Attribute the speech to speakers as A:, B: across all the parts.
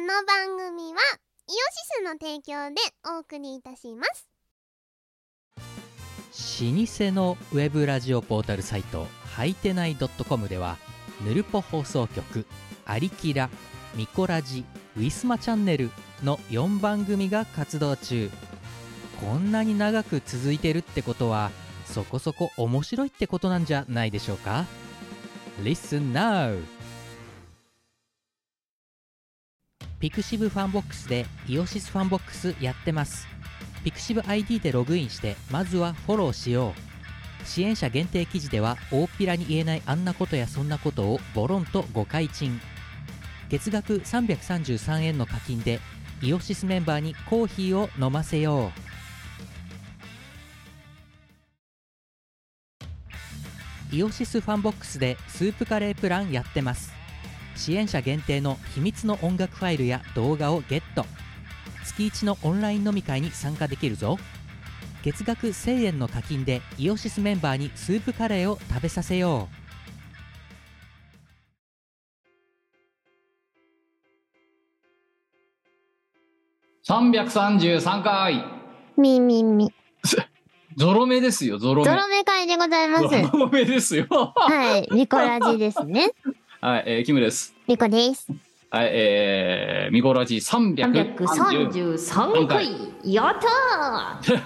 A: の番組はイオシスの提供でお送りいたします
B: 老舗のウェブラジオポータルサイトはいてない .com ではぬるぽ放送局「アリキラ」「ミコラジ」「ウィスマチャンネル」の4番組が活動中こんなに長く続いてるってことはそこそこ面白いってことなんじゃないでしょうか Listen now! ピクシブファンボックスでイオシスファンボックスやってますピクシブ ID でログインしてまずはフォローしよう支援者限定記事では大っぴらに言えないあんなことやそんなことをボロンと誤解賃月額333円の課金でイオシスメンバーにコーヒーを飲ませようイオシスファンボックスでスープカレープランやってます支援者限定の秘密の音楽ファイルや動画をゲット月一のオンライン飲み会に参加できるぞ月額1000円の課金でイオシスメンバーにスープカレーを食べさせよう
C: 333回
A: みみみ
C: ゾロ目ですよゾロ
A: ゾ
C: 目
A: ロ目会でござい ます
C: ゾロ目ですよ
A: はいリコラジですね
C: はい、えー、キムです
A: リコです
C: はいえー、ミコラジ330
D: 333回やったー
A: や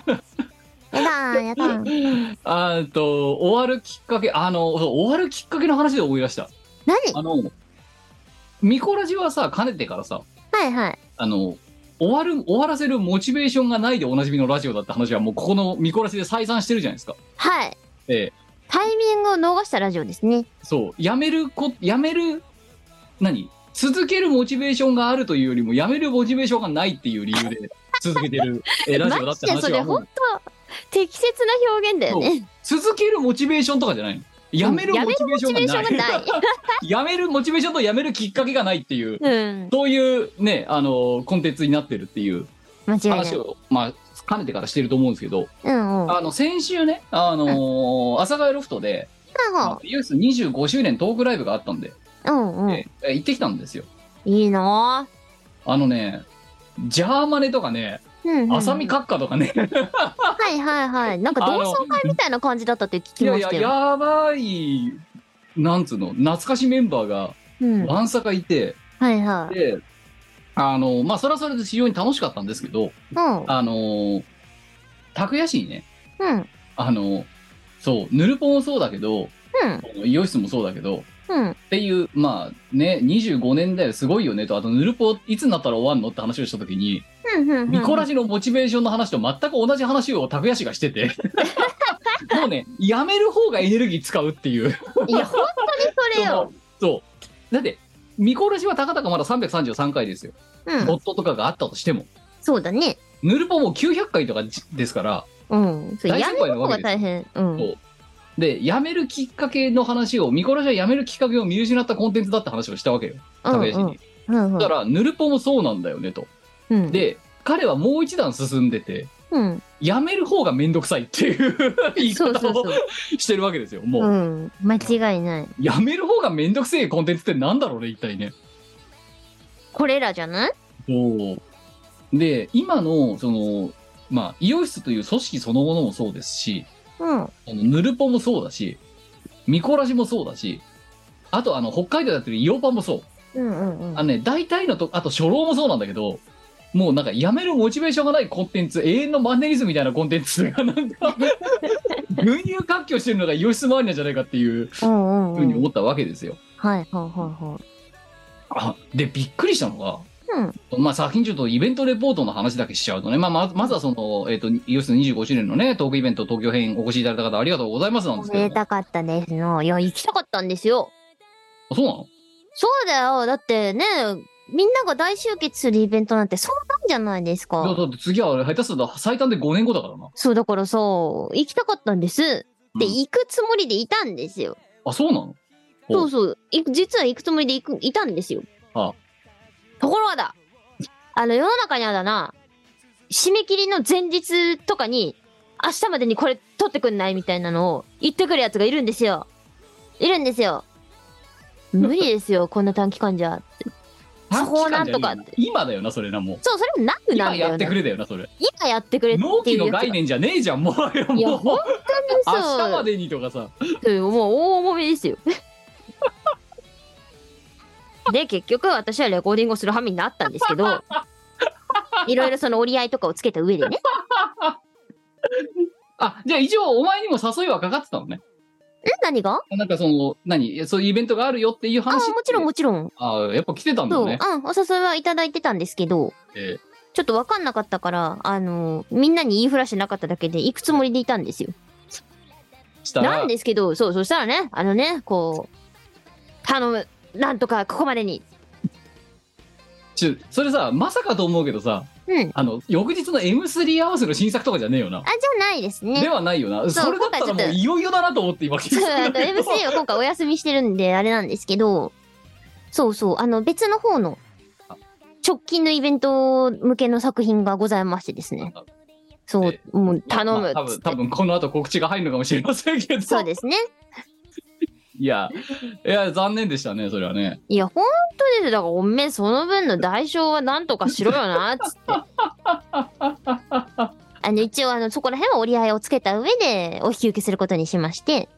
A: だーやだ ー
C: あーっと終わるきっかけあのそう終わるきっかけの話で思い出した
A: 何
C: あのミコラジはさかねてからさ
A: はいはい
C: あの終わる終わらせるモチベーションがないでおなじみのラジオだって話はもうここのミコラジで再三してるじゃないですか
A: はい
C: えー
A: タイミングを逃したラジオですね
C: そう、やめるこ、やめる、何続けるモチベーションがあるというよりも、やめるモチベーションがないっていう理由で続けて るえラジオだって
D: マジでそ
C: 話
D: れ
C: はも
D: 本
C: う、
D: 当適切な表現だよね
C: 続けるモチベーションとかじゃないの。やめ
D: う
C: る
D: んや
C: モ
D: め
C: チ
D: る
C: ベーショ
D: モ
C: ンがない。
D: チベーション
C: やめるモチベーションとやめるきっかけがないっていう、
D: うん
C: そういうね、あの、コンテンツになってるっていう
A: 間違いない
C: 話を、まあ、かねてからしてると思うんですけど、
A: うんうんあ
C: あの、先週ね、あのー、阿佐ヶ谷ロフトで、
A: ほ
C: ユース25周年トークライブがあったんで、
A: うんうん
C: え行ってきたんですよ。
A: いいな
C: あのね、ジャーマネとかね、
A: ーうんうん
C: 浅見閣下と かね、
A: はいはいはいなんか同窓会みたいな感じだったって聞き
C: いや
A: ま
C: い
A: し
C: や、
A: たよ
C: やばい、なんつうの、懐かしメンバーが、
A: うんは
C: わんさかいて、
A: いは
C: で、あの、まあ、それはそれで非常に楽しかったんですけど、
A: いうん
C: あの、拓也市にね、
A: うん
C: あの、そう、ヌルポもそうだけど、
A: うん
C: イオシスもそうだけど、
A: うん
C: っていう、まあね、25年だよ、すごいよねと、あとヌルポいつになったら終わんのって話をしたときに、
A: うんうんうん
C: ミコラジのモチベーションの話と全く同じ話を拓也氏がし ててもうねやめる方がエネルギー使うっていう
A: いや本当にそれよ
C: そうだってミコラジはたかたかまだ333回ですよ、
A: うん
C: 夫とかがあったとしても
A: そうだね
C: ヌルポも900回とかですから
A: うんそれ
C: 大
A: や
C: 先
A: め
C: 輩
A: る
C: な
A: 方
C: わ
A: が
C: けですよ
A: 大変うん
C: そうでやめるきっかけの話をミコラジはやめるきっかけを見失ったコンテンツだって話をしたわけよ
A: うん
C: 拓
A: う
C: 也氏に、
A: んうんうん
C: だからヌルポもそうなんだよねと
A: うん
C: で彼はもう一段進んでて
A: うん
C: やめる方がめんどくさいっていう言い方
A: そ
C: を
A: うそうそう
C: してるわけですよもう、
A: うん間違いない
C: やめる方がめんどくせえコンテンツってなんだろうね一体ね
A: これらじゃない
C: そうで今のそのまあイオシスという組織そのものもそうですし
A: うん
C: あのヌルポもそうだしミコラジもそうだしあとあの北海道でやってるイオパもそ
A: う
C: う
A: んうんうん
C: あのね大体のとあと初老もそうなんだけどもうなんかやめるモチベーションがないコンテンツ永遠のマンネリズムみたいなコンテンツがなん か群雄割拠してるのがイオシス周りなんじゃないかっていう
A: うん
C: ふ
A: う
C: う
A: ん
C: に
A: うん
C: 思ったわけですよ
A: はいはいは
C: あでびっくりしたのが
A: いはい
C: まあ、先にちょっとイベントレポートの話だけしちゃうとね、まあ、まずまずはその、えっ、と、イオシス25周年のね、トークイベント東京編お越しいただいた方ありがとうございますなん
A: うん
C: で
A: お
C: す
A: め
C: け
A: で
C: ど、
A: たかったですのいや行きたかったんですよ
C: あそうなの
A: そうだよだってねみんなが大集結するイベントなんてそうなんじゃないです
C: いや
A: か
C: だって次は下手すると最短で5年後だからな。
A: そうだからそう行きたかったんですで行くつもりでいたんですよ
C: あ、そうなのほう
A: そうそう。い実は行くつもりで行く、いたんですよ。
C: あ
A: ところがだ。あの、世の中にはだな、締め切りの前日とかに、明日までにこれ取ってくんないみたいなのを言ってくるやつがいるんですよ。いるんですよ。無理ですよ、こんな短期間じゃ。そうなんとかって。
C: 今だよなそれなもう
A: そう、それもなくな
C: 今
A: んだ
C: や
A: よ
C: ってく
A: ね。
C: れだよなそれ
A: 今やってくれって
C: 納期
A: いう
C: の
A: やつが
C: 概念じゃねえじゃんもうよ
A: いや、
C: も
A: 本
C: う
A: 当に
C: 明日ま
A: そ
C: でにとかさ
A: う。もう大揉めですよ。 で、結局私はレコーディングをする羽目になったんですけ ど、いろいろその折り合いとかをつけた上でね。
C: あじゃあ一応お前にも誘いはかかってたのね
A: え何が
C: なんかその何そういうイベントがあるよっていう
A: あ、
C: 話
A: もちろんもちろん。
C: あやっぱ来てたんだ
A: そう、
C: ね
A: うん、お誘いはいただいてたんですけど、
C: え
A: ちょっとわかんなかったから、あの、みんなに言いふらしてなかっただけで、行くつもりでいたんですよ。
C: ーした
A: な
C: ら
A: んですけど、そう、そしたらね、あのね、こう、頼む、なんとかここまでに。
C: ちょそれさまさかと思うけどさ
A: うん。あ、
C: あの翌日の M3 合わせの新作とかじゃねえよな
A: じゃないです
C: で
A: ね。
C: はないよな
A: そう
C: それだったら
A: 今回ちょ
C: もう
A: っと
C: いよいよだなと思って今聞いて
A: そう、
C: た
A: あ
C: ん
A: と
C: だけ
A: MC
C: ど
A: は今回お休みしてるんで、あれなんですけど、そうそう、あの、別の方の、直近のイベント向けの作品がございましてですね。そう
C: え、
A: もう頼
C: ま
A: む
C: あまあ
A: っ
C: 多
A: つっ
C: 分
A: て
C: 多。分この後告知が入るのかもしれませんけど
A: そうですね。
C: いやいや残念でしたねそれはね
A: いや、本当ですよ。だから、おめえ、その分の代償はなんとかしろよな、 つって。あの、一応、あの、そこら辺は折り合いをつけた上で、お引き受けすることにしまして。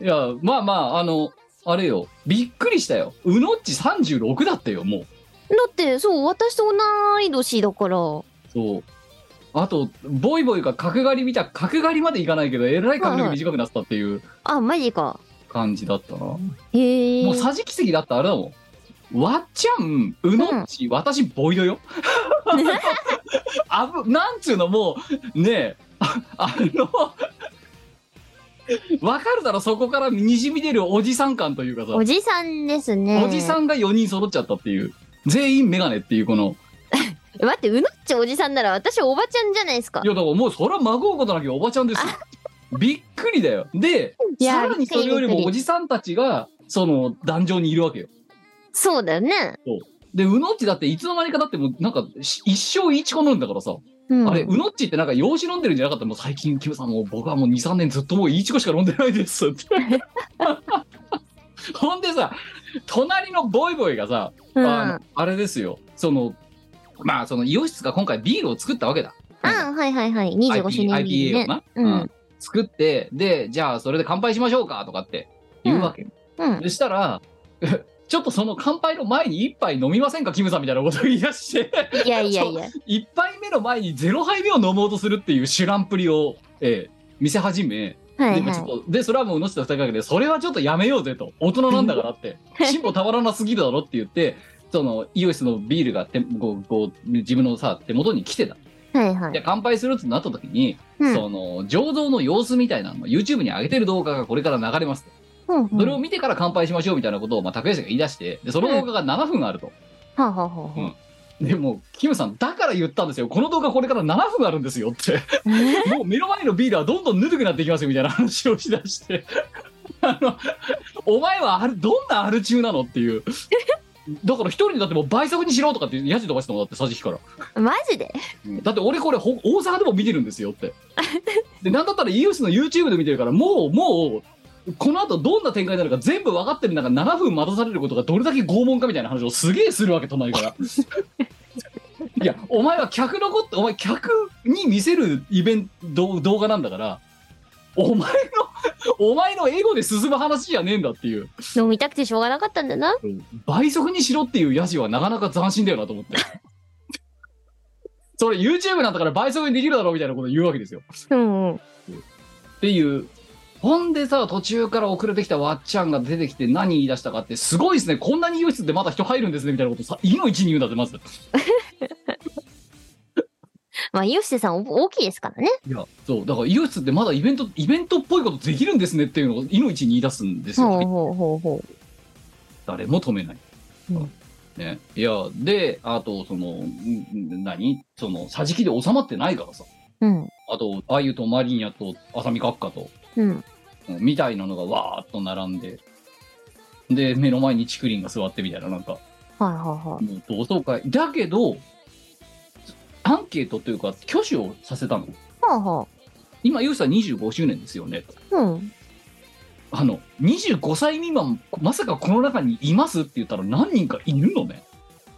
C: いやまあまああのあれよびっくりしたようのっち36だってよもう
A: だって、そう、私と同い年だから、
C: そうあとボイボイが角刈り見た角刈りまでいかないけどえらい髪の毛短くなったっていう
A: あ、マジか。
C: 感じだったな、
A: へえ。
C: もう桟敷席だったらあれだもんわっちゃんうのっち、私ボイドよあぶなんつうのもうねえああのわかるだろそこからにじみ出るおじさん感というかさ
A: おじさんですね。
C: おじさ
A: ん。
C: んが4人揃っちゃったっていう全員メガネっていうこの
A: 待って、うのっちおじさんなら、私おばちゃんじゃないですか
C: い。やだからもうそれはまごうことなきゃおばちゃんですよびっくりだよで
A: いや
C: さらにそれよ
A: びっくり
C: り
A: びっく
C: も
A: り
C: おじさんたちがその壇上にいるわけよ
A: そうだよね。
C: でうのっちだっていつの間にかだってもうなんかし一生一子飲んだからさ、
A: うん。
C: あれうのっちってなんか養子飲んでるんじゃなかったもう最近キムさんもう僕はもう23年ずっともう一子しか飲んでないです ってほんでさ隣のボイボイがさ、
A: うん。
C: あの
A: あ
C: あれですよそのまあそのイオシスが今回ビールを作ったわけだ
A: はいはいはい。25周
C: IP
A: 年記
C: IPA
A: 念
C: を
A: ね。
C: な、
A: うん
C: 作ってでじゃあそれで乾杯しましょうかとかって言うわけ、
A: うん。
C: そしたら ちょっとその乾杯の前に一杯飲みませんかキムさんみたいなことを言い出して
A: いやいやいや。
C: 一杯目の前にゼロ杯目を飲もうとするっていうシュランプリを、ええ見せ始め
A: は
C: で
A: い
C: 今ちょっ
A: は
C: とでそれはもううのちと二人かけてそれはちょっとやめようぜと大人なんだからって進歩たまらなすぎるだろって言ってそのイオシスのビールが手こうこう自分のさ手元に来てた
A: い。はいは
C: で
A: い。
C: 乾杯するってなった時に、
A: うん
C: その醸造の様子みたいなのを YouTube に上げてる動画がこれから流れますと、
A: うんうん
C: それを見てから乾杯しましょうみたいなことを、まあ、拓也さんが言い出してでその動画が7分あると、
A: はあ、はあはあは
C: でもうキムさんだから言ったんですよこの動画これから7分あるんですよってもう目の前のビールはどんどんぬるくなっていきますよみたいな話をしだして あのお前はあるどんなアル中なのっていうだから一人でだってもう倍速にしろとかってヤジ飛ばしたもんだって桟敷から。
A: あ マジで
C: だって俺これほ大阪でも見てるんですよって。でなんだったらイオシスの YouTube で見てるからもうもうこの後どんな展開になるか全部分かってる中7分待たされることがどれだけ拷問かみたいな話をすげえするわけ隣から。いやお前は客のことお前客に見せるイベント動画なんだからお前のお前の英語で進む話じゃねえんだっていう
A: 飲みたくてしょうがなかったんだな。
C: 倍速にしろっていうヤジはなかなか斬新だよなと思って。それ YouTube なんだから倍速にできるだろうみたいなこと言うわけですよ。
A: うんうん。
C: っていう。ほんでさ、途中から遅れてきたわっちゃんが出てきて何言い出したかって、すごいですね、こんなに用室でまだ人入るんですねみたいなことさ、いの一に言うんだって、まず。
A: まあ、ヨシさんお大きいですからね。
C: いや、そう、だから医療室ってまだイベント、イベントっぽいことできるんですねっていうのを、いの一に言い出すんです
A: ほう
C: よ、
A: ほうほうほう。
C: 誰も止めない。
A: うん
C: ね、いや、で、あと、その、んん何その、桟敷で収まってないからさ、
A: うん。
C: あと、あゆとマリンヤと、浅見閣下と、
A: うん。
C: みたいなのがわーっと並んで、で、目の前に竹林が座ってみたいな、なんか、
A: はいはいはい。
C: もう同窓会。だけど、アンケートというか、挙手をさせたの。
A: はあはあ。
C: 今、ユウさん25周年ですよね。
A: うん。
C: あの25歳未満まさかこの中にいますって言ったら何人かいるのね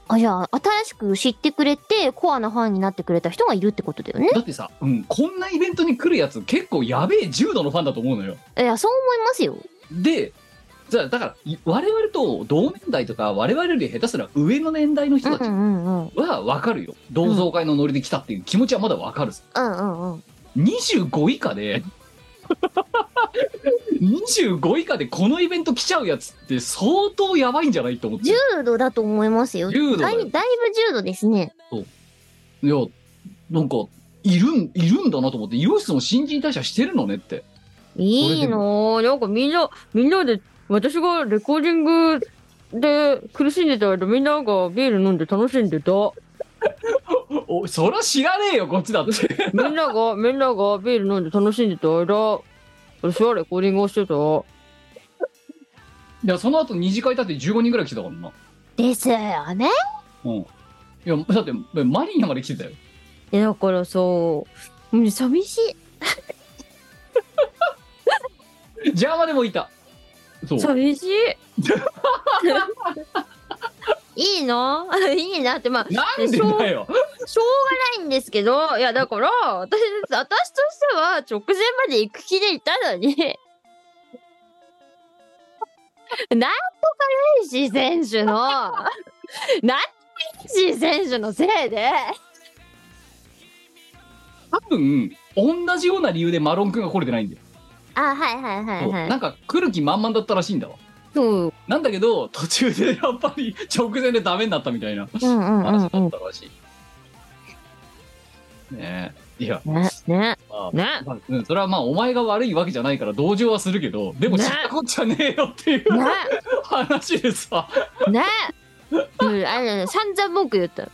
A: あ、じゃあ、新しく知ってくれて、コアなファンになってくれた人がいるってことだよね。
C: だってさ、うん、こんなイベントに来るやつ結構やべえ重度のファンだと思うのよ
A: いや、そう思いますよ。
C: でじゃあだからい我々と同年代とか我々より下手すら上の年代
A: う
C: の
A: ん
C: 人
A: う
C: たち
A: んうんうん。
C: は分かるよ同窓会のノリで来たっていう気持ちはまだ分かるさ
A: うんうんうん。
C: 25以下 で25以下でこのイベント来ちゃうやつって相当やばいんじゃないと思って
A: 重度だと思いますよ。
C: 重度だ
A: だい
C: よ
A: だいぶ重度ですね。
C: いやなんかいるんいるんだなと思って医療室も新人退社してるのねって
A: いいのなんかみんな、みんなで、私がレコーディングで苦しんでた間、みんながビール飲んで楽しんでた。
C: おそら知らねえよこっちだって
A: みんな が、みんながビール飲んで楽しんでた間、私はレコーディングをしてた。
C: いやその後二次会だって15人ぐらい来てたからな
A: ですよね。
C: うんいやだってマリーナまで来てたよ
A: いやだからさ、うん寂しい。
C: ジャーマでもいたそう
A: 寂 しい。いいの いいなって、まあ、
C: なんでだよ
A: しょうがないんですけど、いや、だから、私、私としては直前まで行く気でいたのに、 なんとかレイシー選手の、 なんとかレイシー選手のせいで、
C: 多分同じような理由でマロン君が来れてないんだよ、
A: あ、はいはいは
C: そうなんか来る気満々だったらしいんだわ
A: そう、
C: なんだけど途中でやっぱり直前でダメになったみたいな
A: うんうんうん
C: 話
A: う
C: だっ
A: ん。
C: たらしいねえいや、
A: ね、ね、
C: まあ
A: ね、
C: まあうんそれはまあお前が悪いわけじゃないから同情はするけどでも知
A: ね
C: ったこっちゃねえよっていう、
A: ね、
C: 話でさ
A: ね、 うんあれだね、散々文句言った。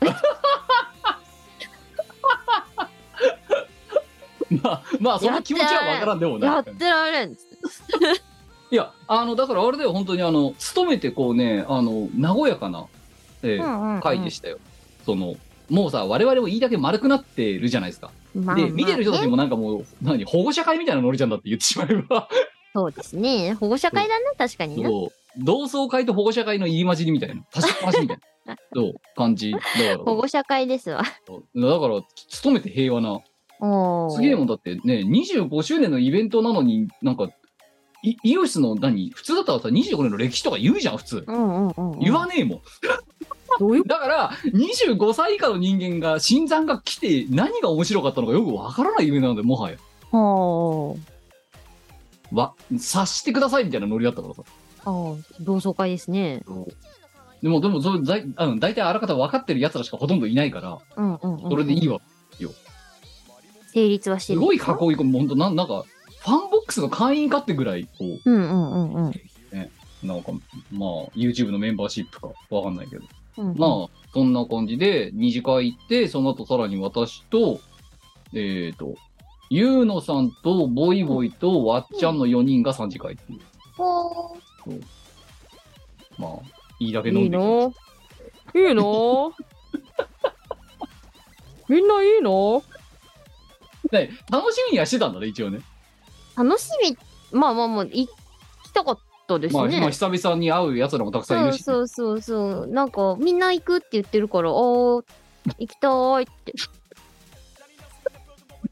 C: まあまあその気持ちはわからんでもない
A: やってられん。
C: いや、あの、だからあれだよ、本当にあの、勤めてこうね、あの、和やかな、えー
A: うんうんうん
C: 会でしたよ。その、もうさ、我々も言いだけ丸くなってるじゃないですか。
A: まあまあ
C: で、見てる人たちもなんかもう、何、保護者会みたいなノリじゃんだって言ってしまえ ば、
A: そうですね。保護者会だな、確かにな。
C: そう同窓会と保護者会の言い混じりみたいな、足しっぱなしみたい な、そう、感じ。だから、
A: 保護者会です わ。
C: だから、勤めて平和な。
A: おー
C: すげえもんだってね、25周年のイベントなのに、なんか、いイオシスの何、普通だったらさ、25年の歴史とか言うじゃん、普通。
A: うんうんうんうん。
C: 言わねえもん。
A: どういう
C: だから25歳以下の人間が新参が来て何が面白かったのかよくわからない夢なのでもはや
A: は
C: わ察してくださいみたいなノリだったからさ
A: あ。ああ、同窓会ですね。
C: でもでもそれだいあの大体あらかた分かってるやつらしかほとんどいないから
A: うんうん、うん。
C: それでいいわ、
A: 成立はして
C: す
A: る。
C: ごい囲い込みほんとなんなんかファンボックスの会員かってぐらいこ
A: うんうんうんうん。
C: うなんかまあ YouTube のメンバーシップかわかんないけど
A: うんうん、
C: まあそんな感じで二次会行ってその後さらに私とえっ、ー、とゆうのさんとボイボイとわっちゃんの4人が3次会っていう
A: ほ
C: まあいいだ
A: ー
C: け飲
A: い
C: ん
A: い
C: できま
A: のいい のみんないいの
C: すね楽しみにはしてたんだね一応ね
A: 楽しみ、まあまあまあ、行きたかったです
C: まあ、まあ
A: ね。
C: 久々に会うやつらもたくさんい
A: そ
C: る
A: う
C: し
A: そうそうそう。なんか、みんな行くって言ってるから、ああ、行きたーいって。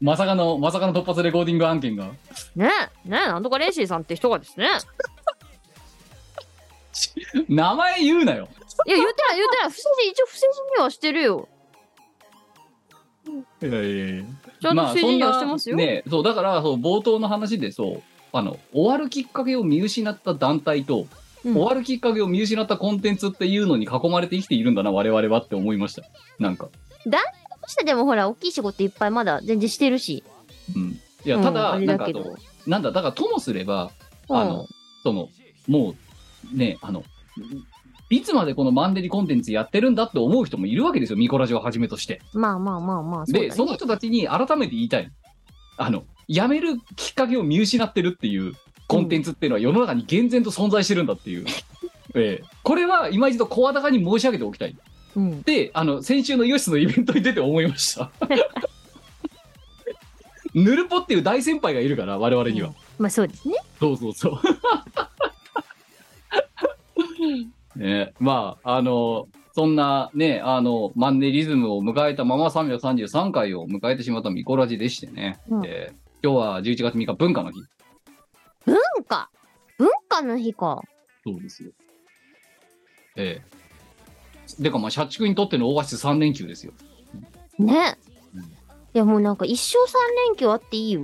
C: まさかのまさかの突発レコーディング案件が
A: ねえ、ねえ、なんとかレイシーさんって人が ですね。
C: 名前言うなよ
A: いや、言ってない、言ってない。不正事、一応不正事にはしてるよ。
C: いやいやいや
A: ちゃんと不正事にはしてますよ。
C: ねそうだからそう冒頭の話でそうあの終わるきっかけを見失った団体と、
A: うん
C: 終わるきっかけを見失ったコンテンツっていうのに囲まれて生きているんだな我々はって思いましたなんか、
A: そしてでもほら、大きい仕事いっぱいまだ全然してるし。
C: うん、いや
A: うん
C: ただ,、
A: あれ
C: なん
A: だ
C: か
A: け
C: あ
A: ど
C: となんだだからともすればあの、
A: うん
C: そのもうねあのいつまでこのマンデリコンテンツやってるんだって思う人もいるわけですよミコラジをはじめとして
A: まあまあまあまあ、そうだね。
C: でその人たちに改めて言いたいあのやめるきっかけを見失ってるっていうコンテンツっていうのは世の中に厳然と存在してるんだっていう、ええこれは今一度声高に申し上げておきたい
A: うん。
C: であの先週のイオシスのイベントに出て思いましたヌルポっていう大先輩がいるから我々には、
A: まあそうですね。
C: そうそうそう。ね、まあ、あの、そんなね、あの、マンネリズムを迎えたまま333回を迎えてしまったミコラジでしてね。
A: うん
C: えー今日は11月3日文化の日。
A: 文化文化の日か。
C: そうですよ。ええでか、まあ、社畜にとっての大橋3連休ですよ。
A: ね
C: うん。
A: いやもうなんか一生三連休あっていいよ。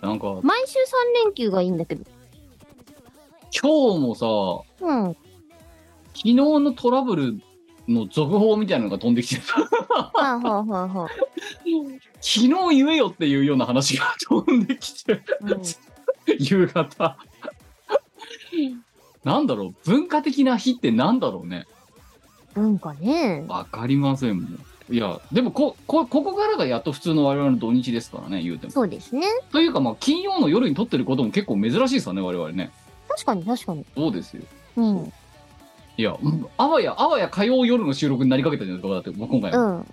C: なんか、
A: 毎週三連休がいいんだけど。
C: 今日もさ、
A: うん。
C: 昨日のトラブルの続報みたいなのが飛んできてた。
A: はあ、はあはあはあ
C: 昨日言えよっていうような話が飛んできて、
A: うん
C: 夕方。なんだろう、文化的な日ってなんだろうね。
A: 文化ね。
C: わかりませんもん。いや、でもこ、こ、ここからがやっと普通の我々の土日ですからね、言うても。
A: そうですね。
C: というか、まあ、金曜の夜に撮ってることも結構珍しいですよね、我々ね。
A: 確かに確かに。
C: そうですよ。
A: うん。うん。
C: いや、うんあわや、あわや火曜夜の収録になりかけたじゃないですか、だって、まあ、今回は。
A: は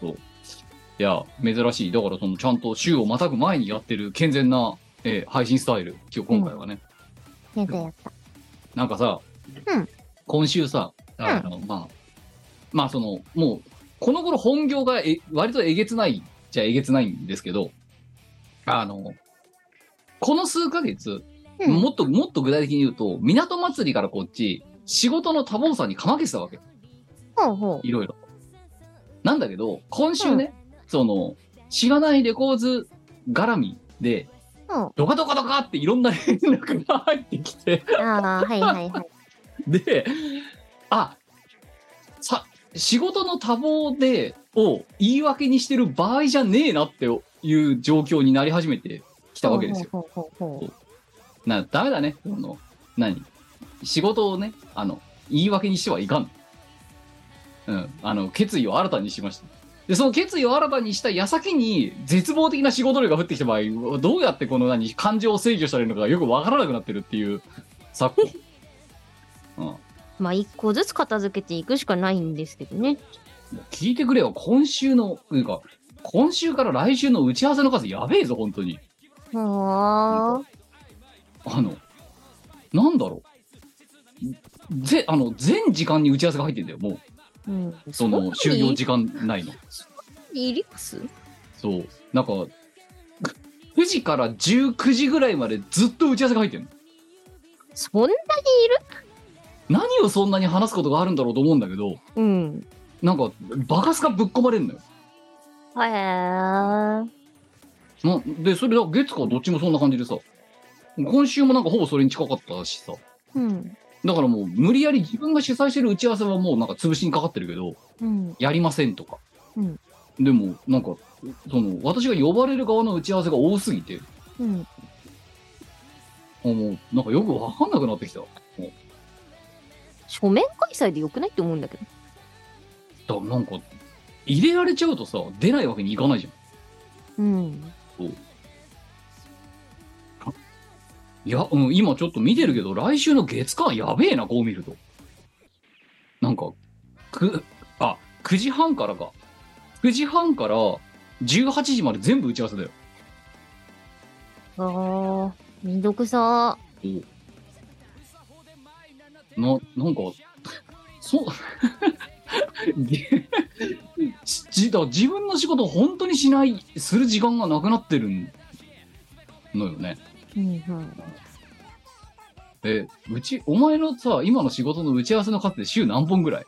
C: そういや、珍しい。だから、その、ちゃんと週をまたぐ前にやってる健全な、えー配信スタイル。今日、今回はね。
A: やったやった。
C: なんかさ、
A: うん
C: 今週さ、あの、まあ、まあ、その、もう、この頃本業がえ割とえげつないじゃえげつないんですけど、あの、この数ヶ月、
A: うん
C: もっと、もっと具体的に言うと、港祭りからこっち、仕事の多忙さにかまけてたわけ。
A: ほうほ
C: いろいろ。なんだけど、今週ね、その、しがないレコーズ絡みで、
A: うん
C: ドカドカドカっていろんな連絡が入ってきて、
A: う。ああ、はい はいはい。
C: で、あ、さ、仕事の多忙で、を言い訳にしてる場合じゃねえなっていう状況になり始めてきたわけですよ。
A: ほうほうほうほう
C: な、ダメだね。あの、何仕事をね、あの、言い訳にしてはいかん。うん。あの、決意を新たにしました。で、その決意を新たにした矢先に、絶望的な仕事量が降ってきた場合、どうやってこの何、感情を制御したらいいのかがよくわからなくなってるっていう、昨今。 うん。
A: まあ、一個ずつ片付けていくしかないんですけどね。
C: 聞いてくれよ、今週の、なんか、今週から来週の打ち合わせの数やべえぞ、本当に。
A: はあ。
C: あの、なんだろう。ぜ、あの、全時間に打ち合わせが入ってんだよ、もう。
A: うん。
C: その、
A: 終
C: 就業時間内の。
A: リリックス
C: そう。なんか、9時から19時ぐらいまでずっと打ち合わせが入ってるの。
A: そんなにいる
C: 何をそんなに話すことがあるんだろうと思うんだけど、
A: うん。
C: なんか、バカスカぶっ込まれるのよ。
A: へえ。
C: なで、それだ、月かどっちもそんな感じでさ、今週もなんかほぼそれに近かったしさ、
A: うん。
C: だからもう無理やり自分が主催してる打ち合わせはもうなんか潰しにかかってるけど、
A: うん。
C: やりませんとか。
A: うん
C: でも、なんか、その、私が呼ばれる側の打ち合わせが多すぎて、
A: うん。
C: あもう、なんかよくわかんなくなってきた。
A: 書面開催でよくないって思うんだけど。
C: だなんか入れられちゃうとさ出ないわけにいかないじ
A: うん。
C: ゃんいや、うん、今ちょっと見てるけど来週の月間やべえなこう見るとなんかくあ9時半からか9時半から18時まで全部打ち合わせだよ
A: ああ。めんどくさ
C: ななんかそう でしだから自分の仕事を本当にしないする時間がなくなってるのよね
A: うんうん。
C: え、うち、お前のさ、今の仕事の打ち合わせの数で週何本ぐらい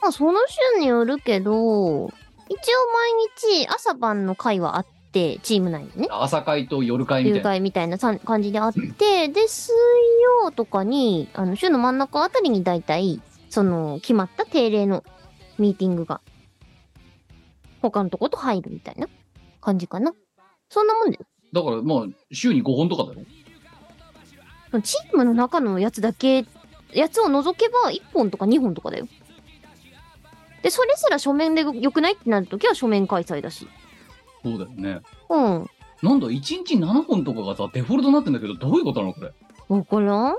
A: まあ、その週によるけど、一応毎日朝晩の会はあって、チーム内でね。
C: 朝会と夜会みた
A: 誘拐
C: いな。
A: みたいなさん感じであって、で、水曜とかに、あの、週の真ん中あたりに大体、その、決まった定例のミーティングが、他のとこと入るみたいな感じかな。そんなもんだよ。
C: だから、まあ、週に5本とかだろ。
A: そのチームの中のやつだけ、やつを除けば1本とか2本とかだよ。で、それすら書面で良くないってなるときは書面開催だし。
C: そうだよね。
A: うん。
C: なんだ、1日7本とかがさ、デフォルトになってんだけど、どういうことなのこれ。
A: わからん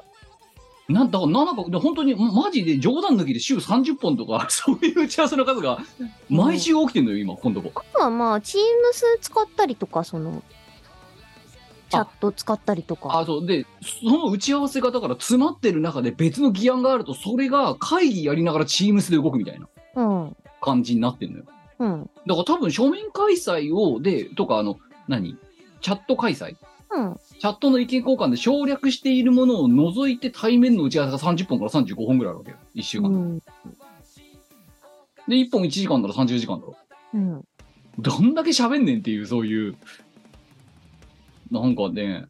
C: なんだから7本、で本当に、まマジで冗談抜きで週30本とか、 そういう打ち合わせの数が、毎週起きてんのよ、今、今度こ。
A: あとはまあ、チームス使ったりとか、その、チャット使ったりとか。
C: あそうでその打ち合わせがだから詰まってる中で別の議案があるとそれが会議やりながら Teams で動くみたいな
A: うん。
C: 感じになってるのよ
A: うん。
C: だから多分書面開催をでとかあの何チャット開催
A: うん。
C: チャットの意見交換で省略しているものを除いて対面の打ち合わせが30本から35本ぐらいあるわけよ1週間、
A: うん。
C: で1本1時間なら30時間だろ
A: うん。
C: どんだけ喋んねんっていうそういうなんかね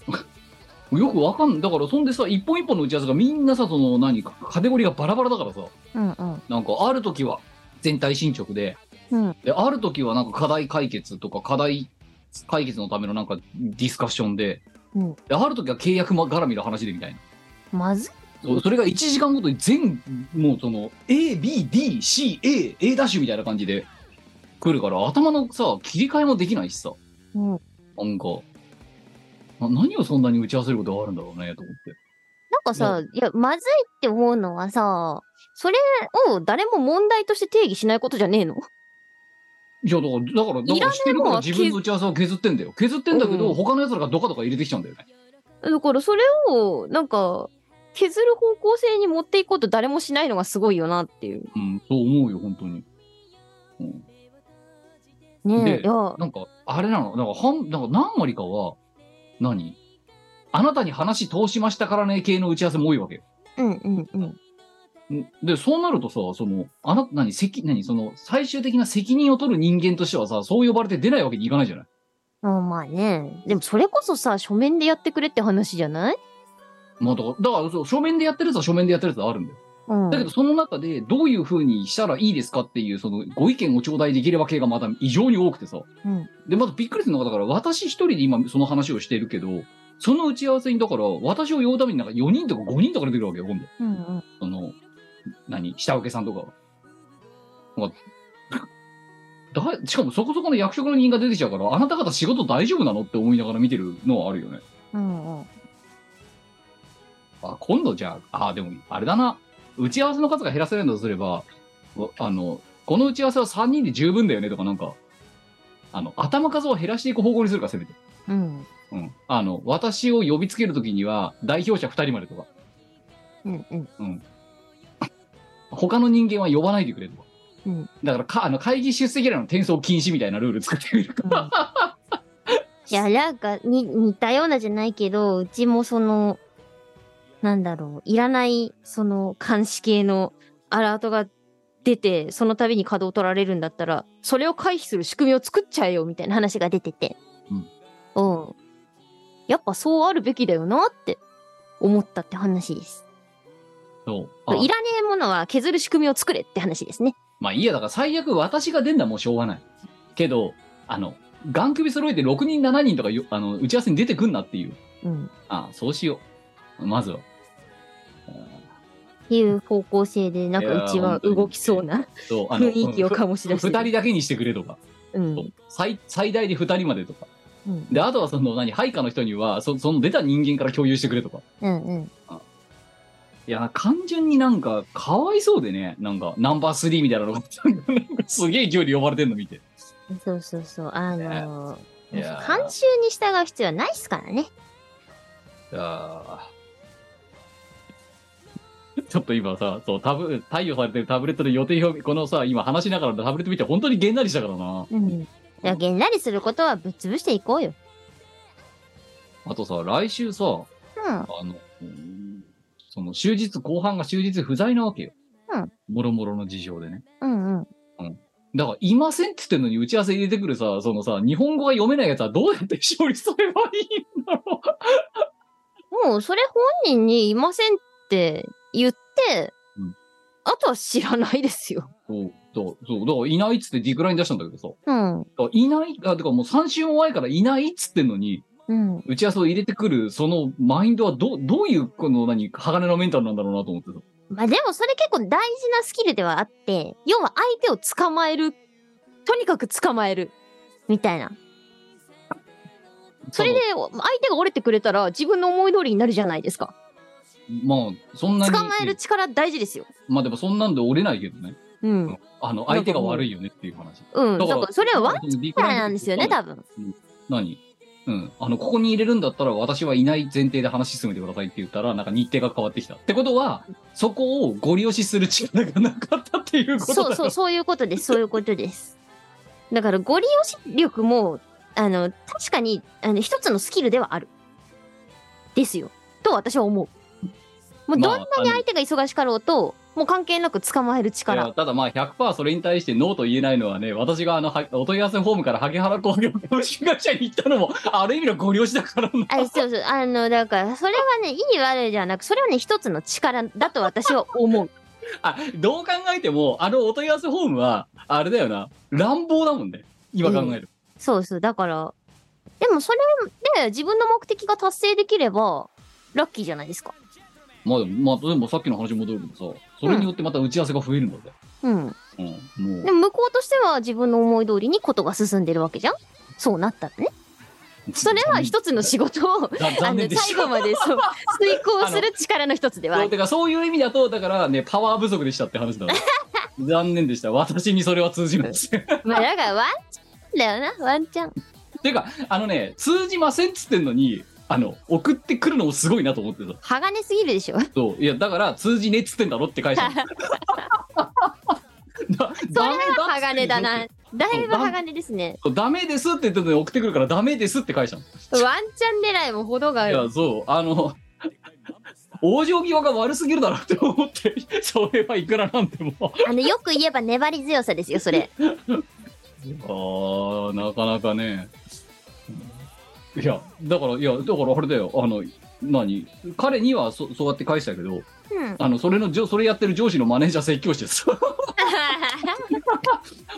C: よくわかんないだからそんでさ一本一本の打ち合わせがみんなさその何かカテゴリーがバラバラだからさ
A: うん。うん。
C: なんかある時は全体進捗で
A: うん。
C: である時はなんか課題解決とか課題解決のためのなんかディスカッションで,、
A: うん
C: である時は契約ま絡みの話でみたいな
A: まずい。
C: そうそれが1時間ごとに全もうその ABDCAA ダッシュみたいな感じで来るから頭のさ切り替えもできないしさ
A: うん。なん
C: なんかな何をそんなに打ち合わせることがあるんだろうねと思って
A: かさ、いや、まずいって思うのはさ、それを誰も問題として定義しないことじゃねえの
C: いやだからだからだ
A: い
C: からら
A: ね
C: してるか
A: も
C: ら
A: う
C: 自分の打ち合わせを削ってんだよ削ってんだけど、
A: うん
C: 他のやつらがドカドカ入れてきちゃうんだよね
A: だからそれを、なんか、削る方向性に持っていこうと誰もしないのがすごいよなっていう。
C: うんそう思うよ本当に、う
A: ね
C: ん、で
A: え、いや、
C: なんか、あれなの、なんか、ほん、なんか何割かは、何あなたに話通しましたからね、系の打ち合わせも多いわけよ。
A: うんうんうん。
C: んで、そうなるとさ、その、あなた、何、責、何、その、最終的な責任を取る人間としてはさ、そう呼ばれて出ないわけにいかないじゃない
A: あまあね。でもそれこそさ、書面でやってくれって話じゃない
C: まあ、だから、だからそう書面でやってるやつは書面でやってるやつはあるんだよ。
A: うん。
C: だけど、その中で、どういう風にしたらいいですかっていう、その、ご意見を頂戴できれば系がまた異常に多くてさ。
A: うん
C: で、まずびっくりするのが、だから、私一人で今、その話をしてるけど、その打ち合わせに、だから、私を呼ぶためになんか4人とか5人とか出てくるわけよ、今度。
A: うんうん。
C: その、何、下請けさんとかは。なんかだしかもそこそこの役職の人間が出てきちゃうから、あなた方仕事大丈夫なのって思いながら見てるのはあるよね。
A: うんうん。
C: あ、今度じゃあ、あ、でも、あれだな。打ち合わせの数が減らせるんだとすれば、わあの、この打ち合わせは3人で十分だよねとか、なんか、あの、頭数を減らしていく方向にするか、せめて。
A: うん。
C: うん。あの、私を呼びつけるときには、代表者2人までとか、
A: うん うん。
C: 他の人間は呼ばないでくれと
A: う
C: か。
A: ん
C: だからか、あの、会議出席らの転送禁止みたいなルール作ってみる か。
A: いや、なんか、に、似たようなじゃないけど、うちもその、なんだろう、いらない、その、監視系のアラートが出て、その度に稼働取られるんだったら、それを回避する仕組みを作っちゃえよ、みたいな話が出てて。うん。やっぱそうあるべきだよなって思ったって話です。
C: そう。あ
A: いらねえものは削る仕組みを作れって話ですね。
C: まあいいや、だから最悪私が出んだもうしょうがない。けど、あの、ガン首揃えて6人7人とかよあの打ち合わせに出てくんなっていう。
A: うん。っ
C: ああそうしよう。まずは。
A: ていう方向性で、なん
C: いや
A: か
C: ー
A: うちは動きそうな
C: そう、あ
A: 雰囲気を
C: か
A: 醸し出して
C: 2
A: る。
C: 人だけにしてくれとか、
A: うん。
C: 最最大で2人までとか。
A: うん
C: で、あとはその何、配下の人にはそ、その出た人間から共有してくれとか。
A: うんうん。
C: いや、単純になんか、かわいそうでね、なんか、ナンバー3みたいなのが、なんかすげえ勢いで呼ばれてんの見て。
A: そうそうそう。あのー
C: いやー
A: 慣習に従う必要はないっすからね。
C: いやーちょっと今さ、そう、タブ、対応されてるタブレットで予定表、このさ、今話しながらのタブレット見て、本当にげんなりしたからな。
A: うん。だからげんなりすることはぶっ潰していこうよ。
C: あとさ、来週さ、
A: うん。
C: あの、うんその、終日、後半が終日不在なわけよ。
A: うん。
C: もろもろの事情でね。
A: うんうん。
C: だから、いませんって言ってんのに打ち合わせ入れてくるさ、そのさ、日本語が読めないやつはどうやって処理すればいいんだろう。
A: もう、それ本人にいませんって言って、
C: うん
A: あとは知らないですよ。
C: そう、そう、そう、だからいないっつってディクライン出したんだけどさ、
A: うん。
C: だからいない、あ、てかもう3週も前からいないっつってんのに、
A: うん。
C: 打ち合わせを入れてくる、そのマインドはど、どういう、この何、鋼のメンタルなんだろうなと思ってさ。
A: まあでもそれ結構大事なスキルではあって、要は相手を捕まえる。とにかく捕まえる。みたいな。それで相手が折れてくれたら自分の思い通りになるじゃないですか。
C: その。まあ、そんな
A: 捕
C: に。
A: まえる力大事ですよ。
C: まあでもそんなんで折れないけどね。
A: うん。
C: あの、相手が悪いよねっていう話。
A: うん。
C: だ
A: だ
C: か
A: かららそれはワン
C: ンチ
A: チャンなんですよね、多分。
C: 何うん、あの、ここに入れるんだったら私はいない前提で話進めてくださいって言ったら、なんか日程が変わってきた。ってことは、そこをご利用しする力がなかったっていうことだ
A: そうそう、そういうことです。そういうことです。だから、ご利用し力も、あの、確かに、あの、一つのスキルではある。ですよ。と私は思う。もう、
C: ま
A: ど
C: あ
A: んなに相手が忙しかろうと、もう関係なく捕まえる
C: い
A: 力。
C: やただまあ100%それに対してノーと言えないのはね、私があの、はお問い合わせフォームから萩原工業株式会社に行ったのも、 ある意味のご利用しだからな。
A: あそうそう。あの、だから、それはね、いい悪いじゃなく、それはね、一つの力だと私は思う。
C: あ、どう考えても、あのお問い合わせフォームは、あれだよな、乱暴だもんね。今考える。
A: そうそう。だから、でもそれで自分の目的が達成できれば、ラッキーじゃないですか。
C: まあでも、まあ、でもさっきの話戻るけどさ、それによってまた打ち合わせが増えるんだぜ。
A: うん。
C: うん、もう
A: で。も向こうとしては自分の思い通りにことが進んでるわけじゃんそうなったらね。それは一つの仕事を、
C: ざ
A: あ
C: 残
A: の
C: 念、でし
A: 最
C: た。
A: 後までそう、遂行する力の一つではあ
C: そう
A: る。
C: てかそういう意味だとだからねパワー不足でしたって 話だわ残念でした私にそれは通じません
A: まあ、だからワンチャンだよな、ワンチャン。
C: てかあのね通じませんっつってんのにあの送ってくるのもすごいなと思ってた
A: 鋼すぎるでしょ。
C: そういやだから通じねえっつってんだろって会社 だ
A: それは
C: ダメだっつってん
A: 鋼
C: の
A: だな。だいぶ鋼ですね。
C: そうダメですって言ってたのに送ってくるからダメですって会社い
A: ワンチャン狙いも程がある。
C: やそうあの往生際が悪すぎるだろって思って それはいくらなんでも
A: あの、よく言えば粘り強さですよ、それ。
C: ああ、なかなかね。いや、だから、いや、だからあれだよ、あの、何彼にはそそうやって返したけど、
A: うん。
C: あの、それの上、それやってる上司のマネージャー説教して さ、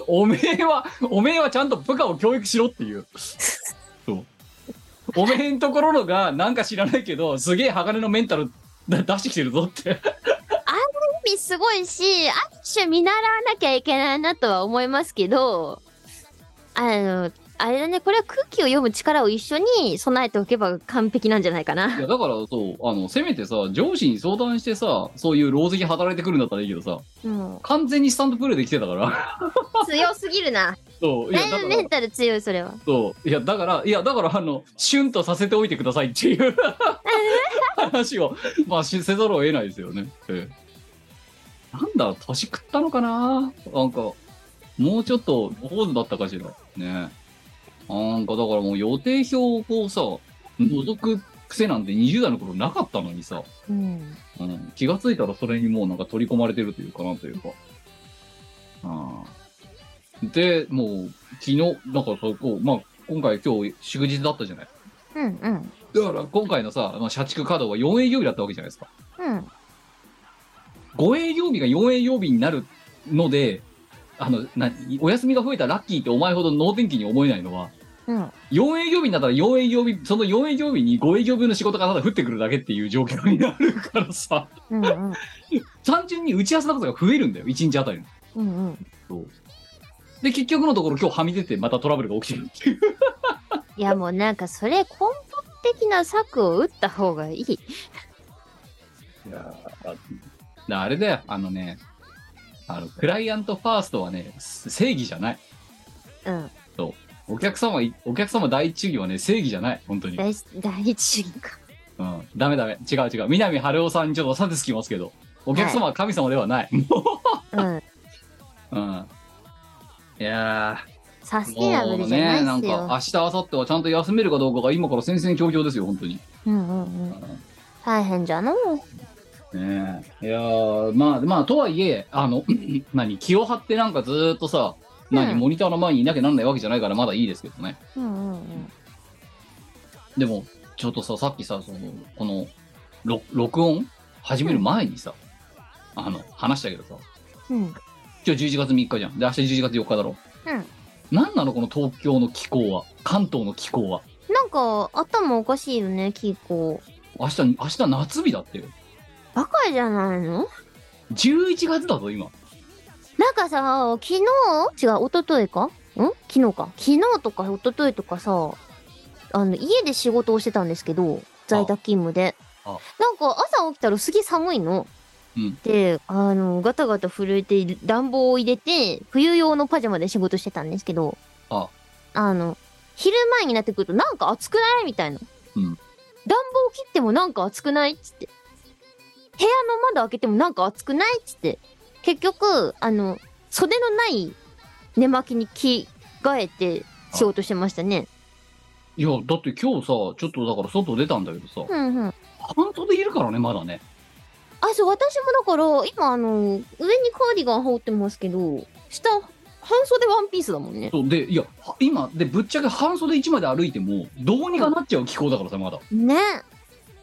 C: おめえは、おめえはちゃんと部下を教育しろっていう。そう。おめえんところのが、なんか知らないけど、すげえ鋼のメンタルだ出してきてるぞって。
A: 意味すごいし、ある種見習わなきゃいけないなとは思いますけど、あの、あれだね、これは空気を読む力を一緒に備えておけば完璧なんじゃないか
C: い
A: な。
C: や、だからそう、あの、せめてさ、上司に相談してさ、そういう老石働いてくるんだったらいいけどさ、
A: うん、
C: 完全にスタンドプレーで来てたから。
A: 強すぎるな。
C: そうい
A: だ
C: やだ
A: いぶ
C: か
A: メ
C: ら
A: ンタル強い、それは。
C: そういやだからいやだからあのシュンとさせておいてくださいっていう話をまあしせざるを得ないですよね。ええなんだ年食ったのかななんかもうちょっと坊主だったかしらねえなんかだからもう予定表をこうさ覗く癖なんて20代の頃なかったのにさ、
A: うん。
C: うん、気がついたらそれにもうなんか取り込まれてるというかなんというか。あーで、もう昨日、なんかそこう、まあ今回今日祝日だったじゃない。
A: うん、うん。
C: だから今回のさ、まあ、社畜稼働は4営業日だったわけじゃないですか。
A: うん。
C: 5営業日が4営業日になるので、あの、なお休みが増えたラッキーってお前ほど能天気に思えないのは、
A: うん。
C: 4営業日になったら4営業日、その4営業日に5営業日の仕事がただ降ってくるだけっていう状況になるからさ、
A: うん。うん。
C: 単純に打ち合わせの数が増えるんだよ、1日あたりの。
A: うん。うん。
C: で、結局のところ今日はみ出てまたトラブルが起きてるっていう。
A: いや、もうなんか、それ根本的な策を打った方がいい。
C: いやあれだよ、あのね、あの、クライアントファーストはね、正義じゃない。
A: うん。
C: お客様、お客様第一主義はね、正義じゃない。本当に。
A: 第一、第一主義か。
C: うん。ダメダメ。違う違う。南春夫さんにちょっと差別つきますけど、お客様は神様ではない。
A: うん。
C: うん。いや
A: サス
C: ー、
A: テナブルじゃないっすよ。
C: なんか、明日、明後日はちゃんと休めるかどうかが今から戦々恐々ですよ、本当に。
A: うんうんうん。大変じゃのう。
C: ねえ。いやーまあ、まあ、とはいえ、あの、 何、気を張ってなんかずーっとさ、何、
A: うん
C: モニターの前にいなきゃなんないわけじゃないから、まだいいですけどね。
A: うんうんうん。
C: でも、ちょっとさ、さっきさ、その、この、ろ録音始める前にさ、あの、話したけどさ、
A: うん。
C: 今日11月3日じゃん。で、明日11月4日だろ。
A: うん。
C: なんなのこの東京の気候は、関東の気候は。
A: なんか、頭おかしいよね、キーコ。
C: 明日、明日夏日だってよ。
A: バカじゃないの
C: 11月だぞ、今。
A: なんかさ、昨日違う、一昨日かん昨日か。昨日とか一昨日とかさ、あの、家で仕事をしてたんですけど、在宅勤務で
C: ああ。
A: なんか朝起きたらすげえ寒いの。
C: うん
A: で、あの、ガタガタ震えて暖房を入れて、冬用のパジャマで仕事してたんですけど、
C: あ
A: あの、昼前になってくるとなんか暑くないみたいな、
C: うん
A: 暖房切ってもなんか暑くないっつって部屋の窓開けてもなんか暑くないっつって結局あの袖のない寝巻きに着替えて仕事してましたね
C: いや、だって今日さ、ちょっとだから外出たんだけどさ、
A: うんうん
C: 半袖いるからね、まだね。
A: あ、そう、私もだから、今、あの、上にカーディガン羽織ってますけど、下、半袖ワンピースだもんね。
C: そうで、いや、は今、で、ぶっちゃけ半袖1枚で歩いても、どうにかなっちゃう気候だからさ、まだ。
A: ね。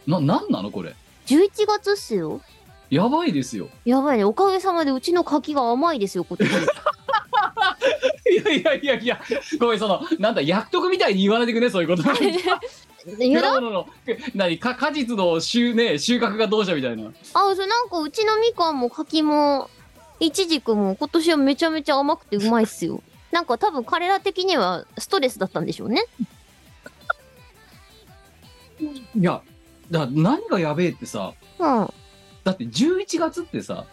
C: な、なんなのこれ。
A: 11月っすよ。
C: やばいですよ。
A: やばいね。おかげさまでうちの柿が甘いですよ、今年。
C: いやいやいやいや、ごめん、その、なんだ、薬局みたいに言わないでくれ、そういうこと。
A: いやだ
C: 果物の、何か、果実の収、ね、収穫がどうしたみたいな。
A: あ、そう、なんかうちのみかんも柿も、いちじくも今年はめちゃめちゃ甘くてうまいっすよ。なんか多分彼ら的にはストレスだったんでしょうね。
C: いや、だ何がやべえってさ、
A: うん。はい。
C: だって11月ってさ、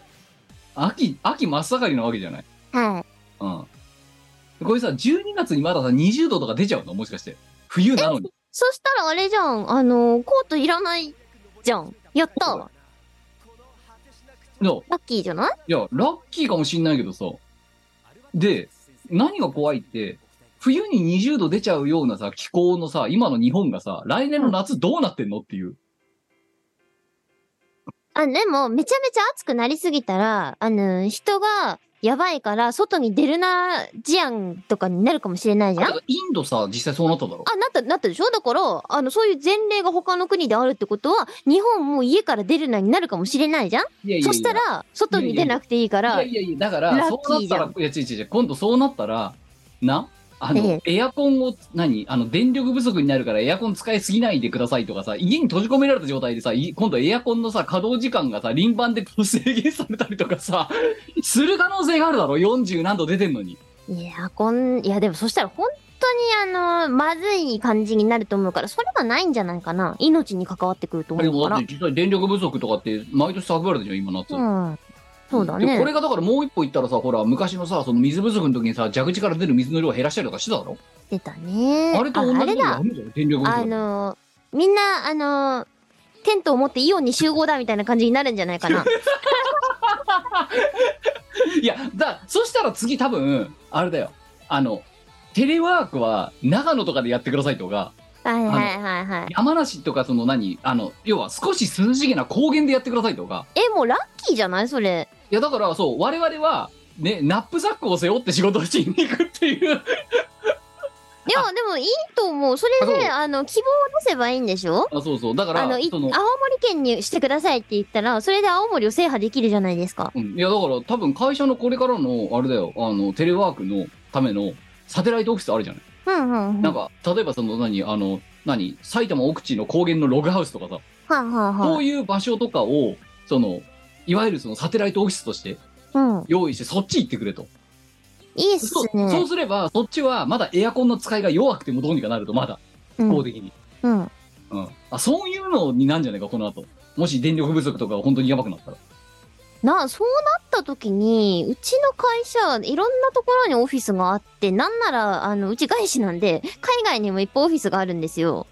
C: 秋、秋真っ盛りなわけじゃない
A: あ
C: うん。これさ、12月にまださ、20度とか出ちゃうのもしかして。冬なのに。
A: そしたらあれじゃん。あの、コートいらないじゃん。やったわ。
C: いや、い
A: ラッキーじゃない
C: や、ラッキーかもしんないけどさ。で、何が怖いって、冬に20度出ちゃうようなさ、気候のさ、今の日本がさ、来年の夏どうなってんのっていう。
A: あ、でも、めちゃめちゃ暑くなりすぎたら、あの、人がやばいから、外に出るな、事案とかになるかもしれないじゃん
C: だからインドさ、実際そうなっただろ。
A: あ、なった、なったでしょだから、あの、そういう前例が他の国であるってことは、日本も家から出るなになるかもしれないじゃん
C: いやいやいや
A: そした、ら、外に出なくていいか
C: いや
A: ら、
C: いやいや、だか
A: ラ
C: ら、そ
A: ッ
C: う
A: キ
C: な
A: ー
C: っ
A: じ
C: た
A: ゃん
C: ら、いや違う違う違う、今度そうなったら、な、あの、
A: え
C: エアコンを、何あの、電力不足になるからエアコン使いすぎないでくださいとかさ、家に閉じ込められた状態でさ、い今度エアコンのさ、稼働時間がさ、輪番で制限されたりとかさ、する可能性があるだろ、40何度出てんのに。
A: いや、こん、いや、でもそしたら本当にあの、まずい感じになると思うから、それはないんじゃないかな。命に関わってくると
C: で
A: 思う
C: も
A: か
C: だっ
A: ら
C: て。実際電力不足とかって、毎年蓄えられてるじゃん、今夏。
A: うん。そうだね。
C: でこれがだからもう一歩行ったらさ、ほら、昔のさ、その水不足の時にさ、蛇口から出る水の量を減らしたりとかしてただろ、
A: 出たね。
C: あれと同
A: あ
C: じ
A: あ
C: こと
A: れだ
C: やるんじゃん、電力不足だ
A: あ
C: と。
A: のーみんな、あのーテントを持ってイオンに集合だみたいな感じになるんじゃないか な。
C: いやだそしたら次多分あれだよあのテレワークは長野とかでやってくださいとか
A: はいはいはいはい。
C: 山梨とかその何あの要は少し涼しげな高原でやってくださいとか
A: え、もうラッキーじゃないそれ。
C: いやだからそう我々はねナップザックを背負って仕事をしに行くっていう
A: いや、でもいいと思う。それ
C: あ
A: で、
C: そう
A: あの、希望を出せばいいんでしょ
C: あそうそうだか
A: あ
C: ら
A: の、い
C: そ
A: 青
C: の
A: 森県にしてくださいって言ったら、それで青森を制覇できるじゃないですか。
C: うん、いやだから多分会社のこれからのあれだよあのテレワークのためのサテライトオフィスあるじゃない、
A: うんうんうん。
C: なん
A: は
C: か例えばその何あの何埼玉奥地の高原のログハウスとかさ
A: あ、はあ
C: そ
A: は
C: ういう場所とかを、その、いわゆるそのサテライトオフィスとして
A: あ、うん。
C: 用意して、そっち行ってくれと。
A: いいっす
C: そそ
A: ね
C: う。すれば、そっちはまだエアコンの使いが弱くてもどうにかなると、まだ、
A: う
C: 法
A: ん。
C: 的に。
A: うん。
C: うん。あ、そういうのになんじゃないか、この後。もし電力不足とかが本当にやばくなったら。
A: な、そうなった時に、うちの会社、いろんなところにオフィスがあって、なんなら、あの、うち外資なんで、海外にもいっぱいオフィスがあるんですよ。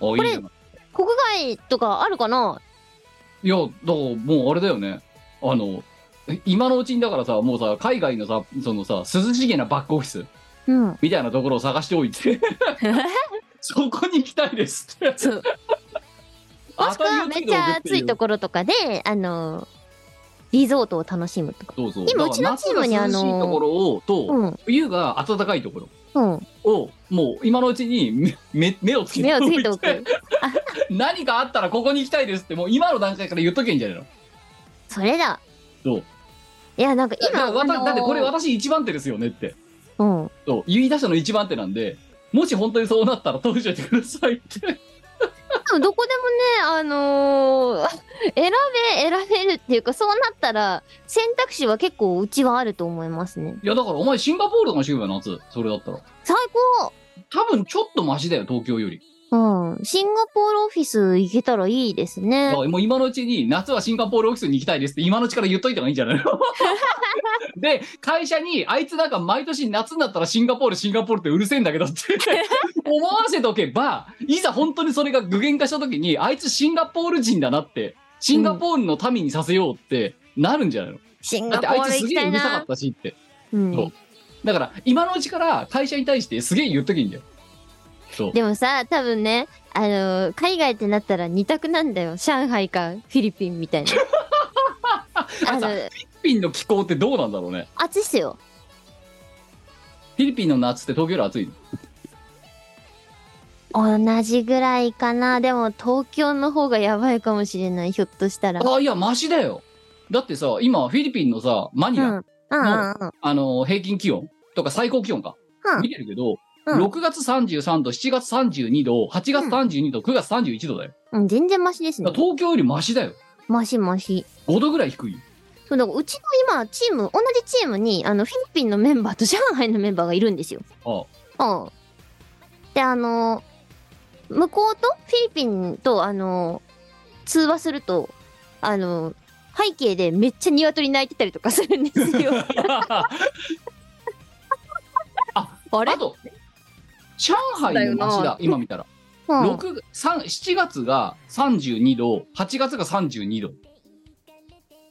C: あ、いいじゃない。
A: 国外とかあるかない
C: や、だからもうあれだよね。あの、え今のうちにだからさ、もうさ、海外のさ、そのさ、涼しげなバックオフィス
A: うん。
C: みたいなところを探しておいて、 そこに行きたいですって。
A: そうもしくはめっちゃ暑いところとかで、あの、リゾートを楽しむとか。
C: そうそう
A: 今
C: だから
A: うちのチームに
C: 夏が涼しいところをと、
A: うん。
C: 冬が暖かいところ
A: うん。
C: をもう今のうちに目目目をつけ
A: 目
C: て
A: をつ
C: おいて
A: けて おく。
C: 何かあったらここに行きたいですってもう今の段階から言っとけんじゃないの
A: それだ。
C: そう
A: いや、なんか
C: だ
A: 今、
C: わた
A: あのー
C: だってこれ私一番手ですよねって
A: うん。
C: そう言い出したの一番手なんでもし本当にそうなったら通しといてくださいって
A: でもどこでもね、あのー 選べ、選べるっていうか、そうなったら、選択肢は結構うちはあると思いますね。
C: いやだからお前シンガポールとかにしてくれば夏それだったら
A: 最
C: 多分ちょっとマシだよ東京より
A: 高うん。シンガポールオフィス行けたらいいです
C: だ
A: ね
C: か。らもう今のうちに夏はシンガポールオフィスに行きたいですって今のうちから言っといた方がいいんじゃないの で会社にあいつなんか毎年夏になったらシンガポールシンガポールってうるせえんだけどって思わせとけば、いざ本当にそれが具現化したときに、あいつシンガポール人だなって、シンガポールの民にさせようってなるんじゃないの、
A: シン
C: だ
A: ガ
C: っ
A: ポ
C: てあい
A: ー
C: つ
A: ル
C: す
A: 行き
C: げ
A: た
C: え
A: いう
C: るさか
A: な
C: っ。たしって。
A: うん
C: そうだから、今のうちから会社に対してすげえ言っときゃいいんだよ。そう。
A: でもさ、多分ね、あのー海外ってなったら二択なんだよ。上海かフィリピンみた いな。あの、
C: フィリピンの気候ってどうなんだろうね。
A: 暑いっすよ。
C: フィリピンの夏って東京より暑いの
A: 同じぐらいかな。でも東京の方がやばいかもしれない。ひょっとしたら。
C: ああ、いや、マシだよ。だってさ、今、フィリピンのさ、マニ
A: う
C: ラ、
A: ん。うんうんうん。
C: あの、平均気温とか最高気温か。
A: うん
C: 見てるけど、
A: うん
C: 6月33度、7月32度、8月32度、9月31度だよ。
A: うん、全然マシです
C: だか
A: ね
C: ら。東京よりマシだよ。
A: マシマシ。
C: 5度ぐら い低い。
A: そう、だからうちの今、チーム、同じチームに、あの、フィリピンのメンバーと上海のメンバーがいるんですよ。
C: あ
A: うん。で、あの、向こうとフィリピンと、あの、通話すると、あの、背景でめっちゃ鶏鳴いてたりとかするんですよ。
C: あ。
A: あれ
C: あと、上海の街
A: だよ
C: だ
A: な、
C: 今見たら。
A: うん、
C: 六三7月が32度、8月が32度。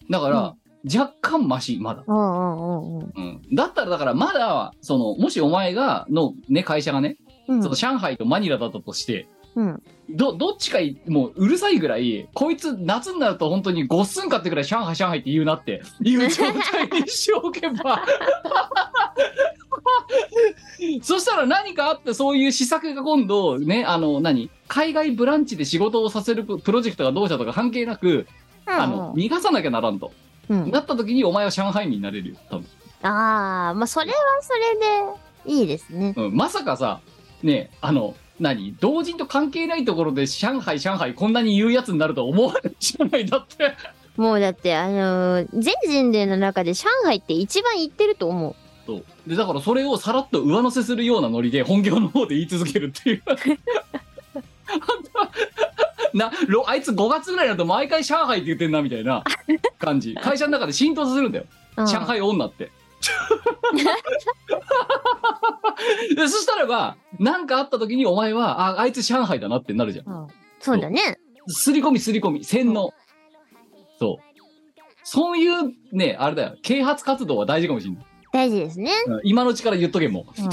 C: だから、若干マシ、まだ。
A: うんうんうん
C: うん、だったら、だから、まだ、その、もしお前が、の、ね、会社がね、
A: うん。
C: その上海とマニラだったとして、
A: うん。
C: ど、どっちかい、もう、うるさいぐらい、こいつ、夏になると本当にごっすんかってぐらい、上海、上海って言うなって、いう状態にしておけば、 そしたら何かあって、そういう施策が今度、ね、あの、何海外ブランチで仕事をさせるププロジェクトがどうしたとか関係なく、あの、逃がさなきゃならんと。
A: うん。
C: なった時に、お前は上海民になれるよ、多分。
A: ああ、まあ、それはそれで、いいですね。
C: うん、まさかさ、ねあの、何同人と関係ないところで上海、上海、こんなに言うやつになるとは思わないじゃないだって。
A: もうだって、あのー全人類の中で上海って一番行ってると思う。
C: そうでだからそれをさらっと上乗せするようなノリで本業の方で言い続けるっていう なろあいつ5月ぐらいだと毎回上海って言ってんなみたいな感じ会社の中で浸透させるんだよ
A: うん、
C: 上海女って でそしたらば何かあった時にお前はああいつ上海だなってなるじゃん
A: うんそうだね。
C: すり込みすり込み洗脳そうそういうねあれだよ啓発活動は大事かもしれない
A: 大事ですね。
C: うん今のうちから言っとけもう
A: うん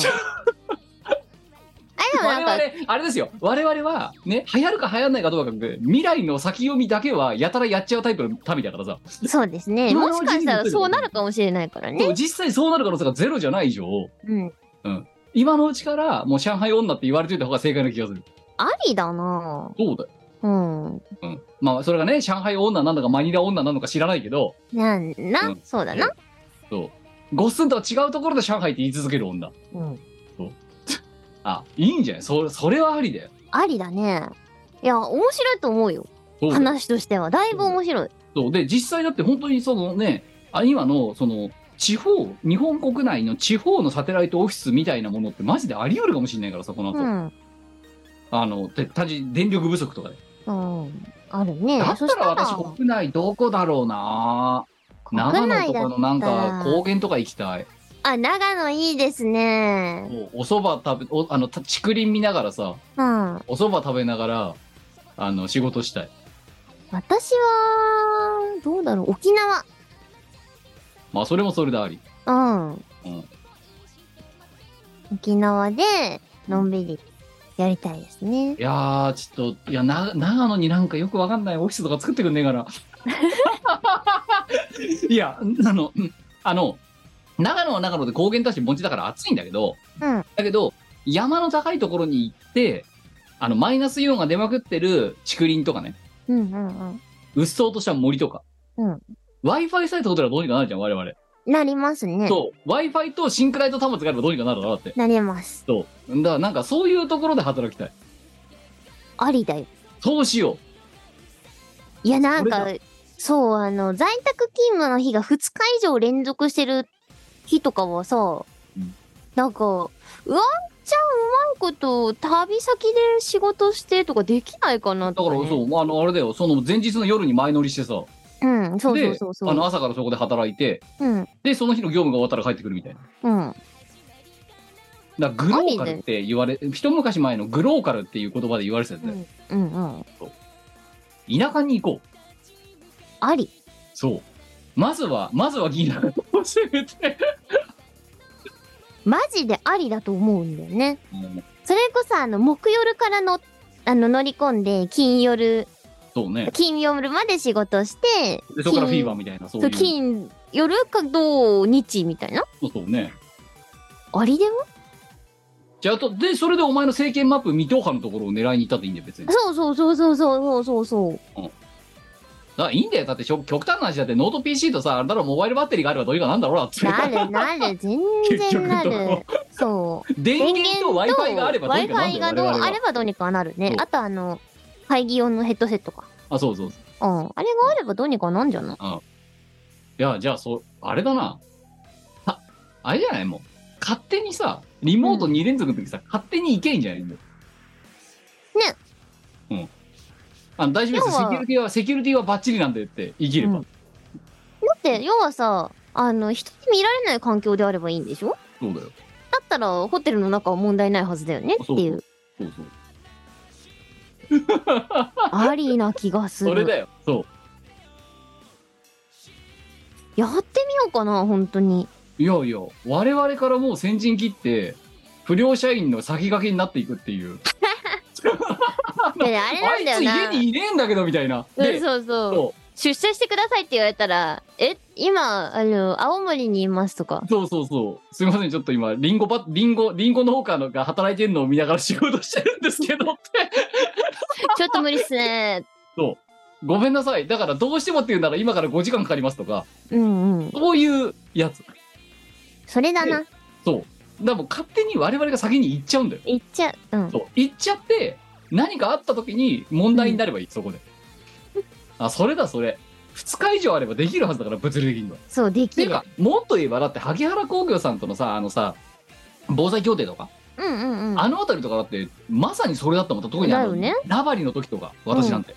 A: あ、でもな
C: 我
A: ん
C: 々
A: か、
C: あれですよ我々はね流行るか流行らないかどうかで未来の先読みだけはやたらやっちゃうタイプの民だからさ、
A: そうですね。
C: 今
A: も
C: の
A: し
C: うちに
A: かしたらそうなるかもしれないからね。
C: 実際そうなる可能性がゼロじゃない以上
A: うん。
C: 今のうちからもう上海女って言われておいた方が正解な気がする
A: ありだな
C: そうだよ、
A: ぁうん。
C: うん、まあそれがね上海女なのかマニラ女なのか知らないけど
A: なんな、
C: うん
A: そうだな。
C: そうゴッスンとは違うところで上海って言い続ける女
A: うん。
C: あいいんじゃないそそれはありだよ
A: ありだね。いや、面白いと思うよ。
C: そうだよ
A: 話としては。だいぶ面白い。
C: そうで実際だって本当にそのねあ今のその地方日本国内の地方のサテライトオフィスみたいなものってマジであり得るかもしれないからさこの後、
A: うん。
C: あのて単純に電力不足とかで、
A: うん。あるね。
C: だった
A: そした
C: ら
A: ら、
C: 私国内どこだろうな長
A: 国
C: 野
A: 内
C: と
A: だ
C: か
A: っ
C: のなんか
A: たら
C: 高原とか行きたい
A: あ、長野いいですね。
C: もうおそば食べおあのた竹林見ながらさ
A: うん。
C: おそば食べながらあの仕事したい
A: 私は、どうだろう、沖縄。
C: まあそれもそれであり
A: うん。
C: ん
A: 沖縄で、のんびりやりたいですね。
C: いやーちょっといやな長野になんかよくわかんないオフィスとか作ってくんねえかないやあのうんあの長野は長野で高原だし盆地だから暑いんだけど、
A: うん
C: だけど山の高いところに行ってあのマイナスイオンが出まくってる竹林とかね
A: うんうん
C: うっそうとした森とか、
A: うん
C: w i f i さえ取ったらどうにかなるじゃん我々、
A: うん。なりますね。
C: そう w i f i とシンクライト端末があればどうにかなるだろうだって
A: なります。
C: そうだからなんかそういうところで働きたい
A: ありだよ。
C: そうしよう
A: いや、なん
C: こ
A: か、そう、あの、在宅勤務の日が2日以上連続してる日とかはさ、
C: うん
A: なんか、ワンチャンうまいこと旅先で仕事してとかできないかな
C: だ
A: と
C: か、
A: からね、
C: そう、まああの、あれだよ、その前日の夜に前乗りしてさ、
A: うん、そうそうそうそ
C: で、あの、
A: う。
C: 朝からそこで働いて、
A: うん、
C: で、その日の業務が終わったら帰ってくるみたいな。
A: うん。
C: だからグローカルって言われ、一昔前のグローカルっていう言葉で言われてたんだよ
A: うんうん。
C: 田舎に行こう。
A: あり。
C: そう。まずは、まずは銀だから教えて。
A: マジでありだと思うんだよね。
C: うん
A: それこそあの、木曜日からの、あの、乗り込んで、金夜、
C: そうね。
A: 金夜まで仕事して、
C: でそこからフィーバーみたいな、そ
A: そ
C: うい
A: う
C: う。そ
A: 金夜か土日みたいな。
C: うそうね。
A: ありでも
C: じゃあ、あと、で、それでお前の政権マップ未踏破のところを狙いに行ったっていいんだ よ、別に。
A: そうそうそうそうそうそうそう。
C: あ、いいんだよ。だってしょ、極端な話だって、ノート PC とさ、あれだろ、モバイルバッテリーがあればどうにかなんだろうなって。
A: なるなる、全然な る。そう。
C: 電
A: 電
C: 源と
A: 源
C: Wi-Fi があれ
A: と
C: ばどうにかなんだ
A: Wi-Fi
C: よ
A: が
C: 我
A: どう
C: 々は
A: あればどうにかなる
C: そ
A: ね
C: う。
A: あとあの、会議用のヘッドセットか。
C: あ、そうそうそう。
A: うん。あれがあればどうにかなんじゃない
C: いや、じゃあ、そう、あれだな。あ、あれじゃないもう。勝手にさ、リモート2連続の時さ、勝手に行けんじゃないんだよ。ね。うん。あの大丈夫です。
A: 要
C: セ
A: は
C: キュリティは、セキュリティはバッチリなんでって、生きれ
A: う
C: ば。
A: んだって、要はさ、あの、人に見られない環境であればいいんでしょ
C: そうだよ。
A: だったら、ホテルの中は問題ないはずだよねっていう、
C: そうそう。
A: ありな気がす
C: それ
A: る。
C: だよ。そう。
A: やってみようかな、本当に。
C: いやいや、我々からもう先陣切って、不良社員の先駆けになっていくっていう。
A: いやあれ
C: あ
A: なん
C: い
A: だ
C: つ
A: よな
C: 家。にいねえんだけどみたいな。
A: うん
C: で、
A: そうそう。
C: そ
A: 出社してくださいって言われたら、え、今、あの、青森にいますとか
C: う。そうそうそう。すみません、ちょっと今、リンゴば、リンゴ、リンゴ農家のが働いてるのを見ながら仕事してるんですけど って。
A: ちょっと無理っすね。
C: そう。ごめんなさい。だからどうしてもっていうなら今から5時間かかりますとか、
A: うんうん。
C: そういうやつ。
A: それだな。
C: そう。だからもう勝手に我々が先に行っちゃうんだよ。
A: 言っちゃう。うん。
C: そう。行っちゃって、何かあった時に問題になればいい、そこで。あ、それだ、それ。2日以上あればできるはずだから、物理的には。
A: そう、で
C: て
A: き
C: いう
A: る。
C: か、もっと言えば、だって、萩原工業さんとのさ、あのさ、防災協定とか、
A: うんうんうん。
C: あの辺りとかだって、まさにそれだったもん、特にあ
A: だ
C: の、
A: よね
C: ラバリの時とか、私なんて。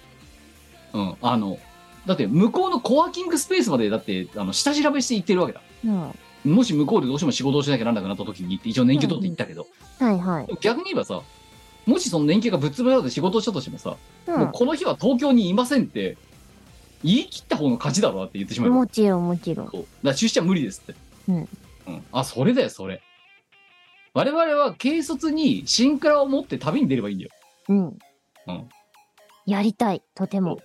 C: うん、あの、だって、向こうのコワーキングスペースまで、だって、あの、下調べして行ってるわけだ。
A: うんは
C: もし向こうでどうしても仕事をしなきゃなんなくなった時に行って、一応年休取って行ったけど、
A: いはい。
C: でも逆に言えばさ、もしその年休がぶっ潰れたで仕事をしたとしてもさ、
A: う
C: もうんこの日は東京にいませんって、言い切った方の勝ちだろうなって言ってしまえば。
A: もちろんもちろん。
C: そうだから出社無理ですって。
A: うん。
C: うん、あ、それだよ、それ。我々は軽率に新クラを持って旅に出ればいいんだよ。
A: うん。
C: うん
A: やりたい、とても。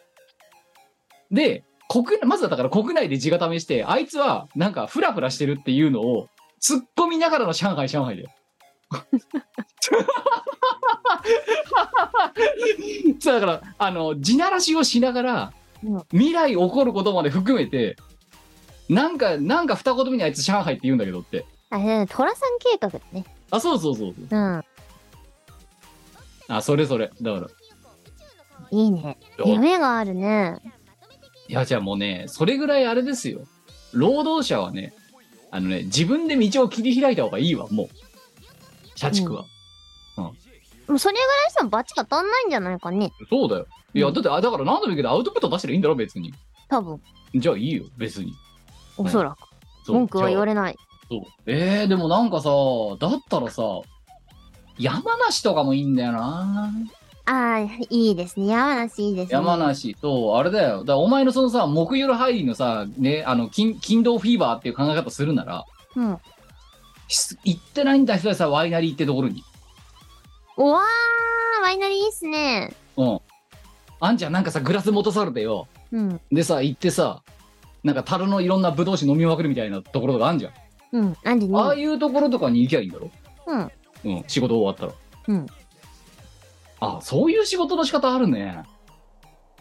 C: で、国内まずはだから国内で地固めして、あいつはなんかフラフラしてるっていうのを突っ込みながらの上海、上海だよ。そうだから、あの、地ならしをしながら
A: うん、
C: 未来起こることまで含めて、なんか、なんか二言目にあいつ上海って言うんだけどって。
A: あれだね、寅さん計画だね。
C: あ、そうそうそうそう。
A: うん。
C: あ、それそれ。だから。
A: いいね。夢があるね。
C: いや、じゃあもうね、それぐらいあれですよ。労働者はね、あのね、自分で道を切り開いた方がいいわ、もう。社畜は。
A: もうそれぐらいしたらバチが足んないんじゃないかね。
C: そうだよ。いや、
A: うん
C: だって、あだから何度も言うけど、アウトプット出してりゃいいんだろ、別に。
A: 多分、
C: じゃあいいよ、別に。
A: おそらく。
C: そう
A: 文句は言わ
C: れ
A: れない。
C: そう。えー、でもなんかさ、だったらさ、山梨とかもいいんだよな。
A: ああ、いいですね。山梨いいですね。
C: 山梨と、あれだよ。だからお前のそのさ、木曜入りのさ、ね、あの、金、金土フィーバーっていう考え方するなら、
A: うん。
C: し行ってないんだ、人はさ、ワイナリーってところに。
A: おわー、ワイナリーいいっすね。
C: うん。あんちゃんなんかさ、グラス持たされてよ。
A: うん。
C: でさ、行ってさ、なんか樽のいろんなブドウ酒飲みまくるみたいなところとかあんじゃん。
A: うん。なんでね。
C: ああいうところとかに行きゃいいんだろ
A: うん。
C: うん、仕事終わったら。
A: うん。
C: あ、そういう仕事の仕方あるね。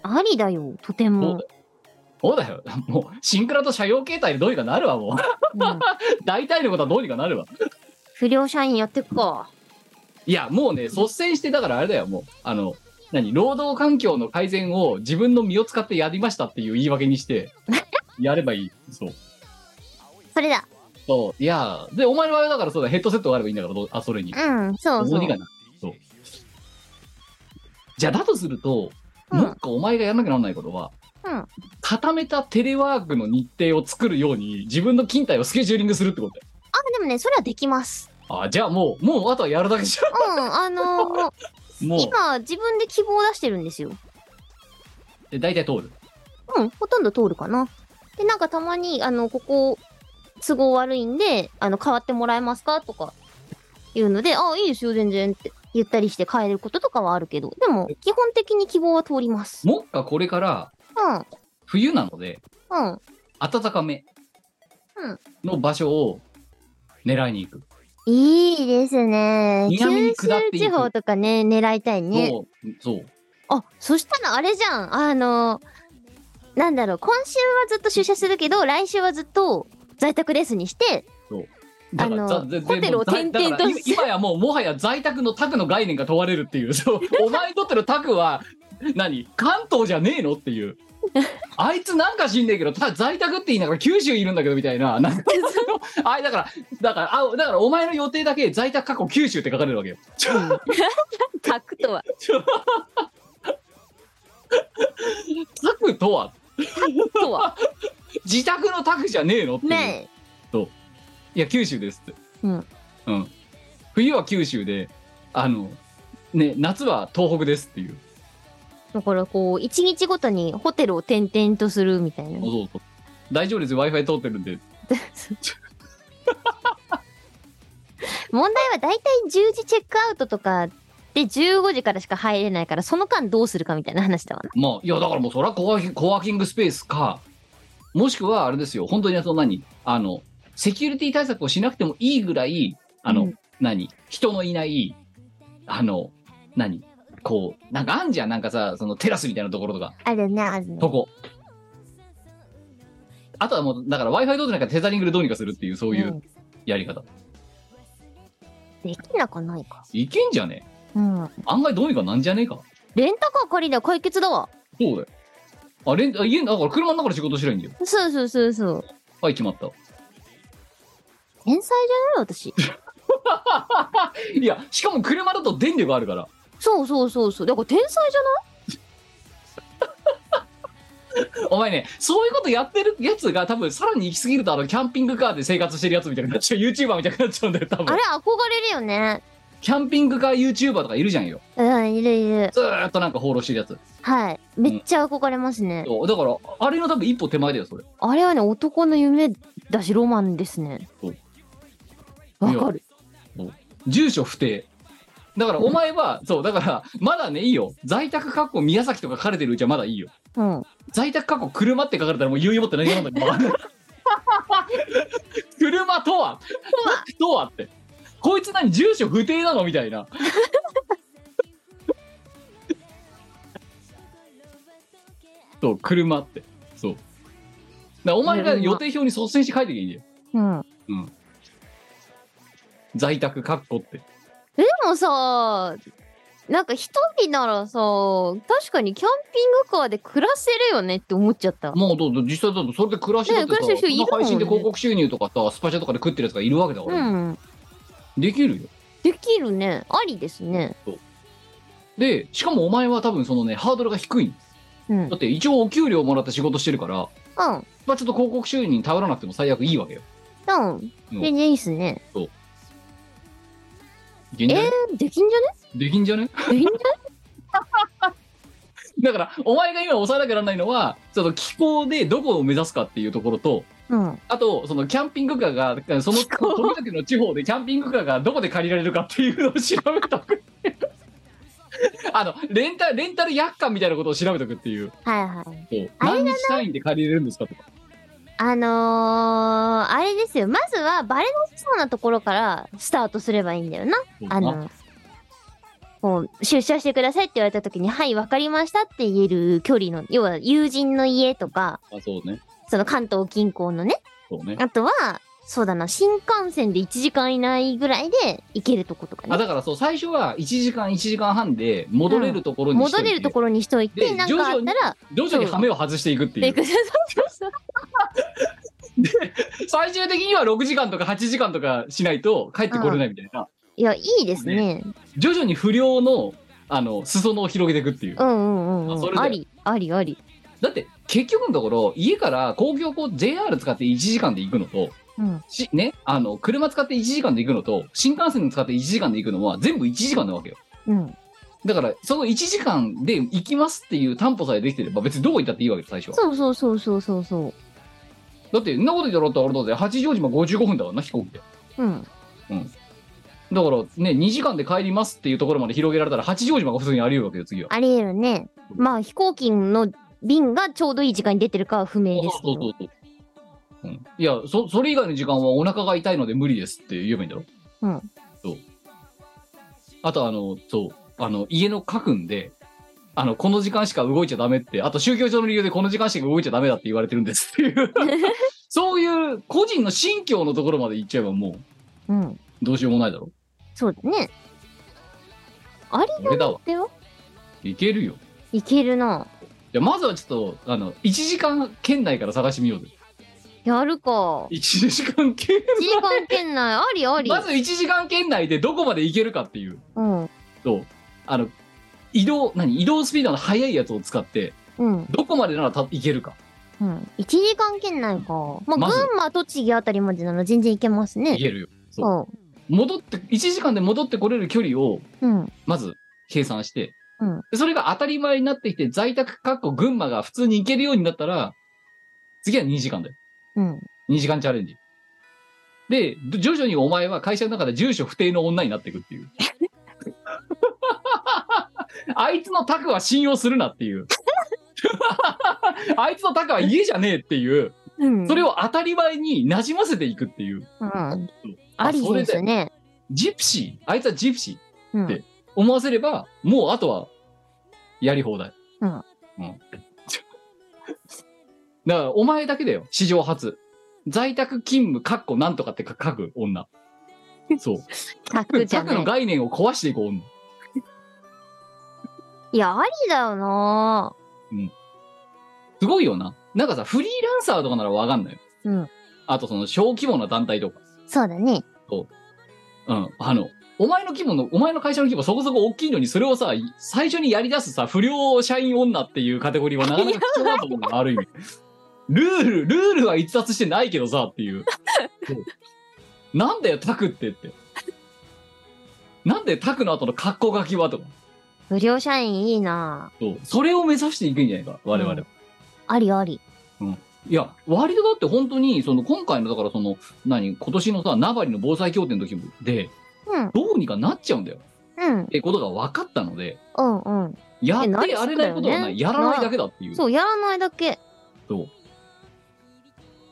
A: ありだよ、とて
C: そう
A: も
C: だ。よ。そうだよ。 もう、シンクラと社用形態でどうにかなるわ、もう。
A: うん、
C: 大体のことはどうにかなるわ。
A: 不良社員やってくか。
C: いや、もうね、率先して、だからあれだよ、もう。あの、何、労働環境の改善を自分の身を使ってやりましたっていう言い訳 にして、やればいい。そう。
A: それだ。
C: そう。いや、で、お前の場合はだからそうだ、ヘッドセットがあればいいんだから、どうあ、それに。
A: うん、そう
C: ど
A: そう
C: にか
A: う。
C: な。そう。じゃあ、だとすると、
A: うん
C: もう一個お前がやらなきゃならないことは、
A: うん
C: 固めたテレワークの日程を作るように、自分の勤怠をスケジューリングするってことだよ
A: あ、でもね、それはできます。
C: あじゃあもうもうあとはやるだけじゃ
A: うん、あ のー
C: んもう
A: 今自分で希望を出してるんですよ。
C: え大体通る
A: うん、ほとんど通るかな。で、なんかたまに、あの、ここ、都合悪いんで、あの、変わってもらえますかとか、言うので、ああ、いいですよ、全然って言ったりして変えることとかはあるけど、でも、基本的に希望は通ります。
C: もっかこれから
A: うん、うん、
C: 冬なので
A: うん、
C: 暖かめ
A: うん
C: の場所を狙いに行く、
A: いいですね。
C: 南
A: 九
C: に下って
A: 州
C: いく
A: 地方とかね、狙いたいね。
C: そうそう
A: あ、そしたらあれじゃん。あの、なんだろう、今週はずっと出社するけど、来週はずっと在宅ですに して、
C: だから
A: あの
C: ざぜ
A: ホテルを
C: でもざ
A: 転々と
C: だから
A: して
C: 今今やもうもはや在宅の宅の概念が問われるってい うそうお前にとっての宅は何関東じゃねえのっ ていうあいつなんか知んねえけどた在宅って言いながら九州いるんだけどみたい ななんかあだからだからあだからお前の予定だけ在宅過去九州って書かれるわけよ
A: 宅とは。
C: 宅とは
A: とは。
C: 自宅の宅じゃねえのってい う、
A: ね
C: いや九州ですって
A: え。うん。
C: うん冬は九州であのね夏は東北ですっていう
A: だからこう、一日ごとにホテルを転々とするみたいな。
C: そうそうそう大丈夫ですよ Wi-Fi 通ってるんで
A: 問題は大体10時チェックアウトとかで15時からしか入れないから、その間どうするかみたいな話だわな。
C: まあいやだからもうそれはコワーキコワーキングスペースかもしくはあれですよ本当にその何あのセキュリティ対策をしなくてもいいぐらいあの、
A: うん
C: 何人のいないあの何こうなんかあんじゃんなんかさそのテラスみたいなところとか
A: あるね、あるね
C: と。こあとはもうだから w i f i 通ってないからテザリングでどうにかするっていうそうい
A: うん
C: うやり方、
A: できなくないか。
C: いけんじゃね
A: うん。
C: 案外どうにかなんじゃねえか
A: レンタカー借りりゃ解決だわ。
C: そうだよあれあ家だから車の中で仕事しないいんだよ
A: そうそうそうそう。
C: はい決まった
A: 天才じゃない私。
C: いや、しかも車だと電力あるから。
A: そうそうそうそう。だから天才じゃない
C: お前ね、そういうことやってるやつが多分さらに行き過ぎるとあの、キャンピングカーで生活してるやつみたいになっちゃう。YouTuber みたいになっちゃうんだよ、多
A: あ
C: 分
A: れ。憧れるよね。
C: キャンピングカー YouTuber とかいるじゃんよ。
A: うん、いるいる。
C: ずーっとなんか放浪してるやつ。
A: はい。めっちゃ憧れますね。
C: そうだから、あれの多分一歩手前だよ、それ。
A: あれはね、男の夢だし、ロマンですね
C: そう。
A: わかる。
C: 住所不定。だからお前は、そう、だから、まだね、いいよ。在宅かっこ宮崎とか書かれてるうちはまだいいよ。
A: うん。
C: 在宅かっこ車って書かれたらもう余裕持って何がなん だか分かんない車とはとはってこいつ何住所不定なのみた いなそう車ってそうだからお前が予定表に率先して書いてきゃいいんだよ
A: うん。
C: 在宅かっこって
A: でもさ、なんか一人ならさ、確かにキャンピングカーで暮らせるよねって思っちゃった。
C: もうどうぞ実際だとそれで暮らしてだって
A: ね暮らしてる人いる
C: この配信で
A: もんね
C: 広告収入とかさスパチャとかで食ってるやつがいるわけだか
A: う
C: ら、
A: ん。
C: できるよ
A: できるね。ありですね。
C: でしかもお前は多分そのねハードルが低いんです
A: うん。うん。
C: だって一応お給料もらって仕事してるから、
A: う
C: まあ、ちょっと広告収入に頼らなくても最悪いいわけよ。
A: ん。全然いいっすね。
C: いけんじゃね、
A: えー、できんじゃね
C: できんじゃね
A: できんじゃね
C: だからお前が今抑えなきゃならないのはその気候でどこを目指すかっていうところと
A: うん。
C: あとそのキャンピングカーがその富崎の地方でキャンピングカーがどこで借りられるかっていうのを調べとく あのレンタレンタル薬館みたいなことを調べとくっていう
A: はいはい。
C: こう
A: あれ
C: 何日単位で借りれるんですかとか
A: あのー、あれですよ。まずは、バレなさそうなところからスタートすればいいんだよな。
C: そう
A: あの、こう、出社してくださいって言われた時に、はい、わかりましたって言える距離の、要は友人の家とか、
C: あそうね
A: その関東近郊のね、
C: そうね
A: あとは、そうだな、新幹線で1時間以内ぐらいで行けるとことか
C: あ
A: ね。
C: だからそう最初は1時間1時間半で戻れるところにしと
A: 戻
C: いて
A: れるところにしといて、
C: で
A: なんかあったら、
C: 徐々に羽目を外していくってい
A: で
C: う
A: そうそうそう
C: 最終的には6時間とか8時間とかしないと帰ってこれないみたいな、
A: いや、いいですね。
C: 徐々に不良のあの裾野を広げていくっていう、
A: うんうんうん
C: あ
A: う
C: それ
A: ん。
C: で
A: あり、あり、あり。
C: だって結局のところ家から公共交 JR 使って1時間で行くのと
A: うん。
C: し、ね、あの、車使って1時間で行くのと、新幹線使って1時間で行くのは全部1時間なわけよ。
A: うん。
C: だから、その1時間で行きますっていう担保さえできてれば、別にどこ行ったっていいわけよ、最初は。
A: そうそうそうそうそうそ
C: だって、そんなこと言ったらだってあれだぜ、八丈島55分だからな、飛行機で。
A: う。うん。
C: だから、ね、2時間で帰りますっていうところまで広げられたら、八丈島が普通にあり得るわけよ、次は。
A: ありえるね。まあ飛行機の便がちょうどいい時間に出てるかは不明ですけ
C: そう
A: ど。
C: そうそうそう。うん、いやそ、それ以外の時間はお腹が痛いので無理ですって言えばいいんだろ。
A: うん。
C: そう。あと、あの、そう、あの、家の家訓で、あの、この時間しか動いちゃダメって、あと宗教上の理由でこの時間しか動いちゃダメだって言われてるんですっ ていう、そういう個人の信教のところまで行っちゃえばも
A: うん。
C: う、どうしようもないだろ。
A: そうだね。あり
C: 俺だわ。
A: だよ。
C: いけるよ。
A: いけるな。
C: じゃあまずはちょっと、あの、1時間圏内から探してみようぜ。
A: やるか。
C: 1時間圏
A: 時間圏 内ありあり。
C: まず1時間圏内でどこまで行けるかっていう。
A: うん。
C: そうあの移動何移動スピードの速いやつを使って
A: うん。
C: どこまでならた行けるか
A: うん。1時間圏内か。まあ、
C: まず
A: 群馬、栃木あたりまでなら全然いけます
C: 行
A: ね。
C: けるよそう
A: そ
C: 戻って1時間で戻ってこれる距離を
A: う。うん。
C: まず計算して、
A: うん
C: でそれが当たり前になってきて在宅かっこ群馬が普通に行けるようになったら次は2時間だよ
A: うん。
C: 2時間チャレンジでど徐々にお前は会社の中で住所不定の女になっていくっていう あいつのタクは信用するなっていう あいつのタクは家じゃねえっていう
A: うん。
C: それを当たり前に馴染ませていくっていう。
A: うん。あり
C: それ
A: です
C: で、
A: ね。
C: ジプシー、あいつはジプシー、
A: うん。
C: で思わせれば、もうあとは、やり放題。
A: うん
C: うん。 だから、お前だけだよ、史上初。在宅勤務、かっこなんとかって書く女。そう。
A: 100じゃ
C: タクの
A: ない。
C: 概念を壊していこう女。
A: いや、ありだよな。
C: すごいよな。なんかさ、フリーランサーとかならわかんないよ。
A: うん。
C: あと、その、小規模な団体とか。
A: そうだね。
C: うん、あの、お前の規模の、お前の会社の規模そこそこ大きいのに、それをさ、い最初にやり出すさ、不良社員女っていうカテゴリーはなかなか貴重だと思うの、ある意味。ルール、ルールは逸脱してないけどさ、っていう。そうなんだよ、タクってって。なんでタクの後の格好書きはとか。
A: 不良社員いいな。
C: そう。それを目指していくんじゃないか、我々は。
A: ありあり。
C: いや、割とだって本当に、その今回の、だからその、何、今年のさ、ナバリの防災協定の時も、で、
A: うん。
C: どうにかなっちゃうんだよ。
A: うん
C: っ。てことが分かったので、
A: うんうん。
C: やって
A: え何
C: やれないことはな
A: そうだよ
C: い、
A: ね
C: やらないだけだっていう。
A: そう、やらないだけ。
C: そう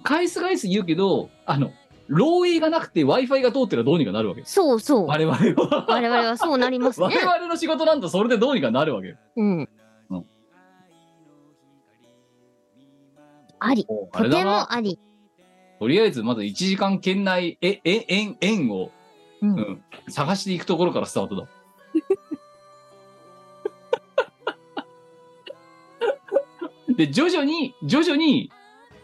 C: 返す返す言うけど、あの、漏洩がなくて Wi-Fi が通ってらどうにかなるわけです。
A: そうそう。
C: 我 々は。
A: 我々はそうなります
C: 我
A: ね。
C: 々の仕事なんとそれでどうにかなるわけよ。
A: うん
C: うん。
A: あり。
C: もうあ
A: と
C: れ
A: て
C: だ
A: も
C: な。
A: あり。
C: とりあえず、まず1時間圏内、え、え、円、円を、
A: う。
C: うんん、探していくところからスタートだ。 で、徐々に、徐々に、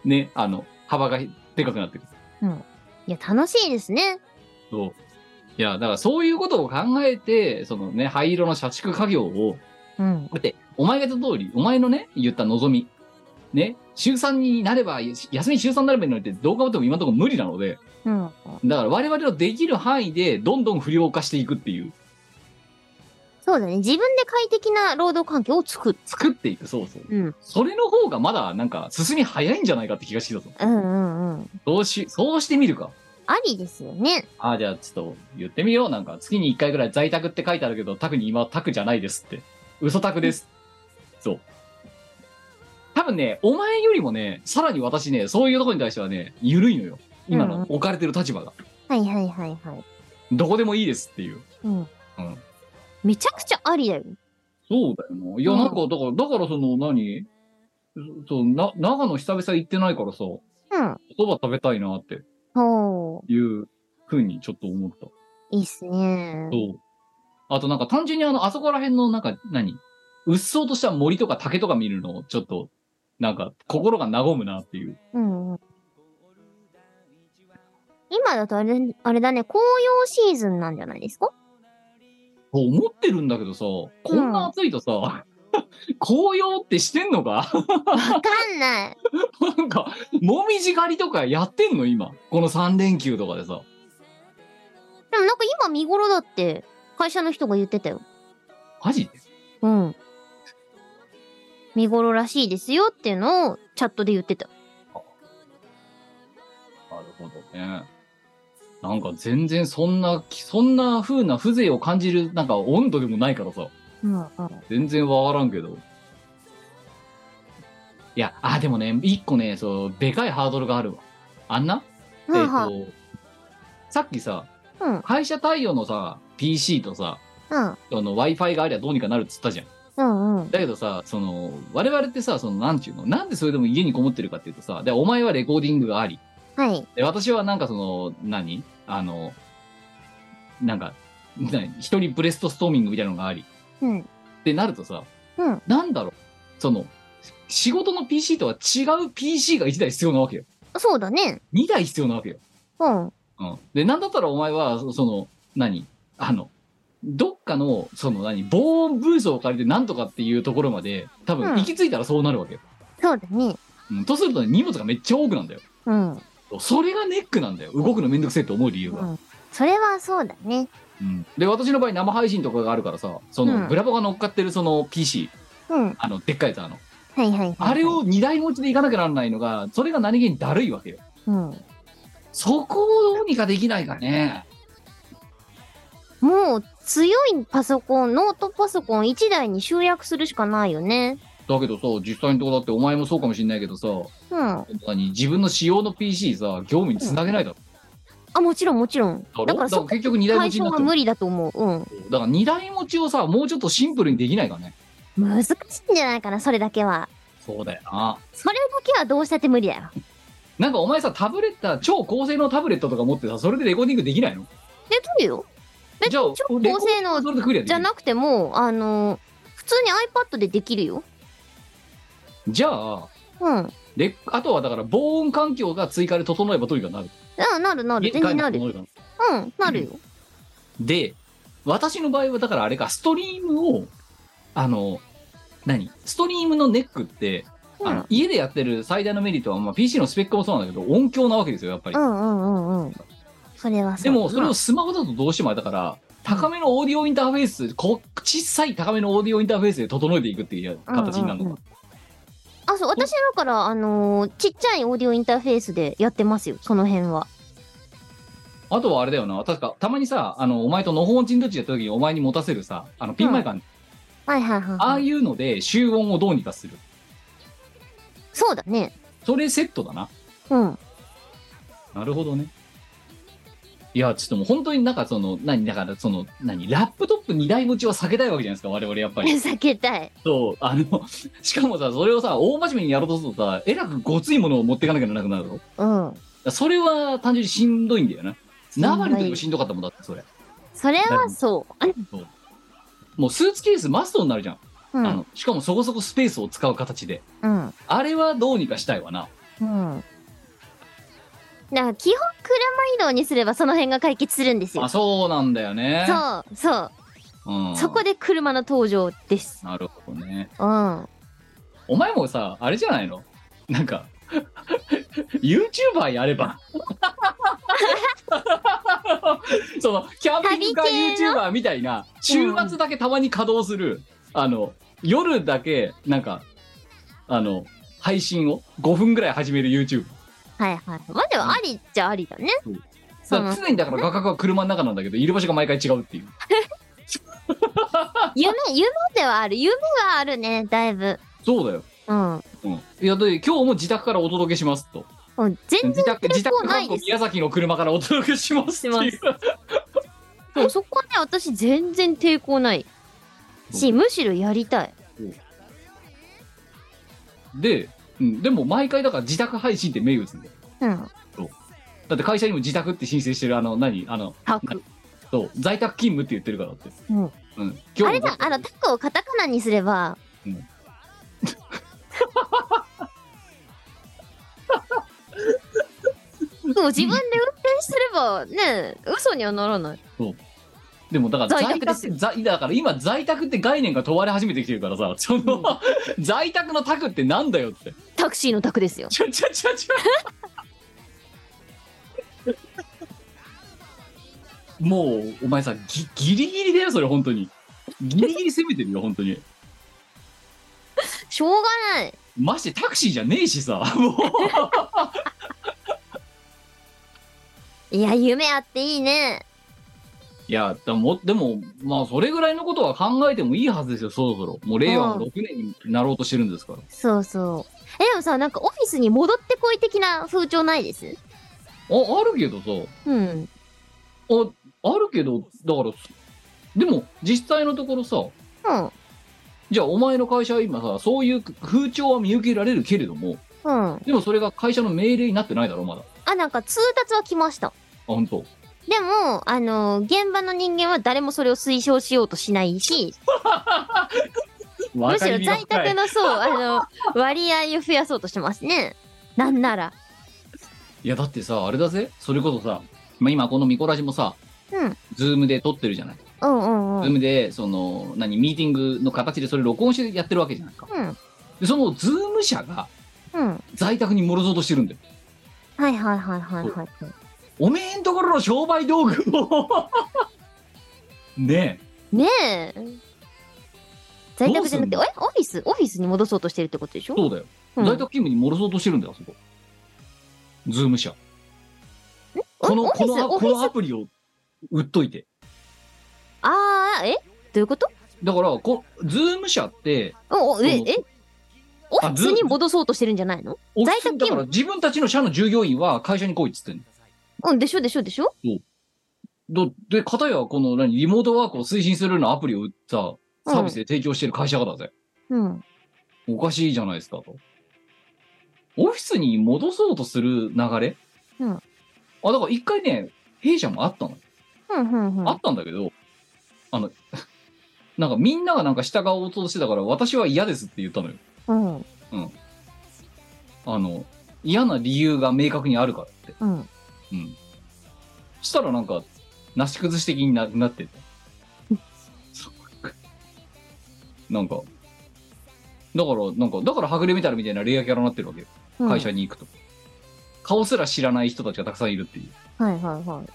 C: ね、あの、幅がでかくなってくる。
A: いや、楽しいですね。
C: そう。いや、だからそういうことを考えて、そのね、灰色の社畜家業を、
A: うん。
C: だって、お前が言った通り、お前のね、言った望み、ね、週3になれば、や休み週3になればいいのにって、どう頑張っても今のところ無理なので、
A: うん。
C: だから我々のできる範囲で、どんどん不良化していくっていう、
A: そうだね。自分で快適な労働環境を作る。
C: 作っていく、そうそう。
A: うん。
C: それの方がまだ、なんか、進み早いんじゃないかって気がしてきたぞ。
A: うんうんうん。
C: そうし、そうしてみるか。
A: ありですよね。
C: ああ、じゃあちょっと言ってみよう。なんか月に1回ぐらい在宅って書いてあるけど、宅に今宅じゃないですって。嘘宅です。そう。多分ね、お前よりもね、さらに私ね、そういうとこに対してはね、緩いのよ。今
A: うんう
C: の
A: ん
C: 置かれてる立場が。
A: はいはいはいはい。
C: どこでもいいですっていう。
A: うん。
C: うん
A: めちゃくちゃありだよ。
C: そうだよな。いや、
A: うん
C: なんか、だから、だからその何、そう、な、長野久々行ってないからさ、そ
A: うん。
C: ば食べたいなって
A: ほう。
C: いうふうにちょっと思った。
A: いいっすね。
C: そう。あとなんか単純にあの、あそこら辺のなんか何、うっそうとした森とか竹とか見るの、ちょっと、なんか心が和むなっていう。
A: うんうん。今だとあれあれだね、紅葉シーズンなんじゃないですか
C: そう思ってるんだけどさ、こんな暑いとさ、 紅葉ってしてんのか
A: わ かんない。
C: なんか、もみじ狩りとかやってんの今。この3連休とかでさ。
A: でもなんか今見頃だって、会社の人が言ってたよ。
C: マジ
A: うん。見頃らしいですよっていうのをチャットで言ってた。
C: なるほどね。なんか全然そんな、そんな風な風情を感じる、なんか温度でもないからさ。
A: うん、うん。
C: 全然わからんけど。いや、あ、でもね、一個ね、そう、でかいハードルがあるわ。あんな、えっ、
A: はいはい。
C: と、さっきさ、
A: うん
C: 会社対応のさ、PC とさ、
A: うん。
C: あの Wi-Fi がありゃどうにかなるっつったじゃん。
A: うんうん。
C: だけどさ、その、我々ってさ、その、なんちゅうの、なんでそれでも家にこもってるかっていうとさ、で、お前はレコーディングがあり、
A: はい。
C: で、私はなんかその、何あの、なんか、何一人ブレストストーミングみたいなのがあり、
A: うん。
C: ってなるとさ、
A: うん
C: なんだろう、その、仕事の PC とは違う PC が1台必要なわけよ。
A: そうだね。
C: 2台必要なわけよ。
A: うん。
C: うん。で、なんだったらお前は、そその、何あの、どっかの、その何、防音ブースを借りてなんとかっていうところまで、多分
A: うん
C: 行き着いたらそうなるわけよ。
A: そうだね。
C: うん。とすると、荷物がめっちゃ多くなんだよ。
A: うん。
C: それがネックなんだよ。動くのめんどくせえと思う理由
A: う
C: が。
A: ん。それはそうだね。
C: うんで、私の場合生配信とかがあるからさ、その、
A: うん
C: ブラボが乗っかってるその PC、
A: うん。はい
C: あの、でっかいやつあの、
A: はいはい。
C: あれ。を2台持ちで行かなきゃならないのが、それが何気にだるいわけよ。
A: うん。
C: そこをどうにかできないかね。
A: もう強いパソコン、ノートパソコン1台に集約するしかないよね。
C: だけどさ、実際のとこだってお前もそうかもしれないけどさ、
A: うん。あ、
C: 何自分の使用の PC さ、業務につなげないだろ。
A: もちろんもちろん。
C: だ
A: だから
C: ろだから
A: そこ
C: 結局2台持
A: 解
C: ちに
A: 消
C: なっ
A: が
C: てる
A: 無理だと思う。うん。
C: だから2台持ちをさ、もうちょっとシンプルにできないかね。
A: 難しいんじゃないかな、それだけは。
C: そうだよな。
A: それだけはどうしたって無理だよ。
C: なんかお前さ、タブレット、超高性能タブレットとか持ってさ、それでレコーディングできないの
A: できるよ。え
C: じゃあ、
A: 超高
C: レコーディン
A: 性
C: グは
A: 能
C: それでクリアでき
A: じゃ
C: る
A: なくても、あの普通に iPad でできるよ。
C: じゃあ、
A: うん。
C: レあとはだから防音環境が追加で整えばどうにかなる。
A: あなるなる。全然なる。うん、なるよ。
C: で、私の場合はだからあれか、ストリームを、あの、何ストリームのネックって、あの家でやってる最大のメリットは、まあ、PC のスペックもそうなんだけど、音響なわけですよ、やっぱり
A: う。んうんうんうん。それはそう
C: で
A: だな
C: も、それをスマホだとどうしてもあれだから、高めのオーディオインターフェース、こ小さい高めのオーディオインターフェースで整えていくっていう形にな
A: う
C: るのか。
A: んうんうんあ、そう、私だから、あのーちっちゃいオーディオインターフェースでやってますよ、その辺は。
C: あとはあれだよな、確か、たまにさ、あの、お前とのほほんちんどっちやった時にお前に持たせるさ、あの、ピンマイカン、
A: はいはいはい
C: あ
A: は
C: あ
A: い。
C: いうので、集音をどうにかする。
A: そうだね。
C: それセットだな。
A: うん。
C: なるほどね。いや、ちょっともう本当になんかその、何、だからその、何、ラップトップ2台持ちは避けたいわけじゃないですか、我々やっぱ り。
A: 避けたい。
C: そう、あの、 しかもさ、それをさ、大真面目にやろうとするとさ、えらくごついものを持っていかなきゃならなくなるぞ。だか
A: うん。
C: らそれは単純にしんどいんだよな。
A: んどい
C: 生の時もしんどかったもんだって、それ。
A: それはそう。
C: もうスーツケースマストになるじゃん。
A: うん。
C: あのしかもそこそこスペースを使う形で。
A: うん。
C: あれはどうにかしたいわな。
A: うん。だから基本車移動にすればその辺が解決するんですよ
C: あ、。そうなんだよね。
A: そう、そう。
C: うん、
A: そこで車の登場です。
C: なるほどね。
A: うん。
C: お前もさ、あれじゃないのなんか、YouTuber やれば。その、キャンピングカ
A: 旅系
C: ー YouTuber みたいな、週末だけたまに稼働する、あの、夜だけ、なんか、あの、配信を5分ぐらい始める YouTube。
A: はいはい。まあでもありっちゃありだね
C: そう。
A: そ
C: だか
A: の
C: ら常にだから画角は車の中なんだけど、いる場所が毎回違うっていう。
A: 夢、夢ではある。夢はあるね、だいぶ。
C: そうだよ。
A: うん。
C: うん。いや、で、今日も自宅からお届けしますと。
A: うん全
C: 自
A: 然
C: 宅、自宅、
A: 抵抗ないです
C: 宮崎の車からお届けしますっていう。
A: でもそこはね私全然抵抗ないしむしろやりたい
C: で、うん、でも毎回だから自宅配信って名打つんだよ。
A: うん
C: だって会社にも自宅って申請してる、あの、何あの、
A: タク
C: そう、在宅勤務って言ってるからだって。
A: うん
C: うん。
A: あ
C: 今
A: れ
C: 日も
A: だあのタクをカタカナにすれば、
C: うん
A: そう自分で運転すればね嘘にはならない
C: でもだから在
A: 在宅で
C: 宅
A: す
C: って在だから今在宅って概念が問われ始めてきてるからさその、 在宅の宅ってなんだよって
A: タクシーのタクですよ。
C: ちょちょちょちょ もうお前さぎギリギリだよそれ本当にギリギリ攻めてるよ本当に
A: しょうがない。
C: ましてタクシーじゃねえしさもう
A: いや、夢あっていいね。
C: いやでもでもまあそれぐらいのことは考えてもいいはずですよそろそろもう令和の6年になろうとしてるんですから
A: そうそう。え、でもさ、なんかオフィスに戻ってこい的な風潮ないです
C: ああるけどさ
A: うん。
C: ああるけどだからでも実際のところさ
A: うん。
C: じゃあお前の会社は今さそういう風潮は見受けられるけれども
A: うん。
C: でもそれが会社の命令になってないだろまだあ
A: あ、なんか通達は来ました。
C: 本当
A: でも、あの現場の人間は誰もそれを推奨しようとしないし、むしろ在宅の、そう、あの、割合を増やそうとしてますね。なんなら。
C: いやだってさあれだぜそれこそさ、まあ、今このミコラジもさ
A: うん。
C: ズームで撮ってるじゃない、
A: うんうんう
C: ズー
A: ん。
C: ムでその何ミーティングの形でそれ録音してやってるわけじゃないか
A: うん。
C: でそのズーム社が
A: うん。
C: 在宅に戻そうとしてるんだよ
A: はいはいはいはいはい。
C: おめえんところの商売道具を ねえ
A: ねえ。在宅じゃなくて、
C: どう
A: えオフィスオフィスに戻そうとしてるってことでしょ
C: そうだよ
A: うん
C: 在宅勤務に戻そうとしてるんだよ、あそこ。ズーム社。この、
A: オフ
C: こ
A: ィス
C: の、
A: オ
C: こ
A: フ
C: の
A: ィ
C: ア
A: ス
C: プリを売っといて。
A: ああ、えどういうこと
C: だから、こ、ズーム社って、
A: おおえ、
C: そう
A: えオフィス
C: あず
A: に戻そうとしてるんじゃないの
C: オフィ
A: 在
C: ス
A: 宅勤務
C: だから自分たちの社の従業員は会社に来いっつってん
A: うん、でしょでしょでしょ
C: のどで、片やこの、何、リモートワークを推進するようなアプリを売ったサービスで提供してる会社がだぜ。
A: うん。
C: おかしいじゃないですか、と。オフィスに戻そうとする流れ
A: うん
C: あ、だから一回ね、弊社もあったの。
A: うん、うん、うん。
C: あったんだけど、あの、 なんかみんながなんか従おうとしてたから、私は嫌ですって言ったのよ。
A: うん、
C: あの、嫌な理由が明確にあるからって。
A: うん。
C: うん。したらなんか、なし崩し的にななってた。 そうなんか、だから、なんか、だからはぐれメタルみたいなレアキャラになってるわけよ。
A: うん
C: 会社に行くと。顔すら知らない人たちがたくさんいるっていう。
A: はいはいはい。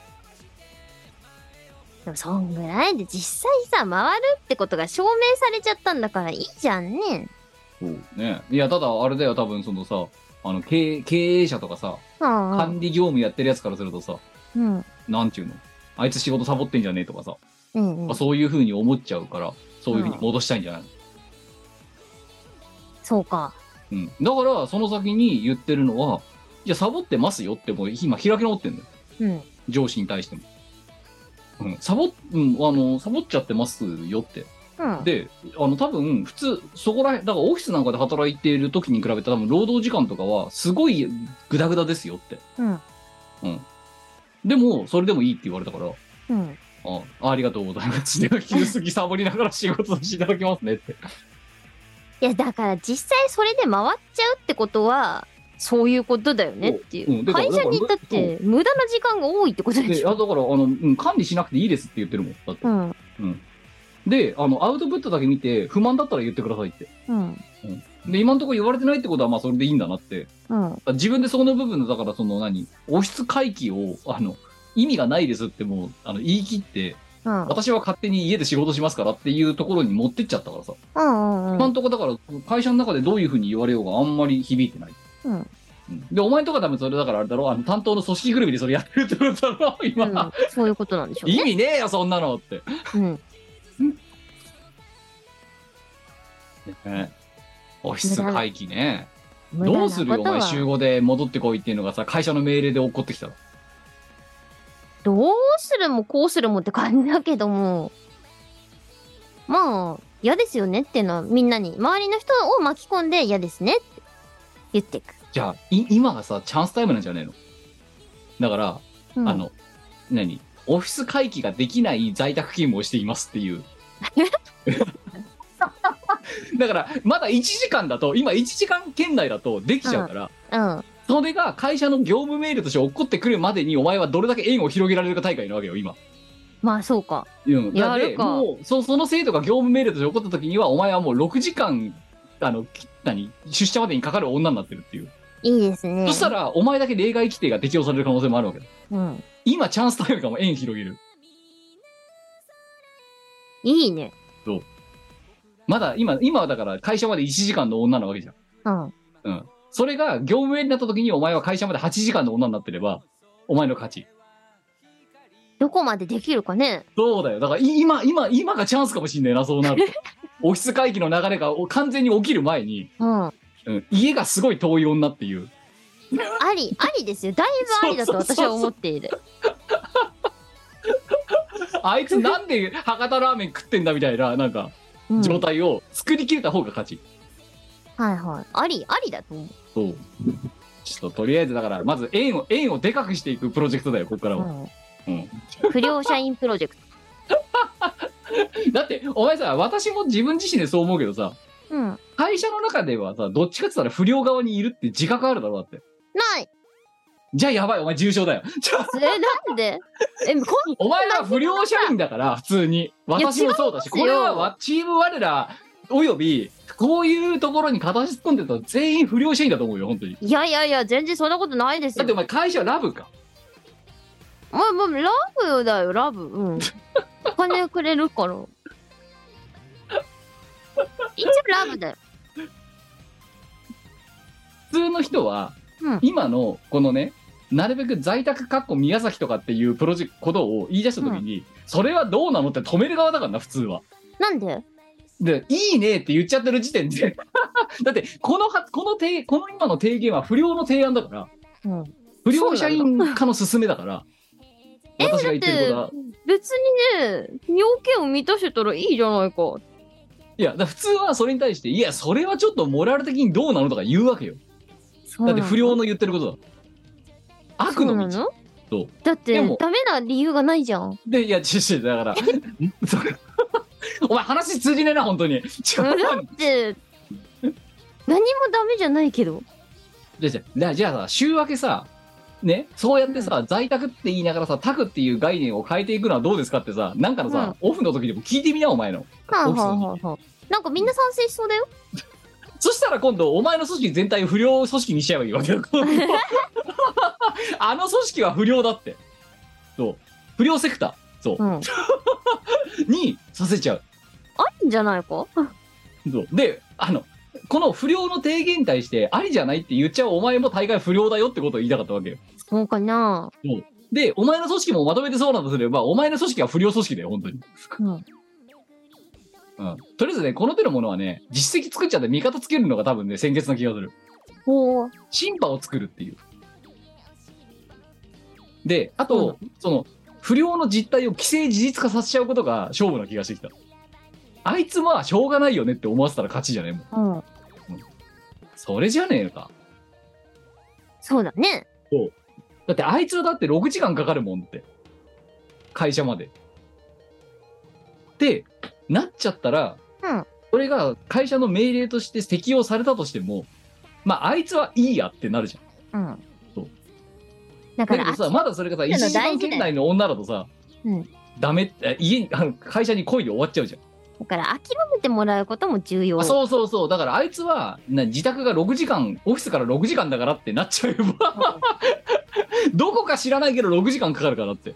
A: でもそんぐらいで実際さ、回るってことが証明されちゃったんだからいいじゃんね。
C: そうね。いや、ただあれだよ、多分そのさ、あの、経営経営者とかさ、
A: うん
C: 管理業務やってるやつからするとさ、
A: うん。
C: なんていうのあいつ仕事サボってんじゃねえとかさ、
A: うん、う
C: まあ
A: ん。
C: そういうふうに思っちゃうから、そういうふうに戻したいんじゃないの、
A: そうか。
C: うんだから、その先に言ってるのは、じゃあサボってますよってもう今開き直ってんだよ。
A: うん。
C: 上司に対しても。うん、サボっ、うん、あの、サボっちゃってますよって。
A: うん。
C: で、あの、多分、普通、そこらへん、だからオフィスなんかで働いている時に比べたら多分、労働時間とかは、すごいグダグダですよって。
A: うん。
C: でも、それでもいいって言われたから、
A: うん。
C: あありがとうございます。では、昼過ぎサボりながら仕事させていただきますねって。
A: いや、だから実際それで回っちゃうってことは、そういうことだよねっていう。
C: うんうんだから
A: 会社にだって無駄な時間が多いってことでし
C: で、
A: ょ。
C: あだから、あの、うん管理しなくていいですって言ってるもん。だって。
A: うん。
C: で、あの、アウトプットだけ見て、不満だったら言ってくださいって。
A: うん。
C: で、今のところ言われてないってことは、まあ、それでいいんだなって。
A: うん。
C: 自分でそこの部分の、だから、その何、押出回帰を、あの、意味がないですってもう、あの、言い切って、
A: うん。
C: 私は勝手に家で仕事しますからっていうところに持ってっちゃったからさ。
A: うん。う
C: 今
A: ん
C: の。とこだから、会社の中でどういうふうに言われようがあんまり響いてない。
A: うん
C: うんで、お前とか多分それだからあれだろ、あの担当の組織ぐるみでそれやってるってことだろ、今。
A: うん、そういうことなんでしょう
C: 意
A: ね。
C: 味ねえよ、そんなのって。
A: うん。
C: ねオフィス回帰ね。
A: 無駄な
C: どうするよ、
A: こ
C: お
A: とは
C: 前、週5で戻ってこいっていうのがさ、会社の命令で起こってきたら。
A: どうするもこうするもって感じだけども、まあ、嫌ですよねっていうのはみんなに、周りの人を巻き込んで嫌ですねって言っていく。
C: じゃあ、い今がさ、チャンスタイムなんじゃねえのだから、
A: うん、
C: あの、何オフィス回帰ができない在宅勤務をしていますっ ていう。だから、まだ1時間だと、今1時間圏内だとできちゃうから、
A: うん。
C: それが会社の業務メールとして起こってくるまでに、お前はどれだけ縁を広げられるか大会なわけよ、今。
A: まあそうか。
C: うん、
A: やるか
C: なんでもうそその制度が業務命令として起こった時にはお前はもう6時間あのき何出社までにかかる女になってるっていう、
A: いいですね。
C: そしたらお前だけ例外規定が適用される可能性もあるわけだ
A: うん。
C: 今チャンスというかも縁広げる
A: いいね。
C: まだ今今はだから会社まで1時間の女なわけじゃん、
A: うん。
C: うん、それが業務命令になった時にお前は会社まで8時間の女になってればお前の勝ち
A: どこまでできるかね。
C: そうだよだからい今今今がチャンスかもしんないなそうな るとオフィス会議の流れがお完全に起きる前に、
A: うん。あ
C: うん、家がすごい遠い女っていう
A: り、ありですよ。だいぶありだと私は思っている。
C: あいつなんで博多ラーメン食ってんだみたいな、なんか、
A: うん
C: 状態を作り切れた方が勝ち。
A: はいはい。あり、ありだと思う。
C: そう。ちょっととりあえずだから、まず円を、円をでかくしていくプロジェクトだよ、ここからは。うん
A: うん、不良社員プロジェクト。
C: だって、お前さ、私も自分自身でそう思うけどさ、
A: うん。な
C: 会社の中ではさ、どっちかって言ったら不良側にいるって自覚あるだろ、だって。
A: い
C: じゃあやばい、お前重症だよ。 じゃあ
A: え、なんでえ、こん
C: お前は不良社員だから、普通に。私もそうだし、
A: いや違います
C: これ
A: よ
C: はわチーム我ら、および、こういうところに形突っ込んでたら全員不良社員だと思うよ、本当に。
A: いやいやいや、全然そんなことないです
C: だ
A: よ
C: ってお。前会社ラブか。
A: まあまあ、ラブだよ、ラブ。 うん。お金くれるから。一応ラブだよ。
C: 普通の人は、
A: うん
C: 今のこのねなるべく在宅かっこ宮崎とかっていうプロジェクトことを言い出した時に、それはどうなのって止める側だからな普通は。
A: なんで
C: で「いいね」って言っちゃってる時点で だってこのはこの提この今の提言は不良の提案だから
A: うん。
C: 不良社員化の勧めだから
A: え
C: 私が言ってることは
A: 別にね、要件を満たしてたらいいじゃないか。
C: いやだから普通はそれに対して「いやそれはちょっとモラル的にどうなの?」とか言うわけよだって不良の言ってることだ悪
A: そう
C: の
A: な
C: 道
A: の
C: そう
A: だって
C: でも
A: ダメな理由がないじゃん。うん
C: で、いや、ちょ、ちょ、だ から、それ お前話通じねえな、本当に。ちょ、
A: だ
C: 待
A: って、何もダメじゃないけど。
C: ってじゃあじゃあじゃあさ、週明けさ、ね、そうやってさ、在宅って言いながらさ、宅っていう概念を変えていくのはどうですかってさ、なんかのさ、オフの時でも聞いてみな、お前の。
A: はあ、
C: オフィ
A: は
C: ス
A: あ
C: に
A: はあはあ、なんかみんな賛成しそう だよ。
C: そしたら今度、お前の組織全体を不良組織にしちゃえばいいわ けよ。今度あの組織は不良だって。そう。不良セクター。そう
A: う。ん。あ
C: にさせちゃう。
A: りんじゃないか
C: そうであのこの不良の提言に対してありじゃないって言っちゃうお前も大概不良だよってことを言いたかったわけよ
A: そうかな。
C: でお前の組織もまとめてそうなんだとすればお前の組織は不良組織だよ本当に、
A: うん。
C: うん、とりあえずねこの手のものはね実績作っちゃって味方つけるのが多分ね先決な気がする
A: ほう。
C: 審判を作るっていうであと、その不良の実態を既成事実化させちゃうことが勝負な気がしてきたあいつまあしょうがないよねって思わせたら勝ちじゃねえもん
A: うん。
C: それじゃねえのか
A: そうだね。
C: だってあいつはだって6時間かかるもんって。会社まで。で、なっちゃったら、
A: うん
C: それが会社の命令として適用されたとしても、まああいつはいいやってなるじゃん。
A: うん。
C: そう
A: だか
C: だけ
A: ら、
C: ど
A: あ
C: さ、まだそれがさ、1
A: るの大事
C: 時
A: だよ
C: 間圏内の女だとさ、
A: うん
C: ダメって、家に、 あの会社に来いで終わっちゃうじゃん。
A: だから諦めてもらうことも重要。
C: あそうそうそう。だからあいつは、な自宅が6時間、オフィスから6時間だからってなっちゃえば、
A: うん
C: どこか知らないけど6時間かかるからって。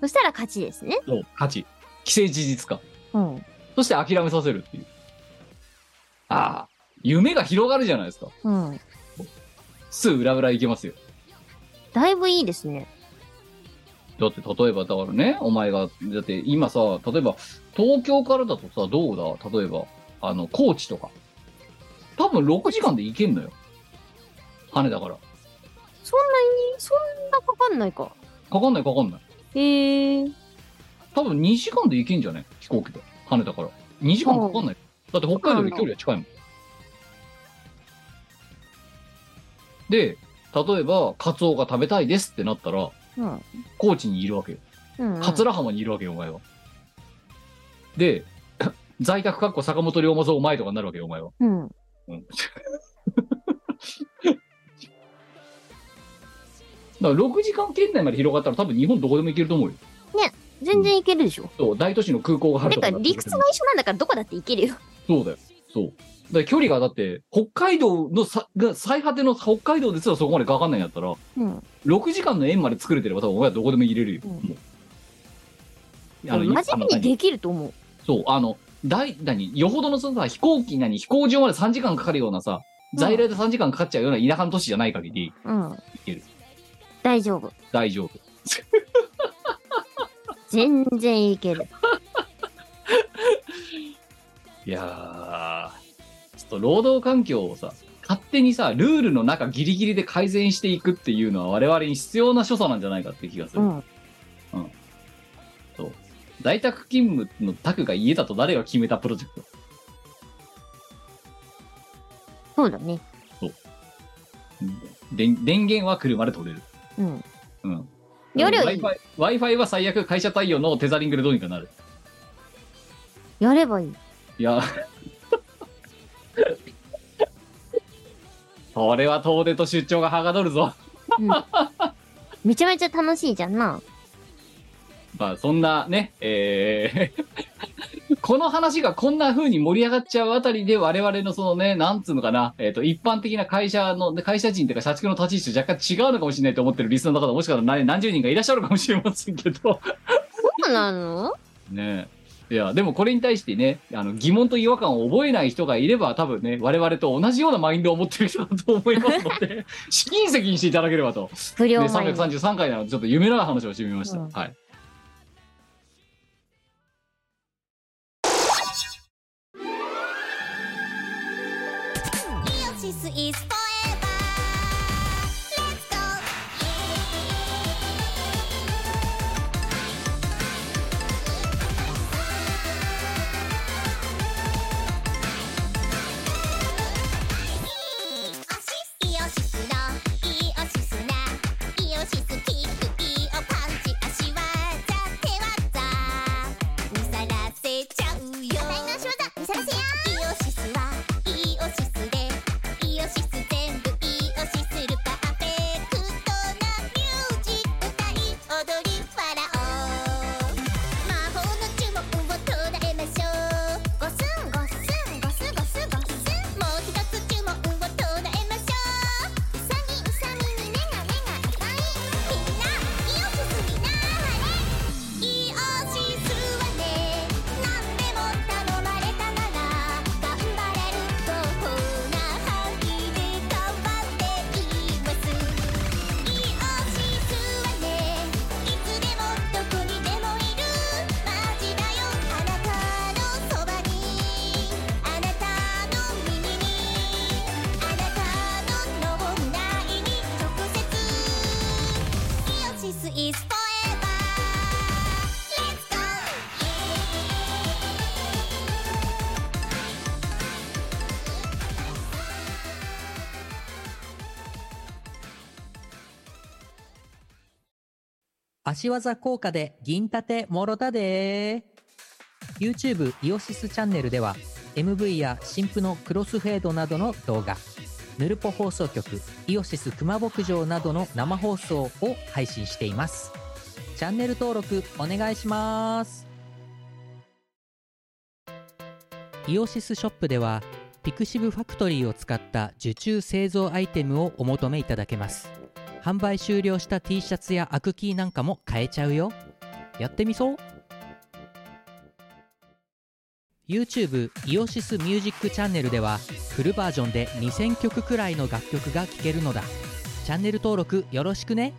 A: そしたら勝ちですね。
C: そう、勝ち。既成事実化。
A: うん。
C: そして諦めさせるっていう。ああ、夢が広がるじゃないですか。
A: うん。
C: すぐ裏裏いけますよ。
A: だいぶいいですね。
C: だって例えばだからね、お前が、だって今さ、例えば東京からだとさ、どうだ例えば、あの、高知とか。多分6時間で行けんのよ。羽だから。
A: そんなに、そんなかかんないか。
C: かかんないかかんない。
A: へえ。
C: 多分2時間で行けんじゃね飛行機で。羽だから。2時間かかんない。だって北海道より距離は近いもん。で、例えば、カツオが食べたいですってなったら、
A: うん。
C: 高知にいるわけよ。
A: うん、うん。
C: 桂浜にいるわけよ、お前は。で、 在宅かっこ坂本龍馬像お前とかになるわけよ、お前は。
A: うん。
C: うん、だから6時間圏内まで広がったら多分日本どこでも行けると思うよ。
A: ね。全然いけるでしょ。
C: そう大都市の空港がある
D: て
C: とか
D: か
C: だったら
D: 理屈が一緒なんだからどこだって行けるよ。
C: そうだよ。そう。だから距離がだって、北海道のさが最果ての北海道ですらそこまでかかんないんだったら、
A: うん。
C: 6時間の円まで作れてれば多分俺はどこでも入れるよ。
A: うん
C: もう。
A: 真面目に
C: 何
A: できると思う。
C: そう、あの、大、何よほどのそのさ、飛行機、何飛行場まで3時間かかるようなさ、在来で3時間かかっちゃうような田舎の都市じゃない限り、
A: うん。
C: ける
A: 大丈夫。
C: 大丈夫。
A: 全然いける。
C: いやー、ちょっと労働環境をさ、勝手にさ、ルールの中ギリギリで改善していくっていうのは我々に必要な所作なんじゃないかって気がす
A: う
C: る。
A: ん。
C: そう在宅勤務の宅が家だと誰が決めたプロジェクト
A: そうだね。
C: うんで電源は車で取れる。
A: うん。
C: うん。
A: やればいい
C: Wi-Fi。Wi-Fi は最悪会社対応のテザリングでどうにかなる。
A: やればいい。
C: いや。これは遠出と出張がはがどるぞ。
A: うん。めちゃめちゃ楽しいじゃんな。
C: まあそんなね、えー この話がこんな風に盛り上がっちゃうあたりで我々のそのね、なんつうのかな、えっ、と、一般的な会社の、会社人というか社畜の立ち位置と若干違うのかもしれないと思ってるリスナーの方もしかしたら何何十人がいらっしゃるかもしれませんけ
A: そ
C: ど、
A: うなの
C: ねえいや、でもこれに対してね、あの疑問と違和感を覚えない人がいれば多分ね、我々と同じようなマインドを持ってる人だと思いますので、 試金石にしていただければと。
A: 不良
C: ね、
A: マインド。
C: 333回なのでちょっと夢のある話をしてみました、
A: うん
C: はい
E: イオシスのイオシスなイオシスキックイオパンチ足技手技見さらせちゃうよ多の足技見さらせやイオシスはイオシスでイオシス全部イオシスるパーフェクトなミュージック歌い踊り笑おう魔法の呪文を捉えましょうゴスンゴスンゴスゴスゴスもう一つ呪文を捉えましょううさぎうさぎに目が目がいっぱいみんなイオシスになれイオシスはね何でも頼まれたなら頑張れる合法な範囲で頑張っていますイオシスはねいつでもどこにでもいるマジだよあなたのそばにあなたの耳にあなたの脳内に直接イオシス is forever Let's go!
B: 足技効果で銀盾もろたで YouTube イオシスチャンネルでは MV や新婦のクロスフェードなどの動画ヌルポ放送局イオシス熊牧場などの生放送を配信していますチャンネル登録お願いしますイオシスショップではピクシブファクトリーを使った受注製造アイテムをお求めいただけます販売終了した T シャツやアクキーなんかも買えちゃうよやってみそう YouTube イオシスミュージックチャンネルではフルバージョンで2000曲くらいの楽曲が聴けるのだチャンネル登録よろしくね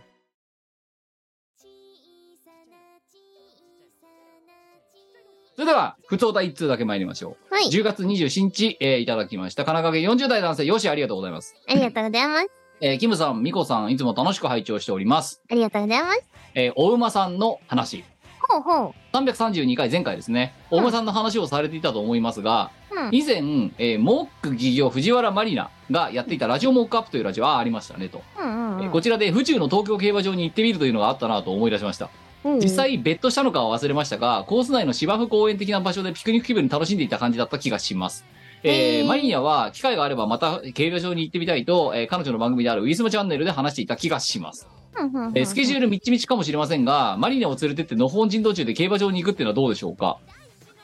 C: それでは普通第一通だけ参りましょう、
A: はい
C: 10月27日、えーいただきました神奈川県40代男性よしありがとうございます、
A: ありがとうございます。
C: えーキムさんミコさんいつも楽しく拝聴しております、
A: ありがとうございます。
C: えーお馬さんの話
A: ほうほう。
C: 332回前回ですねお馬さんの話をされていたと思いますが、
A: うん
C: 以前、えーモック企業藤原マリナがやっていたラジオモックアップというラジオはありましたねと、
A: うんうん
C: え
A: う
C: ー
A: ん。
C: こちらで府中の東京競馬場に行ってみるというのがあったなと思い出しました
A: うん
C: 実際ベッドしたのかは忘れましたがコース内の芝生公園的な場所でピクニック気分に楽しんでいた感じだった気がします、えー
A: へー
C: マリニアは機会があればまた競馬場に行ってみたいと、えー彼女の番組であるウィスマチャンネルで話していた気がします
A: うんうんうん
C: えースケジュールみっちみちかもしれませんが、マリネを連れてってのほほん人道中で競馬場に行くっていうのはどうでしょうか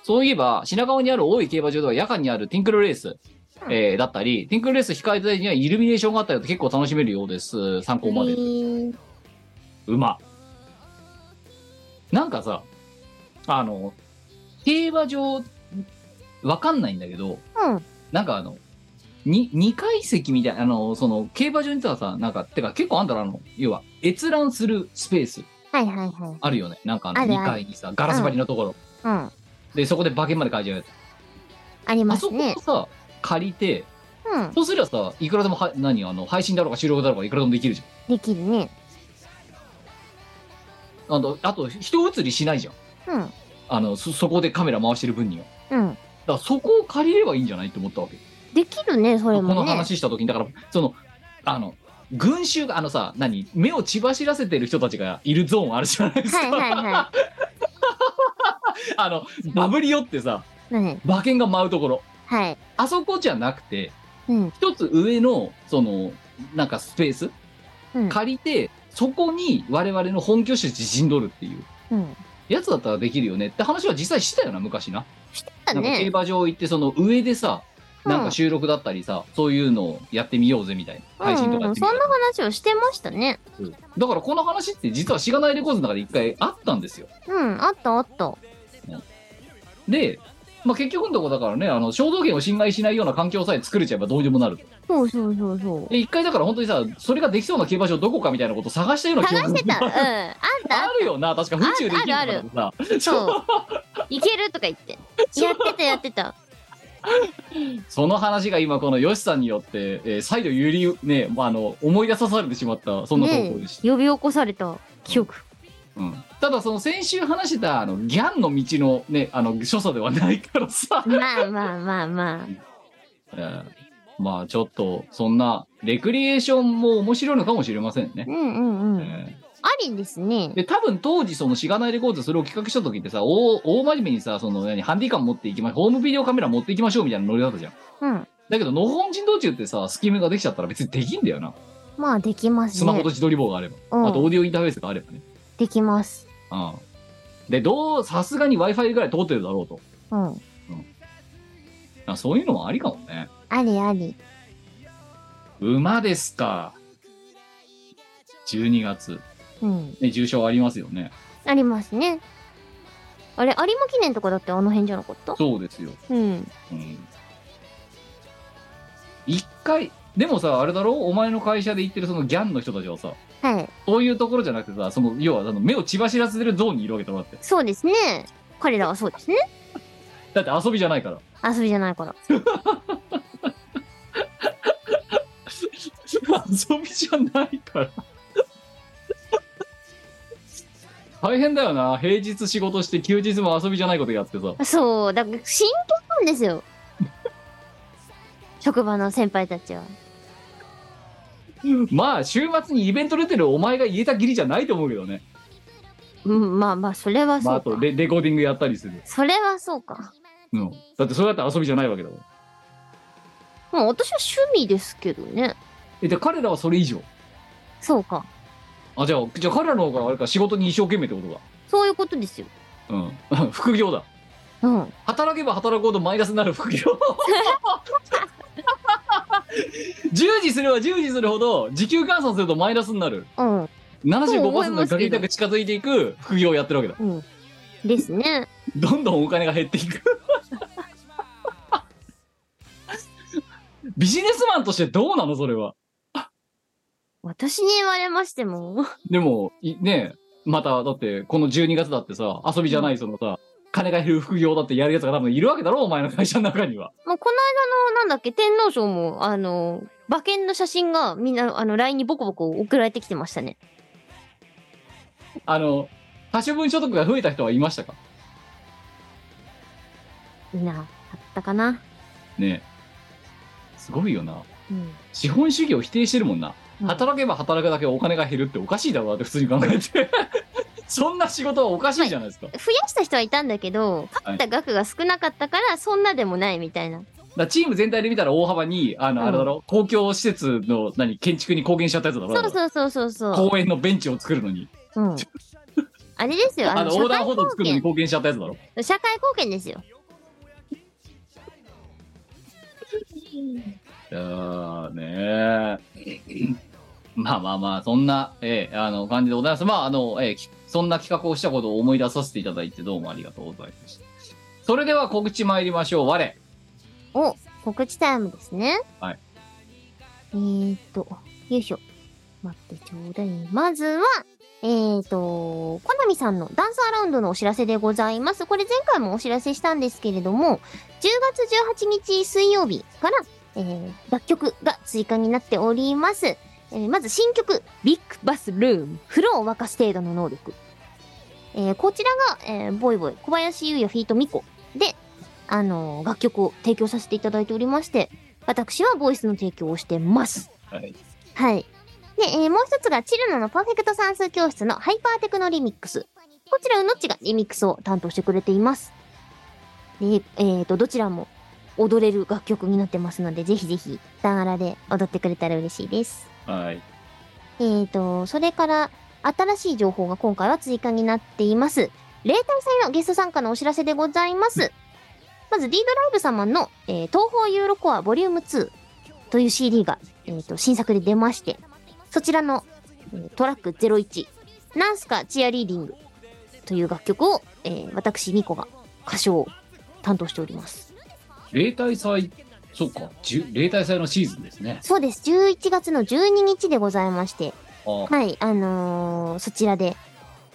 C: そういえば、品川にある大井競馬場では夜間にあるティンクルレース、えーだったり、ティンクルレース控え台にはイルミネーションがあったりと結構楽しめるようです。参考まで。馬。なんかさ、あの、競馬場、わかんないんだけど、
A: うん
C: なんかあの、に2階席みたいな、あの、その、競馬場に行ったらさ、なんか、てか結構あんだろ、あの、要は、閲覧するスペース
A: はいはいはい。
C: あるよね。なんかあの、
A: あるある
C: 2階にさ、ガラス張りのとこ
A: う
C: ろ。
A: ん。
C: で、そこで馬券まで買えちゃうやつ。
A: ありま
C: あ
A: す
C: そこ
A: ね
C: を。さ、借りて、
A: うん。
C: そうすりゃさ、いくらでもは、何、あの、配信だろうか、収録だろうか、いくらでもできるじ
A: できるね。
C: ゃん。あと、あと人移りしないじゃん。
A: うん。
C: あの、そ、そこでカメラ回してる分には。
A: うん。
C: だからそこを借りればいいんじゃないって思ったわけ。
A: できるね、それ
C: こ
A: も
C: の
A: ね。
C: 話した時にだからそのあの群衆があのさ何目を血走らせてる人たちがいるゾーンあるじゃないですか、
A: はいはいは
C: あのバブリオってさ
A: い。ね
C: 馬券が舞うところ
A: はい。
C: あそこじゃなくて
A: うん。
C: 一つ上のそのなんかスペース
A: うん。
C: 借りてそこに我々の本拠地陣取るっていう
A: うん。
C: やつだったらできるよねって話は実際したよな昔な,、
A: だ
C: なんか競
A: ね。
C: 馬場行ってその上でさなん
A: う
C: か
A: ん
C: 収録だったりさ、そういうのをやってみようぜみたいな
A: うん
C: 配信とか
A: う
C: やっ
A: ん、
C: てみよ
A: そ
C: うん
A: な話をしてましたね。
C: だからこの話って実はしがないレコードの中で一回あったんですよ。
A: うん、あったあった。
C: で、まあ、結局のとこだからね、あの、衝動権を侵害しないような環境さえ作れちゃえばどうにでもなると。
A: そうそうそうそう。
C: で、一回だから本当にさ、それができそうな競馬場どこかみたいなことを探したような記
A: 探
C: 憶
A: してた。うん。
C: が
A: あん
C: あ
A: た、
C: るよな、確か宇宙で生きる
A: あるある
C: とかで さ、
A: そう。いけるとか言って。やってたやってた。
C: その話が今このヨシさんによって、えー再度ゆり、ね、まあ、あの、思い出さされてしまった、そんな投
A: ね
C: 稿でした。
A: 呼び起こされた記憶。
C: うん。ただその先週話してた、あの、ギャンの道のね、あの、所作ではないからさ、
A: まあまあまあま
C: えーまあちょっとそんなレクリエーションも面白いのかもしれません
A: あ。う
C: ね。
A: んうんうん。
C: え
A: ありですね
C: ー。で多分当時そのしがないレコードそれを企画した時ってさ大大真面目にさその何ハンディカム持っていきましょうホームビデオカメラ持っていきましょうみたいなノリだったじゃん。
A: うん。
C: だけどの本人道中ってさスキームができちゃったら別にできんだよな
A: まあできますね。
C: スマホと自撮り棒があれば、あと
A: う
C: オー
A: ん。
C: ディオインターフェースがあればね。
A: できます。
C: うん、でどうさすがに w i f i ぐらい通ってるだろうと
A: うん。
C: あそういうのもありかもね。
A: ありあり。
C: 馬ですか12月、
A: うん。
C: ね、重賞ありますよね。
A: ありますね。あれ、有馬記念とかだってあの辺じゃなかった
C: そうですよ。
A: うん。
C: うん一回でもさあれだろお前の会社で行ってるそのギャンの人たちはさ
A: はい。
C: そういうところじゃなくてさその要はあの目を血走らせてるゾーンにいるわけだろだって
A: そうですね。彼らはそうですね。
C: だって遊びじゃないから
A: 遊びじゃないから。
C: 遊びじゃないから大変だよな平日仕事して休日も遊びじゃないことやってさ
A: そう、だから真剣なんです よ。職場の先輩たちは。
C: まあ週末にイベント出てるお前が言えたぎりじゃないと思うけどね
A: うん、まあまあ、それは
C: まあ
A: そ
C: あ
A: うか。
C: とレレコーディングやったりする、
A: それはそうか。
C: うん、だってそれだって遊びじゃないわけだもん
A: まあ私は趣味ですけどね。
C: えで彼らはそれ以上
A: そうか。
C: あじゃあじゃあ彼らの方があれか仕事に一生懸命ってこと
A: そういうことですよ。
C: かうん 副業だ
A: うん。
C: 働けば働くほどマイナスになる副業 従事すれば従事するほど時給換算するとマイナスになる
A: うん。
C: 75%
A: ますけど
C: のガリだけ近づいていく副業をやってるわけだ
A: うん。ですね。
C: どんどんお金が減っていく ビジネスマンとしてどうなのそれは
A: 私に言われましても。
C: でもいねえまただってこの12月だってさ遊びじゃないそのさ金が減る副業だってやるやつが多分いるわけだろお前の会社の中には
A: もうこの間の、なんだっけ、天皇賞も、あの、馬券の写真がみんな、あの、LINE にボコボコ送られてきてましたね。
C: あの可処分所得が増えた人はいましたか
A: いな、あったかな。
C: ねえすごいよな
A: うん。
C: 資本主義を否定してるもんな
A: うん
C: 働けば働くだけお金が減るっておかしいだろうなって普通に考 えてそんな仕事はおかしいじゃないですか、
A: 増やした人はいたんだけど、勝った額が少なかったから、そんなでもないみたいな。
C: からチーム全体で見たら大幅に、あの、
A: うん
C: あれだろ、公共施設の、何、建築に貢献しちゃったやつだろ。
A: そうそうそうそうそ
C: 公園のベンチを作るのに、
A: う。うん。あれですよ、
C: あ
A: あ
C: の
A: の、
C: 横
A: 社
C: 断
A: 会
C: 歩道
A: 貢
C: 作るのに
A: 献。
C: 貢献しちゃったやつだろ。
A: 社会貢献ですよ。
C: いやーねーまあまあまあ、そんな、ええあの、感じでございます。まあ、あの、ええきそんな企画をしたことを思い出させていただいて、どうもありがとうございました。それでは告知参りましょう。我。
A: お、告知タイムですね。
C: はい。
A: えーっと、よいしょ。待ってちょうだい。まずは、えーっと、コナミさんのダンスアラウンドのお知らせでございます。これ前回もお知らせしたんですけれども、10月18日水曜日から、えー楽曲が追加になっております。えーまず新曲、ビッグバスルーム、風呂を沸かす程度の能力。えーこちらが、えーボイボイ、小林優也フィートミコで、あの、楽曲を提供させていただいておりまして、私はボイスの提供をしてます。
C: はい。
A: はい。で、えーもう一つが、チルノのパーフェクト算数教室のハイパーテクノリミックス。こちら、うのっちがリミックスを担当してくれています。で、えっ、と、どちらも踊れる楽曲になってますので、ぜひぜひ、ダンアラで踊ってくれたら嬉しいです。
C: はい。
A: えーと、それから、新しい情報が今回は追加になっています。例大祭のゲスト参加のお知らせでございます。まず、D ドライブ様の、えー東方ユーロコアボリューム2という CD が、えーと、新作で出まして、そちらの、えートラック01、ナンスカチアリーディングという楽曲を、えー私、ミコが歌唱を担当しております。
C: 例大祭、そっか、じゅ例大祭のシーズンですね。
A: そうです。11月の12日でございまして、
C: あー
A: はい、あのーそちらで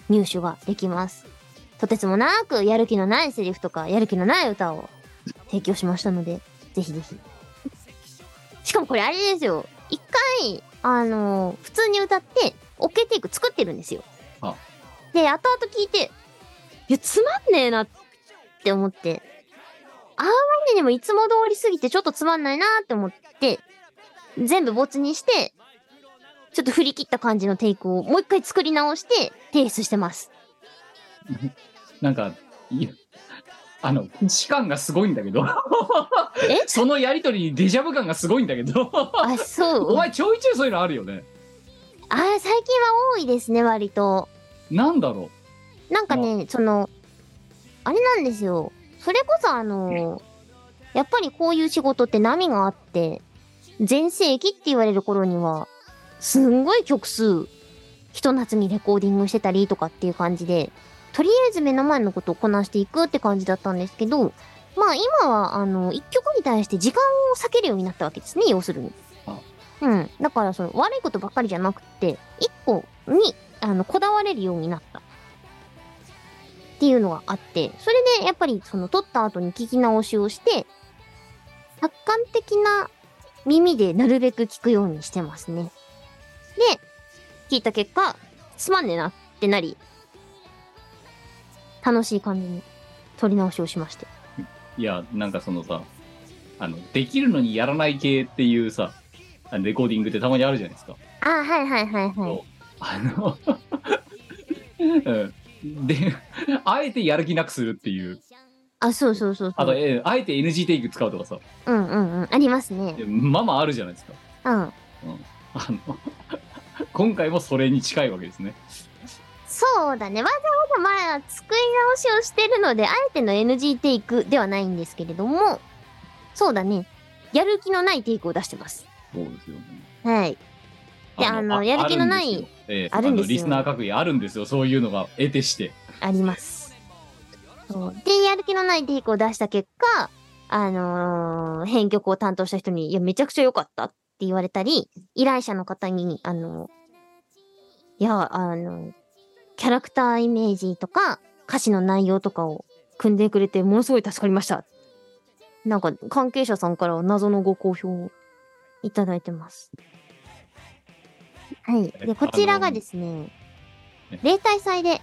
A: 入手ができます。とてつもなくやる気のないセリフとかやる気のない歌を提供しましたので、ぜひぜひ。しかもこれあれですよ。一回、あのー普通に歌って、OK テイク作ってるんですよ。
C: あ
A: で、後々聞いて、いや、つまんねえなって思って、あーまりにもいつも通りすぎてちょっとつまんないなって思って、全部没にして、ちょっと振り切った感じのテイクをもう一回作り直して提出してます。
C: なんか、いあの、士感がすごいんだけど、
A: え
C: そのやりとりにデジャブ感がすごいんだけど、
A: あ、そ
C: お
A: う。あ、
C: 前ちょいちょいそういうのあるよね。
A: 最近は多いですね、割と。
C: なんだろ
A: なんかね、その、あれなんですよ。それこそあの、やっぱりこういう仕事って波があって、全盛期って言われる頃には、すんごい曲数、ひと夏にレコーディングしてたりとかっていう感じで、とりあえず目の前のことをこなしていくって感じだったんですけど、まあ今は、あの、一曲に対して時間を避けるようになったわけですね、要するに
C: あ。
A: うん。だから、その、悪いことばっかりじゃなくて、一個に、あの、こだわれるようになった。っていうのがあって、それでやっぱりその撮った後に聞き直しをして、客観的な耳でなるべく聞くようにしてますね。で、聞いた結果、つまんねえなってなり、楽しい感じに撮り直しをしまして。
C: う。いや、なんかそのさ、あの、できるのにやらない系っていうさ、あのレコーディングってたまにあるじゃないですか。
A: あーはいはいはいはい。
C: あの、 うんで、あえてやる気なくするっていう。
A: あ、そうそうそう
C: あ
A: そ
C: と、
A: う。
C: えあえて NG テイク使うとかさ、
A: うんうんうん。ありますね。
C: まあまああるじゃないですか。
A: うん。
C: あの、今回もそれに近いわけですね。
A: そうだね。わざわざまあ、作り直しをしてるので、あえての NG テイクではないんですけれども、そうだね。やる気のないテイクを出してます。
C: そうですよね。
A: はい。であのやる気のない
C: あるんですよええ
A: あるんですよ
C: のリスナー各位あるんですよ。そういうのが得てして。
A: あります。そうで、やる気のないテイクを出した結果、あのー編曲を担当した人に、いや、めちゃくちゃ良かったって言われたり、依頼者の方に、あのーいや、あのーキャラクターイメージとか、歌詞の内容とかを組んでくれて、ものすごい助かりました。なんか、関係者さんからは謎のご好評をいただいてます。はい。
C: えっと
A: で、こちらがですね
C: え、
A: 例大祭で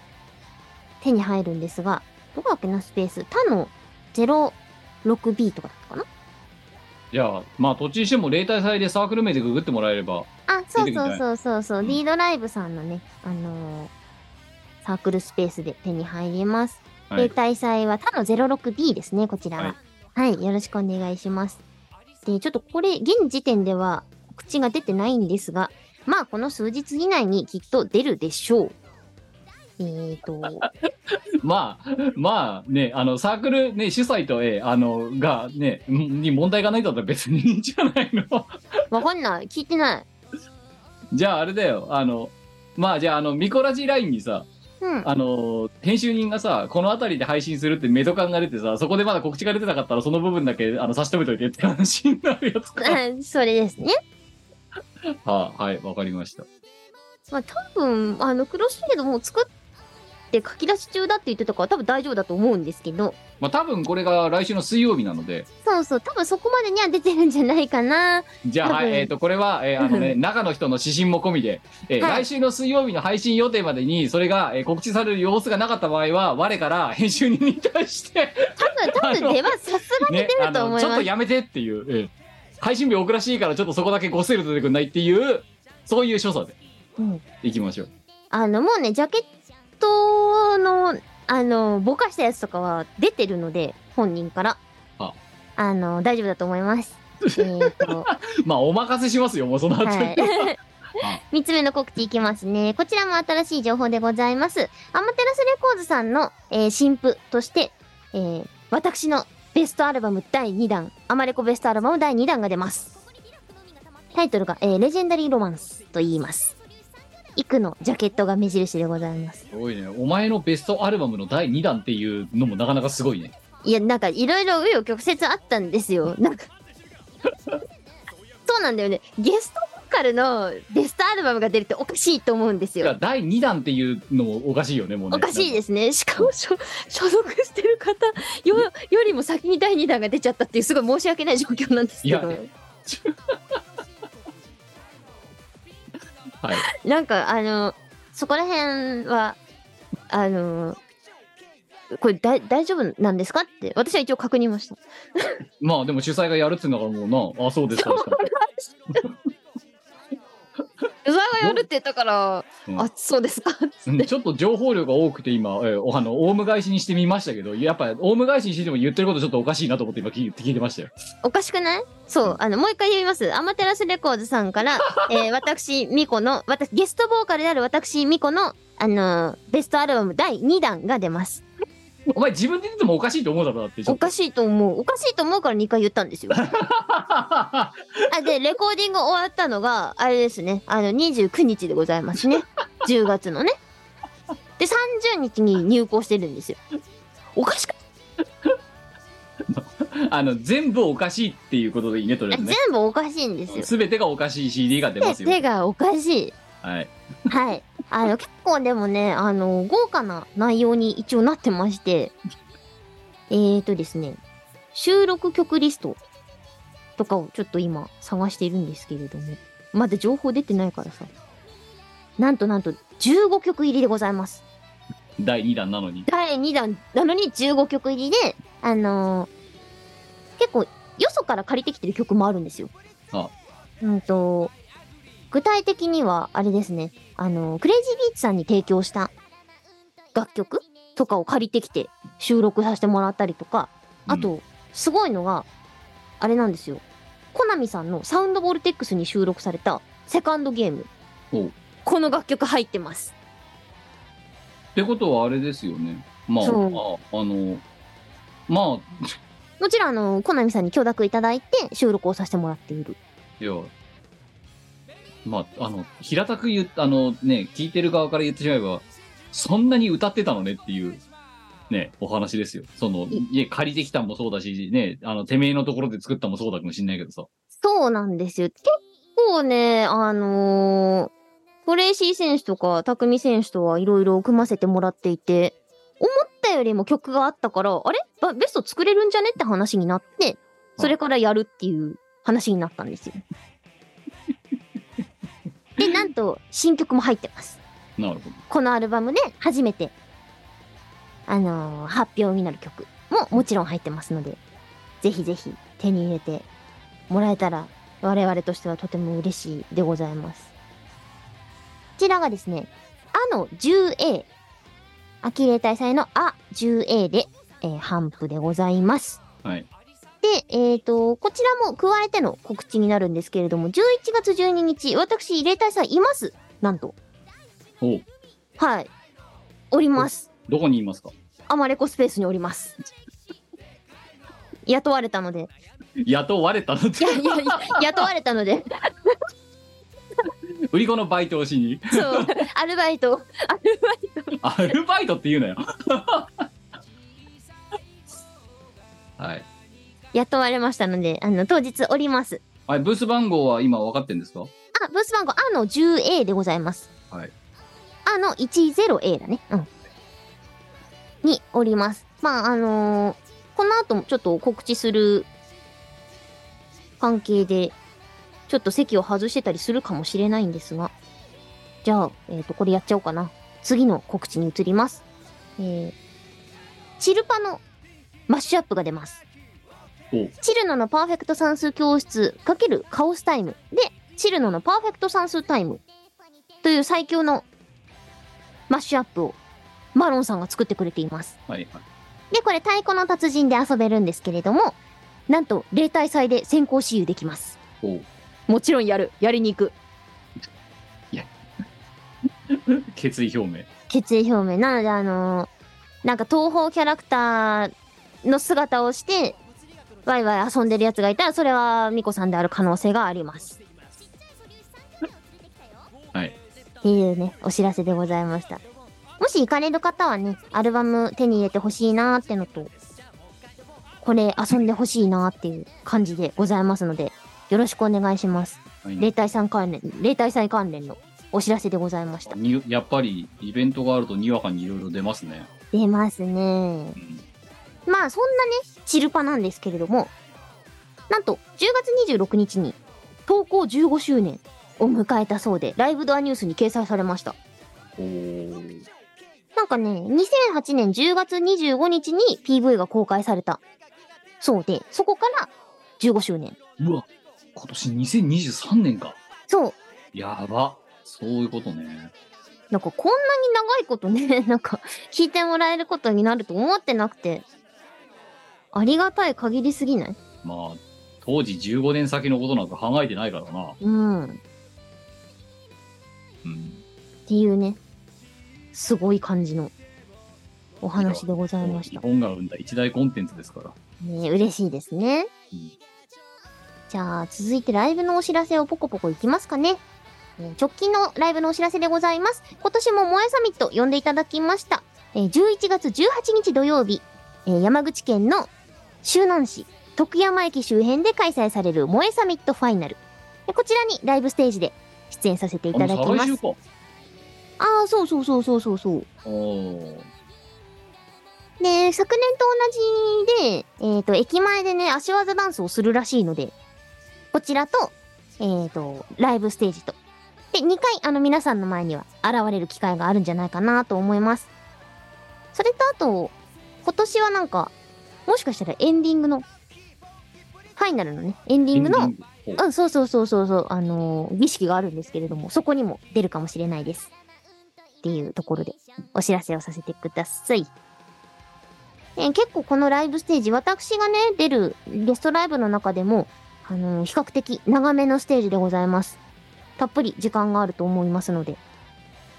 A: 手に入るんですが、どこだっけな、スペース。他の 06B とかだったかな
C: じゃあ、まあ、どっちにしても例大祭でサークル名でググってもらえれば、
A: あ、
C: 出
A: そ
C: て
A: う
C: きた
A: そうそうそうそう、
C: うん
A: D ドライブさんのね、あのーサークルスペースで手に入ります。
C: はい
A: 例大祭は他の 06B ですね、こちらは。はい、よろしくお願いします。で、ちょっとこれ、現時点では口が出てないんですが、まあ、この数日以内にきっと出るでしょう。えー と、
C: まあまあねあのサークルね主催とえーあのがねんに問題がないんだったら別にいいんじゃないの
A: わかんない。聞いてない。
C: じゃああれだよあのまあじゃああのミコラジラインにさ
A: うん。
C: あの編集人がさこの辺りで配信するってメド感が出てさそこでまだ告知が出てなかったらその部分だけあの差し止めといてって話になるやつか、
A: それですね。
C: は あ、はいわかりました
A: まあ、多分、あの、クロスフェードもう作って書き出し中だって言ってたから、多分大丈夫だと思うんですけど、
C: まあ多分これが来週の水曜日なので
A: そうそう、多分そこまでには出てるんじゃないかな。
C: じゃあ、は
A: 多
C: い、
A: 分
C: えっ、と、これは、えーあ のね、中の人の指針も込みで、えー
A: はい
C: 来週の水曜日の配信予定までに、それが、えー告知される様子がなかった場合は、我から編集人に対して、
A: 多 分、多分ではさすが
C: ね、
A: 出
C: あ
A: ると
C: の、
A: 思い
C: ち
A: ます
C: ょっとやめてっていう、えー配信日遅らしいから、ちょっとそこだけごっせり出てくんないっていう、そういう所作で、
A: うん
C: いきましょう。
A: あの、もうね、ジャケットの、あの、ぼかしたやつとかは出てるので、本人から。
C: あ
A: あの、大丈夫だと思い ます。えーと、
C: まあ、お任せしますよ、もうその後に。
A: はい。3つ目の告知いきますね。こちらも新しい情報でございます。アマテラスレコーズさんの、えー新譜として、えー私のベストアルバム第2弾、アマレコベストアルバム第2弾が出ます。タイトルが、えーレジェンダリーロマンスと言います。イクのジャケットが目印でございます。
C: すごいね。お前のベストアルバムの第2弾っていうのもなかなかすごいね。
A: いや、なんかいろいろ紆余曲折あったんですよ。なんか。そうなんだよね。ゲストボーカルのベストアルバムが出るっておかしいと思うんです
C: い
A: よ
C: や。第2弾っていうのもおかしいよね、もうね。
A: おかしいですね。しかも所所属してる方よよりも先に第2弾が出ちゃったっていうすごい申し訳ない状況なんですけ
C: いや
A: ど、
C: はい。
A: なんかあのそこら辺はあのこれだ大丈夫なんですかって私は一応確認ました。
C: まあでも主催がやるって言うんだからもうな、あ、そうですか。しか
A: うざがやるって言ったから、
C: うん
A: あそうですか。
C: うんちょっと情報量が多くて今、えーおあの、オウム返しにしてみましたけど、やっぱ、オウム返しにしてても言ってることちょっとおかしいなと思って今聞い聞いてましたよ。
A: おかしくないそう、あの、もう一回言います。アマテラスレコーズさん から、えー私、ミコの、私、ゲストボーカルである私、ミコの、あのーベストアルバム第2弾が出ます。
C: お前自分で言ってもおかしいと思うだろ、だって。ちょ
A: お
C: っと
A: かしいと思う。おかしいと思うから2回言ったんですよ。 あ、で、レコーディング終わったのが、あれですね、あの、29日でございます ね。10月のね。で、30日に入稿してるんですよ。おかしく、
C: あの、全部おかしいっていうことでいいね、とりあえず
A: 全
C: ね。
A: 部おかしいんですよ。
C: すべてがおかしい CD が出ます
A: 手
C: よ。
A: 手がおかしい。
C: はい。
A: はい。あの、結構でもね、あの、豪華な内容に一応なってまして、えーとですね、収録曲リストとかをちょっと今探しているんですけれども、まだ情報出てないからさ。なんとなんと15曲入りでございます。
C: 第2弾なのに。
A: 第2弾なのに15曲入りで、あのー結構よそから借りてきてる曲もあるんですよ。
C: あ
A: うんと、具体的にはあれですね、あのークレイジービーツさんに提供した楽曲とかを借りてきて収録させてもらったりとか、あと、すごいのが、あれなんですよ。コナミさんのサウンドボルテックスに収録されたセカンドゲーム
C: おう。
A: この楽曲入ってます。
C: ってことはあれですよね。まあ、ああ
A: そ
C: の、まあ、
A: もちろん、あの、コナミさんに許諾いただいて収録をさせてもらっている。
C: いや、まあ、あの、平たく言う、あのね、聞いてる側から言ってしまえば、そんなに歌ってたのねっていう、ね、お話ですよ。その、
A: い
C: 家借りてきたもそうだし、ね、あの、てめえのところで作ったもそうだかもしんないけどさ。
A: そうなんですよ。結構ね、あのー、トレイシー選手とか、匠選手とはいろいろ組ませてもらっていて、思ったよりも曲があったから、あればベスト作れるんじゃねって話になって、それからやるっていう話になったんですよ。で、なんと、新曲も入ってます。
C: なるほど。
A: このアルバムで初めて、あのー発表になる曲ももちろん入ってますので、ぜひぜひ手に入れてもらえたら、我々としてはとても嬉しいでございます。こちらがですね、あの 10A、アキレイ大祭のあ 10A で、えー、ハンプでございます。
C: はい。
A: で、えっ、と、こちらも加えての告知になるんですけれども、11月12日、私、入れたいさんいます。なんと。
C: おう
A: はい。おります。
C: どこにいますか
A: アマレコスペースにおります。雇われたので。
C: 雇われたのって
A: いやいやいや、雇われたので。
C: 売り子のバイトをしに
A: そう。アルバイト。アルバイト。
C: アルバイトって言うなよ はい、
A: 雇われましたので、あの、当日おります。
C: はい、ブース番号は今分かってんですか
A: あ、ブース番号、あの 10A でございます。
C: はい。
A: あの 10A だね。うん。におります。まあ、あのーこの後もちょっと告知する関係で、ちょっと席を外してたりするかもしれないんですが。じゃあ、えっ、と、これやっちゃおうかな。次の告知に移ります。えー、チルパのマッシュアップが出ます。
C: おう
A: チルノのパーフェクト算数教室×カオスタイムで、チルノのパーフェクト算数タイムという最強のマッシュアップをマロンさんが作ってくれています。
C: はいはい
A: で、これ太鼓の達人で遊べるんですけれども、なんと例大祭で先行私有できます。
C: おう
A: もちろんやる。やりに行く。
C: 決意表明
A: 決意表明。なので、あのーなんか東方キャラクターの姿をして、ワイワイ遊んでるやつがいたら、それはミコさんである可能性があります。
C: はい
A: っていうね、お知らせでございました。もし行かれる方はね、アルバム手に入れてほしいなーってのと、これ遊んでほしいなーっていう感じでございますので、よろしくお願いします。
C: はい
A: 例大さん関連、例大祭関連のお知らせでございました。
C: にやっぱりイベントがあるとにわかにいろいろ出ますね、
A: 出ますね
C: う。ん
A: まあそんなね、チルパなんですけれども、なんと10月26日に投稿15周年を迎えたそうで、ライブドアニュースに掲載されました。
C: おー
A: なんかね、2008年10月25日に PV が公開されたそうで、そこから15周年。
C: うわ今年2023年か
A: そう。
C: やばそういうことね
A: なんかこんなに長いことね、 なんか聞いてもらえることになると思ってなくて、ありがたい限りすぎない
C: まあ当時15年先のことなんか考えてないからな、
A: うん。っ
C: うん、
A: ていうね、すごい感じのお話でございまし
C: 日
A: た。
C: 本が生んだ一大コンテンツですから
A: ね、嬉しいですね
C: うん。
A: じゃあ、続いてライブのお知らせをポコポコいきますかね。えー直近のライブのお知らせでございます。今年も萌えサミット呼んでいただきました。えー11月18日土曜日、えー山口県の周南市、徳山駅周辺で開催される萌えサミットファイナル。でこちらにライブステージで出演させていただき
C: あもう
A: ま
C: 再来
A: す
C: 週。か
A: ああー、そうそうそうそうそうそう。
C: おー
A: で、昨年と同じで、えっ、と、駅前でね、足技ダンスをするらしいので、こちらと、えっ、と、ライブステージと。で、2回、あの、皆さんの前には現れる機会があるんじゃないかなと思います。それと、あと、今年はなんか、もしかしたらエンディングの、ファイナルのね、エンディング
C: エ
A: の
C: ン、ディング
A: うん、そうそうそうそうそう、あのー儀式があるんですけれども、そこにも出るかもしれないです。っていうところで、お知らせをさせてください。えー結構このライブステージ、私がね、出るゲストライブの中でも、あのー比較的長めのステージでございます。たっぷり時間があると思いますので、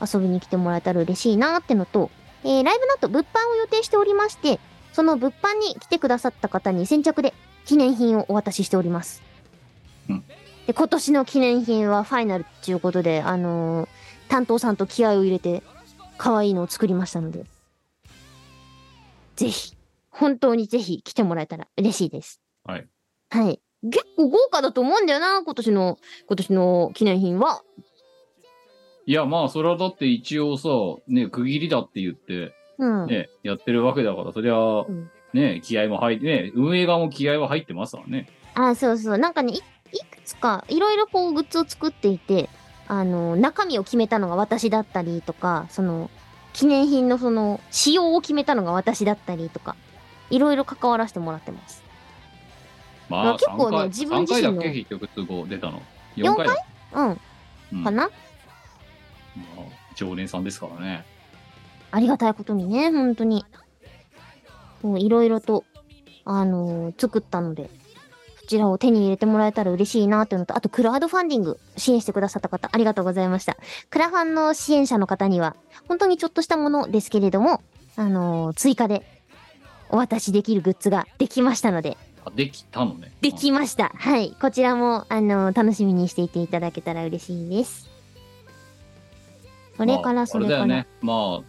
A: 遊びに来てもらえたら嬉しいなーってのと、えーライブの後、物販を予定しておりまして、その物販に来てくださった方に先着で記念品をお渡ししております。で、今年の記念品はファイナルっていうことで、あのー担当さんと気合を入れて、可愛いのを作りましたので、ぜひ、本当にぜひ来てもらえたら嬉しいです。
C: はい。
A: はい。結構豪華だと思うんだよな、今年の、今年の記念品は。
C: いやまあそれはだって一応さね区切りだって言って
A: うん。
C: ねやってるわけだからそりゃ、
A: ん
C: ね気合も入ってね運営側も気合は入ってますわね
A: あ、そうそう。なんかね、いいくつか、いろいろこう、グッズを作っていて、あの、中身を決めたのが私だったりとか、その、記念品のその、仕様を決めたのが私だったりとか、いろいろ関わらせてもらってます。ま
C: ま
A: あ
C: あ
A: 結構ね
C: 3回
A: 自分自身の
C: 3回だっけ結局都合出たの
A: 四
C: 4
A: 回
C: 回だっけ
A: うん。
C: うん
A: かな、
C: まあ常連さんですからね
A: ありがたいことにね、本当に。もういろいろとあのー作ったので、そちらを手に入れてもらえたら嬉しいなっていうのと、あとクラウドファンディング支援してくださった方、ありがとうございました。クラファンの支援者の方には、本当にちょっとしたものですけれども、あのー追加でお渡しできるグッズができましたので、
C: あできたのね
A: できました。はい。こちらも、あの、楽しみにしていていただけたら嬉しいです。それから、それから。
C: まあ、あれだよねまあ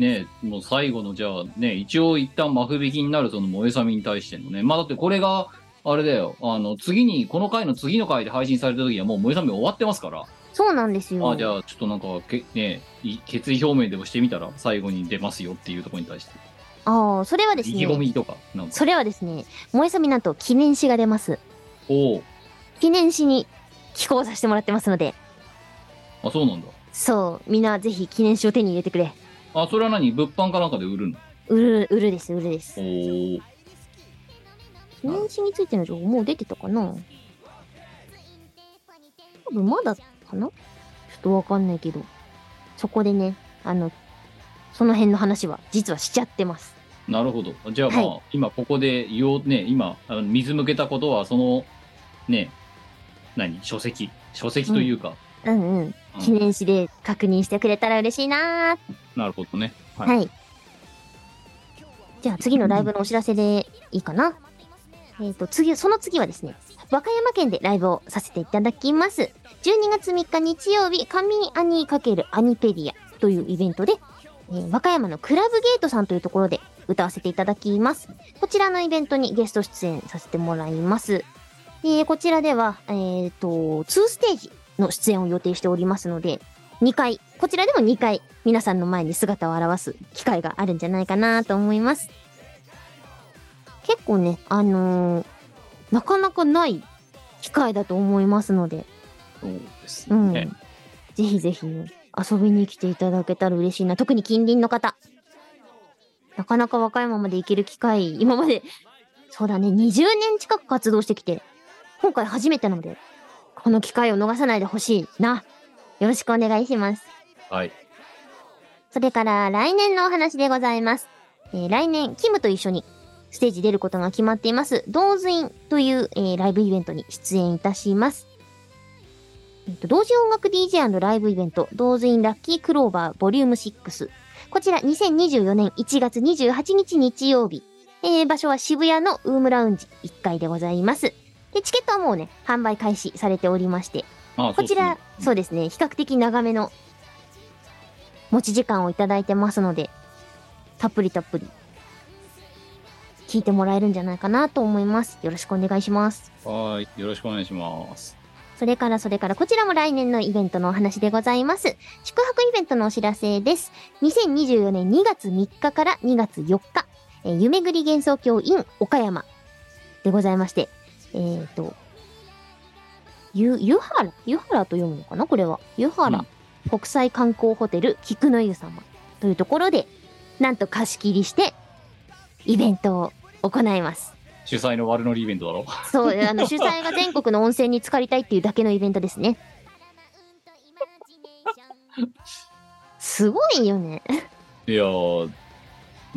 C: ねもう最後のじゃあね一応一旦幕引きになるその萌えさみに対してのねまあだってこれがあれだよあの次にこの回の次の回で配信された時にはもう萌えさみ終わってますから、
A: そうなんですよ。
C: あじゃあちょっとなんかけねい決意表明でもしてみたら最後に出ますよっていうところに対して
A: ああ、それはです
C: 意気込
A: ね、
C: みとかなんか
A: それはですね、萌えさみなんと記念誌が出ます。
C: おお
A: 記念誌に寄稿させてもらってますので、
C: あそうなんだ
A: そう、みんなぜひ記念誌を手に入れてくれ。
C: あそれは何物販かなんかで売るの
A: 売る、売るです、売るです。
C: おお
A: 記念誌についての情報もう出てたかな多分まだかなちょっとわかんないけど。そこでね、あの、その辺の話は実はしちゃってます。
C: なるほど。じゃあまあ、
A: は
C: 今ここで言おう、ね、今、あの水向けたことは、その、ね、何書籍。書籍というか。
A: うんうん。
C: うん
A: 記念誌で確認してくれたら嬉しいなー。
C: なるほどね。はい。
A: はい。じゃあ次のライブのお知らせでいいかな。えっ、と、次、その次はですね、和歌山県でライブをさせていただきます。12月3日日曜日、神アニ×アニペディアというイベントで、えー和歌山のクラブゲートさんというところで歌わせていただきます。こちらのイベントにゲスト出演させてもらいます。でこちらでは、えっ、と、2ステージの出演を予定しておりますので、2回、こちらでも2回、皆さんの前に姿を現す機会があるんじゃないかなと思います。結構ね、あのーなかなかない機会だと思いますので、
C: そうです
A: うん。
C: ね。
A: ぜひぜひね、遊びに来ていただけたら嬉しいな。特に近隣の方。なかなか和歌山まで行ける機会、 今まで、そうだね、20年近く活動してきて、今回初めてなので、この機会を逃さないでほしいな。よろしくお願いします。
C: はい。
A: それから来年のお話でございます。えー来年、キムと一緒にステージ出ることが決まっています、同ズインという、えーライブイベントに出演いたします。えっと同時音楽 DJ& ライブイベント、同ズインラッキークローバーボリューム6。こちら2024年1月28日日曜日。えー場所は渋谷のウームラウンジ1階でございます。で、チケットはもうね、販売開始されておりまして、
C: あ
A: こちら、そうですね、比較的長めの持ち時間をいただいてますので、たっぷりたっぷり聞いてもらえるんじゃないかなと思います。よろしくお願いします。
C: そうですねはい。よろしくお願いします。
A: それからそれから、こちらも来年のイベントのお話でございます。宿泊イベントのお知らせです。2024年2月3日から2月4日、えー夢ぐり幻想郷 in 岡山でございまして、えっ、ー、と、ゆ、ゆはらゆはらと読むのかなこれは。ゆはら、国際観光ホテル菊の湯様というところで、なんと貸し切りして、イベントを行います。
C: 主催の悪ノリイベントだろ。
A: そう、あの、主催が全国の温泉に浸かりたいっていうだけのイベントですね。すごいよね。
C: いやー、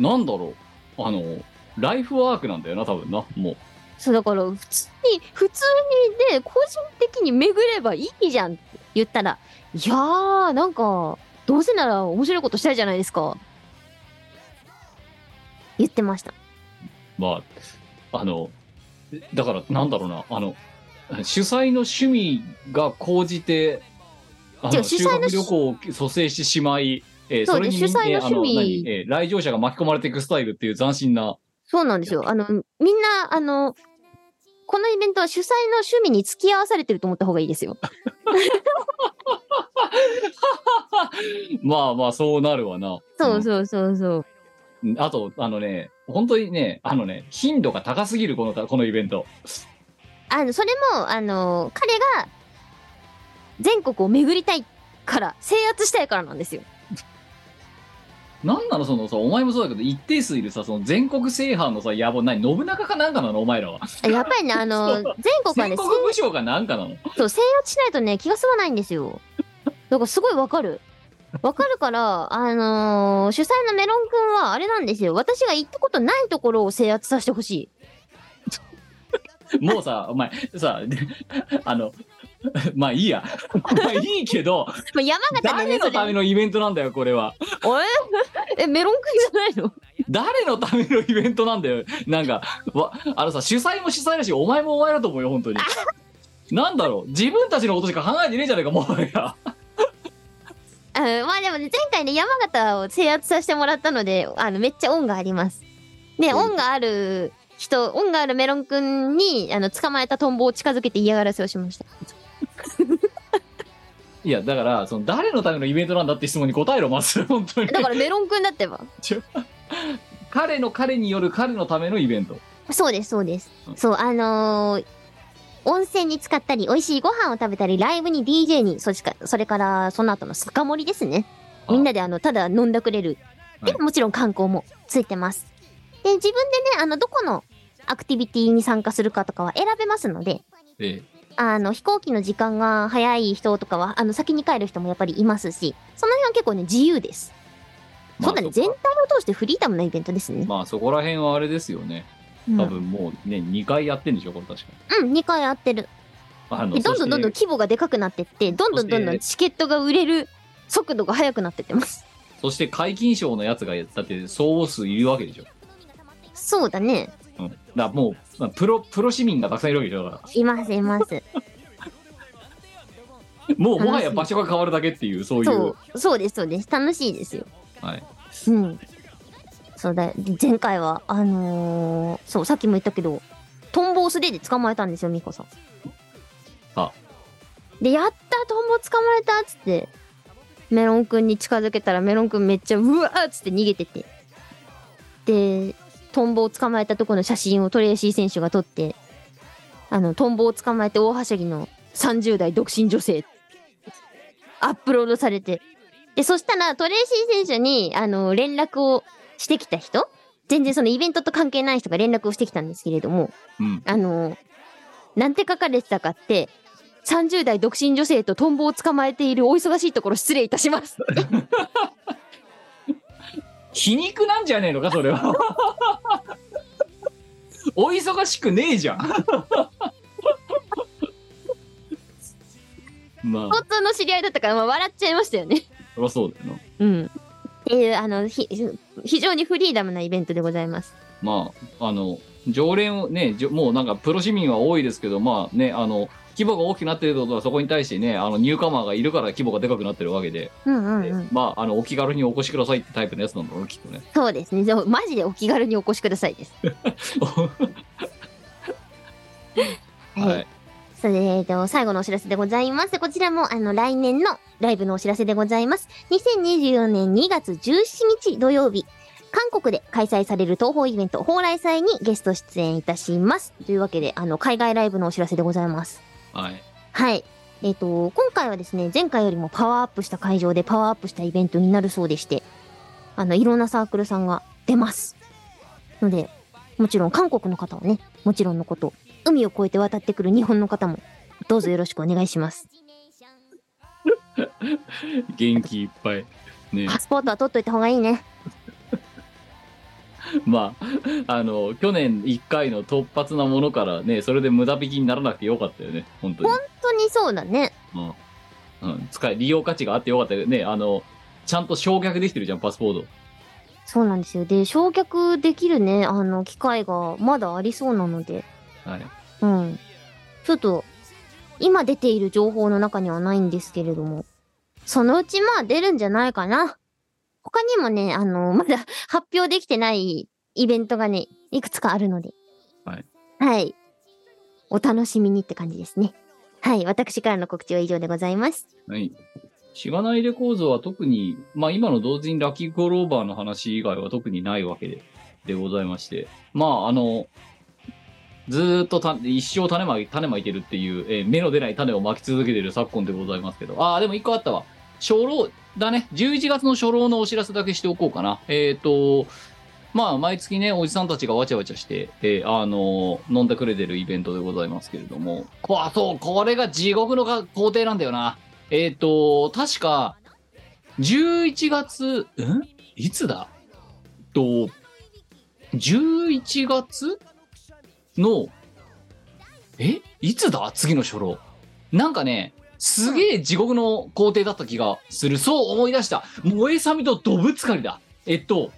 C: なんだろう。あの、ライフワークなんだよな、多分な。もう。
A: そうだから普通に普通にね個人的に巡ればいいじゃんって言ったらいやーなんかどうせなら面白いことしたいじゃないですか言ってました
C: まあ、あの、だから、なんだろうな、あの、主催の趣味が高じて、あ
A: 違
C: の
A: う主
C: 修
A: 催の
C: 学旅行を蘇生してしまい、えー
A: そう
C: そ
A: ね
C: れに、
A: 主催の
C: えーあの
A: 趣味
C: 何えー来場者が巻き込まれていくスタイルっていう斬新な、
A: そうなんですよあのみんなあのこのイベントは主催の趣味に付き合わされてると思った方がいいですよ
C: まあまあ、そうなるわな。
A: そ
C: ん
A: うそうそうそう
C: あと、あのね、本当にね、あのね、頻度が高すぎる、この、このイベント。
A: あのそれもあの彼が全国を巡りたいから制圧したいからなんですよ
C: なんなの、そのさ、お前もそうだけど、一定数いるさ、その全国制覇のさ、野望、何、信長かなんかなの、お前らは。
A: あやっぱりねあの全国は
C: 全
A: ね
C: 国武将かなんかなの。
A: そう制圧しないとね気が済まないんですよだからすごいわかるわかるから、あのー主催のメロンくんはあれなんですよ。私が行ったことないところを制圧させてほしい。
C: もうさ、お前、さ、 あの、 まあいいや。まあいいけど、
A: まあ、 山形で
C: 誰
A: ね、そ
C: のため
A: れ。
C: のイベントなんだよ、これは。
A: おえ え、メロンくんじゃないの
C: 誰のためのイベントなんだよ。なんか、わあのさ、主催も主催だし、お前もお前だと思うよ、本当 に。なんだろう、自分たちのことしか考えてねえじゃねえか、もはや。
A: うん、 まあでもね、前回ね、山形を制圧させてもらったので、あの、めっちゃ恩があります。で、恩がある人、恩があるメロンくんに、あの、捕まえたトンボを近づけて嫌がらせをしました。
C: いや、だから、その、誰のためのイベントなんだって質問に答えろ、まず、本当に。
A: だからメロンくんだってば。
C: 彼の彼による彼のためのイベント。
A: そうです、そうです
C: う。ん
A: そう、あのー温泉に使ったり、美味しいご飯を食べたり、ライブに DJ に、そしかそれから、その後の酒盛りですね。
C: あ
A: みんなで、あの、ただ飲んだくれる。で、
C: は
A: もちろん観光もついてます。で、自分でね、あの、どこのアクティビティに参加するかとかは選べますので、
C: え
A: あの、飛行機の時間が早い人とかは、あの、先に帰る人もやっぱりいますし、その辺は結構ね、自由です。
C: まあ
A: そうだね、
C: そっ
A: 全体
C: か
A: を通してフリーダムなイベントですね。
C: まあ、そこら辺はあれですよね。
A: うん
C: 多分もうね、2回やってんでしょ、これ確か。
A: うん、2回やってる。
C: あの
A: でどんどんどんどん
C: そして
A: 規模がでかくなってってどんどんどんどんチケットが売れる速度が速くなってってます
C: そして解禁賞のやつがだって総合数いるわけでしょ、
A: そうだね
C: うん、だからもうまあプロプロ市民がたくさんいるわけでしょだか
A: いますい ます
C: らもうもはや場所が変わるだけっていうそういう
A: そうそうですそうです楽しいですよ
C: はい
A: うんそうだで前回はあのーそうさっきも言ったけどトンボを素手で捕まえたんですよミコさん
C: あ
A: でやったトンボ捕まえたっつってメロンくんに近づけたらメロンくんめっちゃうわーっつって逃げててでトンボを捕まえたとこの写真をトレーシー選手が撮ってあのトンボを捕まえて大はしゃぎの30代独身女性アップロードされてでそしたらトレーシー選手にあの連絡をしてきた人全然そのイベントと関係ない人が連絡をしてきたんですけれども
C: うん
A: あのなんて書かれてたかって30代独身女性とトンボを捕まえているお忙しいところ失礼いたし ます
C: 皮肉なんじゃねえのかそれは お忙しくねえじゃん まあ
A: 共通の知り合いだったから、まあ、笑っちゃいましたよね
C: そりゃそうだよな
A: うん。っていう、あの、ひ非常にフリーダムなイベントでございます。
C: まああの常連をねじょもうなんかプロ市民は多いですけどまあねあの規模が大きくなってるってことはそこに対してねあのニューカマーがいるから規模がでかくなってるわけで
A: うんうんうん。
C: まあ、あの、お気軽にお越しくださいってタイプのやつなんだろうな、きっとね。
A: そうですね。そうマジでお気軽にお越しくださいです。はい。
C: はい。
A: それで、えっと、最後のお知らせでございます。こちらも、あの、来年のライブのお知らせでございます。2024年2月17日土曜日、韓国で開催される東宝イベント、蓬莱祭にゲスト出演いたします。というわけで、あの、海外ライブのお知らせでございます。
C: はい。
A: はい。えっ、と、今回はですね、前回よりもパワーアップした会場でパワーアップしたイベントになるそうでして、あの、いろんなサークルさんが出ます。ので、もちろん韓国の方はね、もちろんのこと、海を越えて渡ってくる日本の方も、どうぞよろしくお願いします。
C: 元気いっぱい。ね、
A: パスポートは取っといた方がいいね。
C: まあ、あの、去年1回の突発なものからね、それで無駄引きにならなくてよかったよね、本当に。
A: 本当にそうだね。
C: うん。うん、使い、利用価値があってよかったよね。あの、ちゃんと焼却できてるじゃん、パスポート。
A: そうなんですよ。で、焼却できるね、あの、機会がまだありそうなので、
C: はい。
A: うん。ちょっと、今出ている情報の中にはないんですけれども、そのうちまあ出るんじゃないかな。他にもね、あの、 まだ発表できてないイベントがね、いくつかあるので。
C: はい。
A: はい。お楽しみにって感じですね。はい。私からの告知は以上でございます。
C: はい。しがないレコーズは特に、まあ今の同時にラッキークローバーの話以外は特にないわけででございまして、まああの、ずーっとた一生種まき、種まいてるっていう、えー目の出ない種をまき続けてる昨今でございますけど、ああ、でも一個あったわ。初老だね。11月の初老のお知らせだけしておこうかな。えっ、と、まあ毎月ね、おじさんたちがわちゃわちゃして、えーあの飲んでくれてるイベントでございますけれども、こあ、そう、これが地獄のか工程なんだよな。えっ、と、確か、 11月、んいつだと、11月の、えいつだ次の初老。なんかね、すげえ地獄の工程だった気がする。そう思い出した。萌えさみとどぶつかりだ。えっと、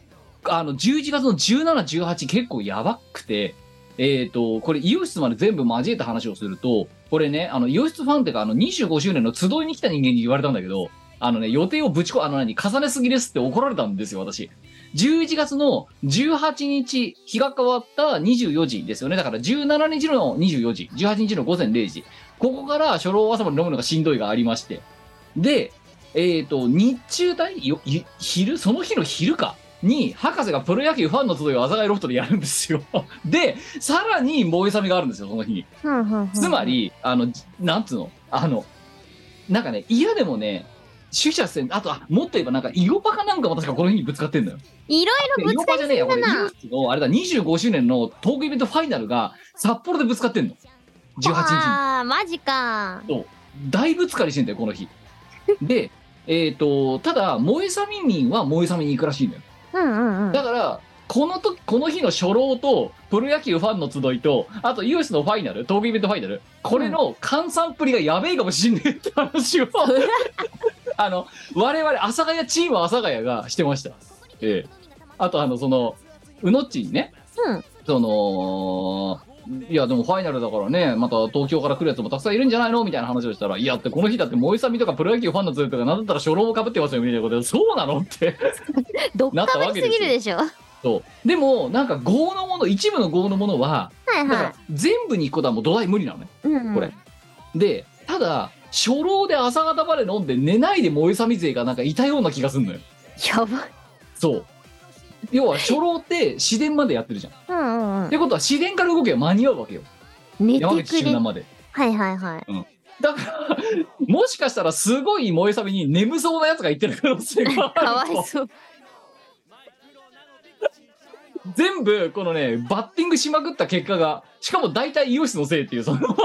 C: あの、11月の17、18結構やばくて、えっ、と、これ、イオシスまで全部交えた話をすると、これね、あの、イオシスファンっていうか、あの、25周年の集いに来た人間に言われたんだけど、あのね、予定をぶちこ、あの何、重ねすぎですって怒られたんですよ、私。11月の18日、日が変わった24時ですよね。だから17日の24時、18日の午前0時。ここから初老朝まで飲むのがしんどいがありまして。で、えっ、と、日中帯よい昼、その日の昼か。に、博士がプロ野球ファンの集いを阿佐ヶ谷ロフトでやるんですよ。 で、さらに萌えさみがあるんですよ、その日に。
A: うんうんうん
C: つまり、あの、じなんつうの、あの、なんかね、嫌でもね、取捨選、あと、あもっと言えば、なんか、イゴパかなんかも確かこの日にぶつかってんだよ。
A: いろい
C: で
A: ろぶ
C: イゴ
A: つ
C: パ
A: か
C: じゃ
A: り
C: ねえや、こ
A: す
C: れ、
A: ぎ
C: ユ
A: だ
C: ー
A: な。
C: スの、あれだ、25周年のトークイベントファイナルが、札幌でぶつかってんの。18日に。
A: ああ、マジか。
C: 大ぶつかりしてんだよ、この日。で、えっ、と、ただ、萌えさみ民は萌えさみに行くらしいんだよ。
A: うんうんうん。
C: だから、この時、この日の初老と、プロ野球ファンの集いと、あと、ユースのファイナル、東京イベントファイナル、これの換算っぷりがやべえかもしんねえって話を、 あの、我々、阿佐ヶ谷、チーム阿佐ヶ谷がしてました。ええ。あと、あの、その、うのっちにね、
A: うん
C: その、いや、でもファイナルだからね、また東京から来るやつもたくさんいるんじゃないのみたいな話をしたら、いや、ってこの日だって、萌えさみとかプロ野球ファンの集いとか、なんだったら初老もかぶってますよ、みたいなことで、そうなのって。
A: どっ
C: なった
A: か
C: わ
A: ぶ
C: け
A: り
C: ですす
A: ぎ
C: よ
A: るでしょ。は
C: そうでもなんか合のもの一部の合のものはいだから
A: は
C: 全部に行くことはもう土台無理なのね
A: い。うんうん
C: これ、でただ初老で朝方まで飲んで寝ないで燃えさみ勢がなんかいたような気がするのよ
A: やばい。
C: そう要は初老って市電までやってるじゃんっ
A: うんうんうん
C: てことは市電から動けば間に合うわけよ
A: 寝
C: 山
A: て
C: 口
A: く
C: 周
A: れ。
C: 南
A: は
C: まで
A: いはいはい。
C: だからもしかしたらすごい燃えさみに眠そうなやつが行ってる可能性がある
A: かわいそう。
C: 全部このねバッティングしまくった結果がしかも大体イオシスのせいっていうその
A: 本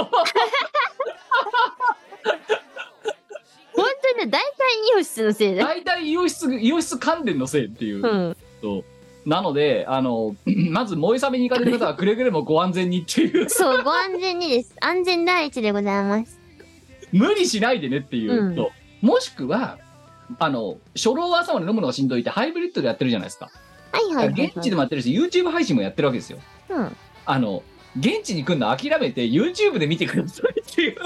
A: 当にね、大体イオシスのせいだよ。
C: 大体イオシス、イオシス関連のせいっていう。
A: うん。
C: そうなので、あの、 まず燃えさめに行かれる方はくれぐれもご安全にっていう、
A: そう、ご安全にです。安全第一でございます。
C: 無理しないでねっていうと、もしくは、あの、初老は朝まで飲むのがしんどいってハイブリッドでやってるじゃないですか。
A: はいはいはいはい。
C: 現地でもやってるし、YouTube 配信もやってるわけですよ。
A: うん。
C: あの、現地に来るの諦めて YouTube で見てくださいっていう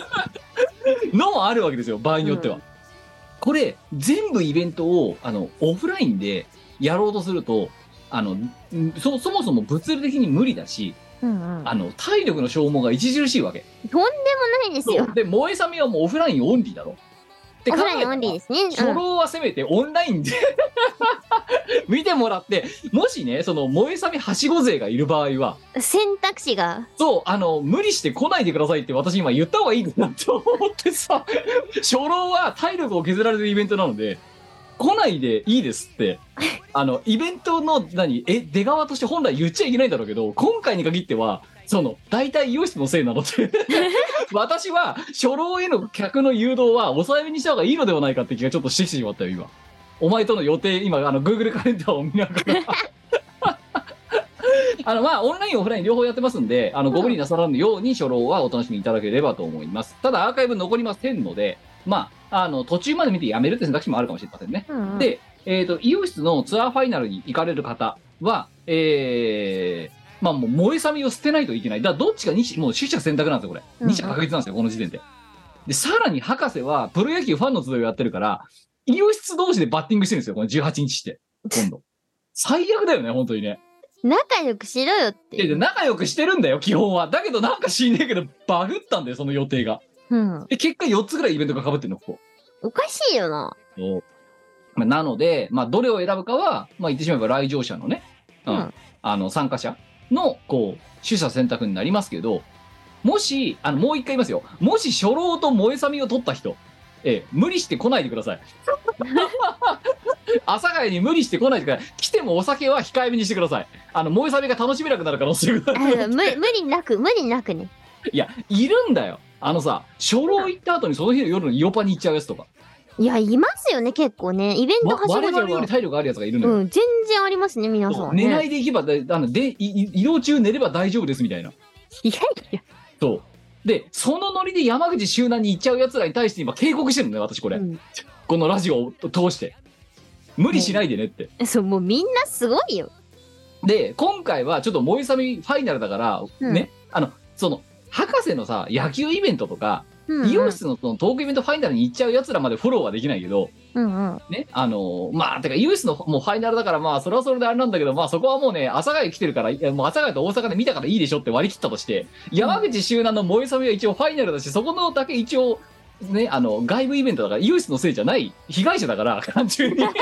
C: のもあるわけですよ、場合によっては。
A: うん
C: これ、全部イベントを、あの、オフラインでやろうとすると、あの、んそ、そもそも物理的に無理だし、
A: うんうん。
C: あの、体力の消耗が著しいわけ。
A: とんでもないですよ。
C: で、萌えさみはもうオフラインオンリーだろ。で
A: オフラインオンリーですね。
C: 初老はせめてオンラインで 見てもらって、もしね、その萌えさみはしご勢がいる場合は、
A: うん選択肢が。
C: そう、あの、無理して来ないでくださいって私今言った方がいいんだなって思ってさ、初老は体力を削られるイベントなので、来ないでいいですって、あの、イベントの、何、え、出川として本来言っちゃいけないんだろうけど、今回に限っては、その、大体イオシスのせいなので、私は初老への客の誘導は抑えめにした方がいいのではないかって気がちょっとしてきてしまったよ、今。お前との予定、今、あの、Google カレンダーを見ながら。あの、まあ、オンライン、オフライン両方やってますんで、あの、ご無理なさらぬように初老はお楽しみいただければと思います。ただ、アーカイブ残りませんので、まあ、あの、途中まで見てやめるって選択肢もあるかもしれませんね。
A: うんうん、
C: で、えー、とイオシスのツアーファイナルに行かれる方は、えーまあ、もう萌えさみを捨てないといけない、だからどっちかにしもう取捨選択なんですよ、これ、
A: うんうん
C: 2者確実なんですよ、この時点で。で、さらに博士はプロ野球ファンの集いをやってるから、イオシス同士でバッティングしてるんですよ、この18日して、今度。最悪だよね、本当にね。
A: 仲良くしろよっ
C: いや
A: て。
C: いや仲良くしてるんだよ、基本は。だけど、なんか知んねえけど、バグったんだよ、その予定が。
A: うん。
C: で、結果4つぐらいイベントが被ってるの、ここ。
A: おかしいよな。
C: そうまあなので、まあ、どれを選ぶかは、まあ、言ってしまえば来場者のね、うん
A: うん
C: あの参加者のこう取捨選択になりますけどもしあのもう一回言いますよもし初老と萌えさみを取った人、ええ、無理して来ないでください 阿佐ヶ谷に無理して来ないでください来てもお酒は控えめにしてくださいあの萌えさみが楽しめなくなる可能性があ
A: あ
C: る
A: の無無理なく、無理なくね。
C: いやいるんだよあのさ初老行った後にその日の夜のイオパに行っちゃうやつとか
A: いや、いますよね、結構ね。イベント
C: わ
A: はし
C: 我
A: ご
C: 々より
A: で
C: 体力あるやつがいるのよ、
A: うん、全然ありますね、皆さん
C: そう
A: は
C: 寝な
A: ね。
C: いでいけばだあのでいい移動中寝れば大丈夫ですみたいない
A: やいや。
C: そうでそのノリで山口周南に行っちゃうやつらに対して今警告してるのね私これ、
A: うん
C: このラジオを通して無理しないでねって、
A: そう、もうみんなすごいよ。
C: で今回はちょっと萌えさみファイナルだから、
A: うん
C: ねあのその博士のさ野球イベントとか、
A: うん、
C: 美容室のそのトークイベントファイナルに行っちゃうやつらまでフォローはできないけど
A: うんうん。
C: ねあのまあてかイオシスのもうファイナルだからまあそれはそれであれなんだけどまあそこはもうね朝霞来てるからいやもう朝霞と大阪で見たからいいでしょって割り切ったとして山口周南の萌えさみは一応ファイナルだしそこのだけ一応ねあの外部イベントだからイオシスのせいじゃない被害者 だから完全にあの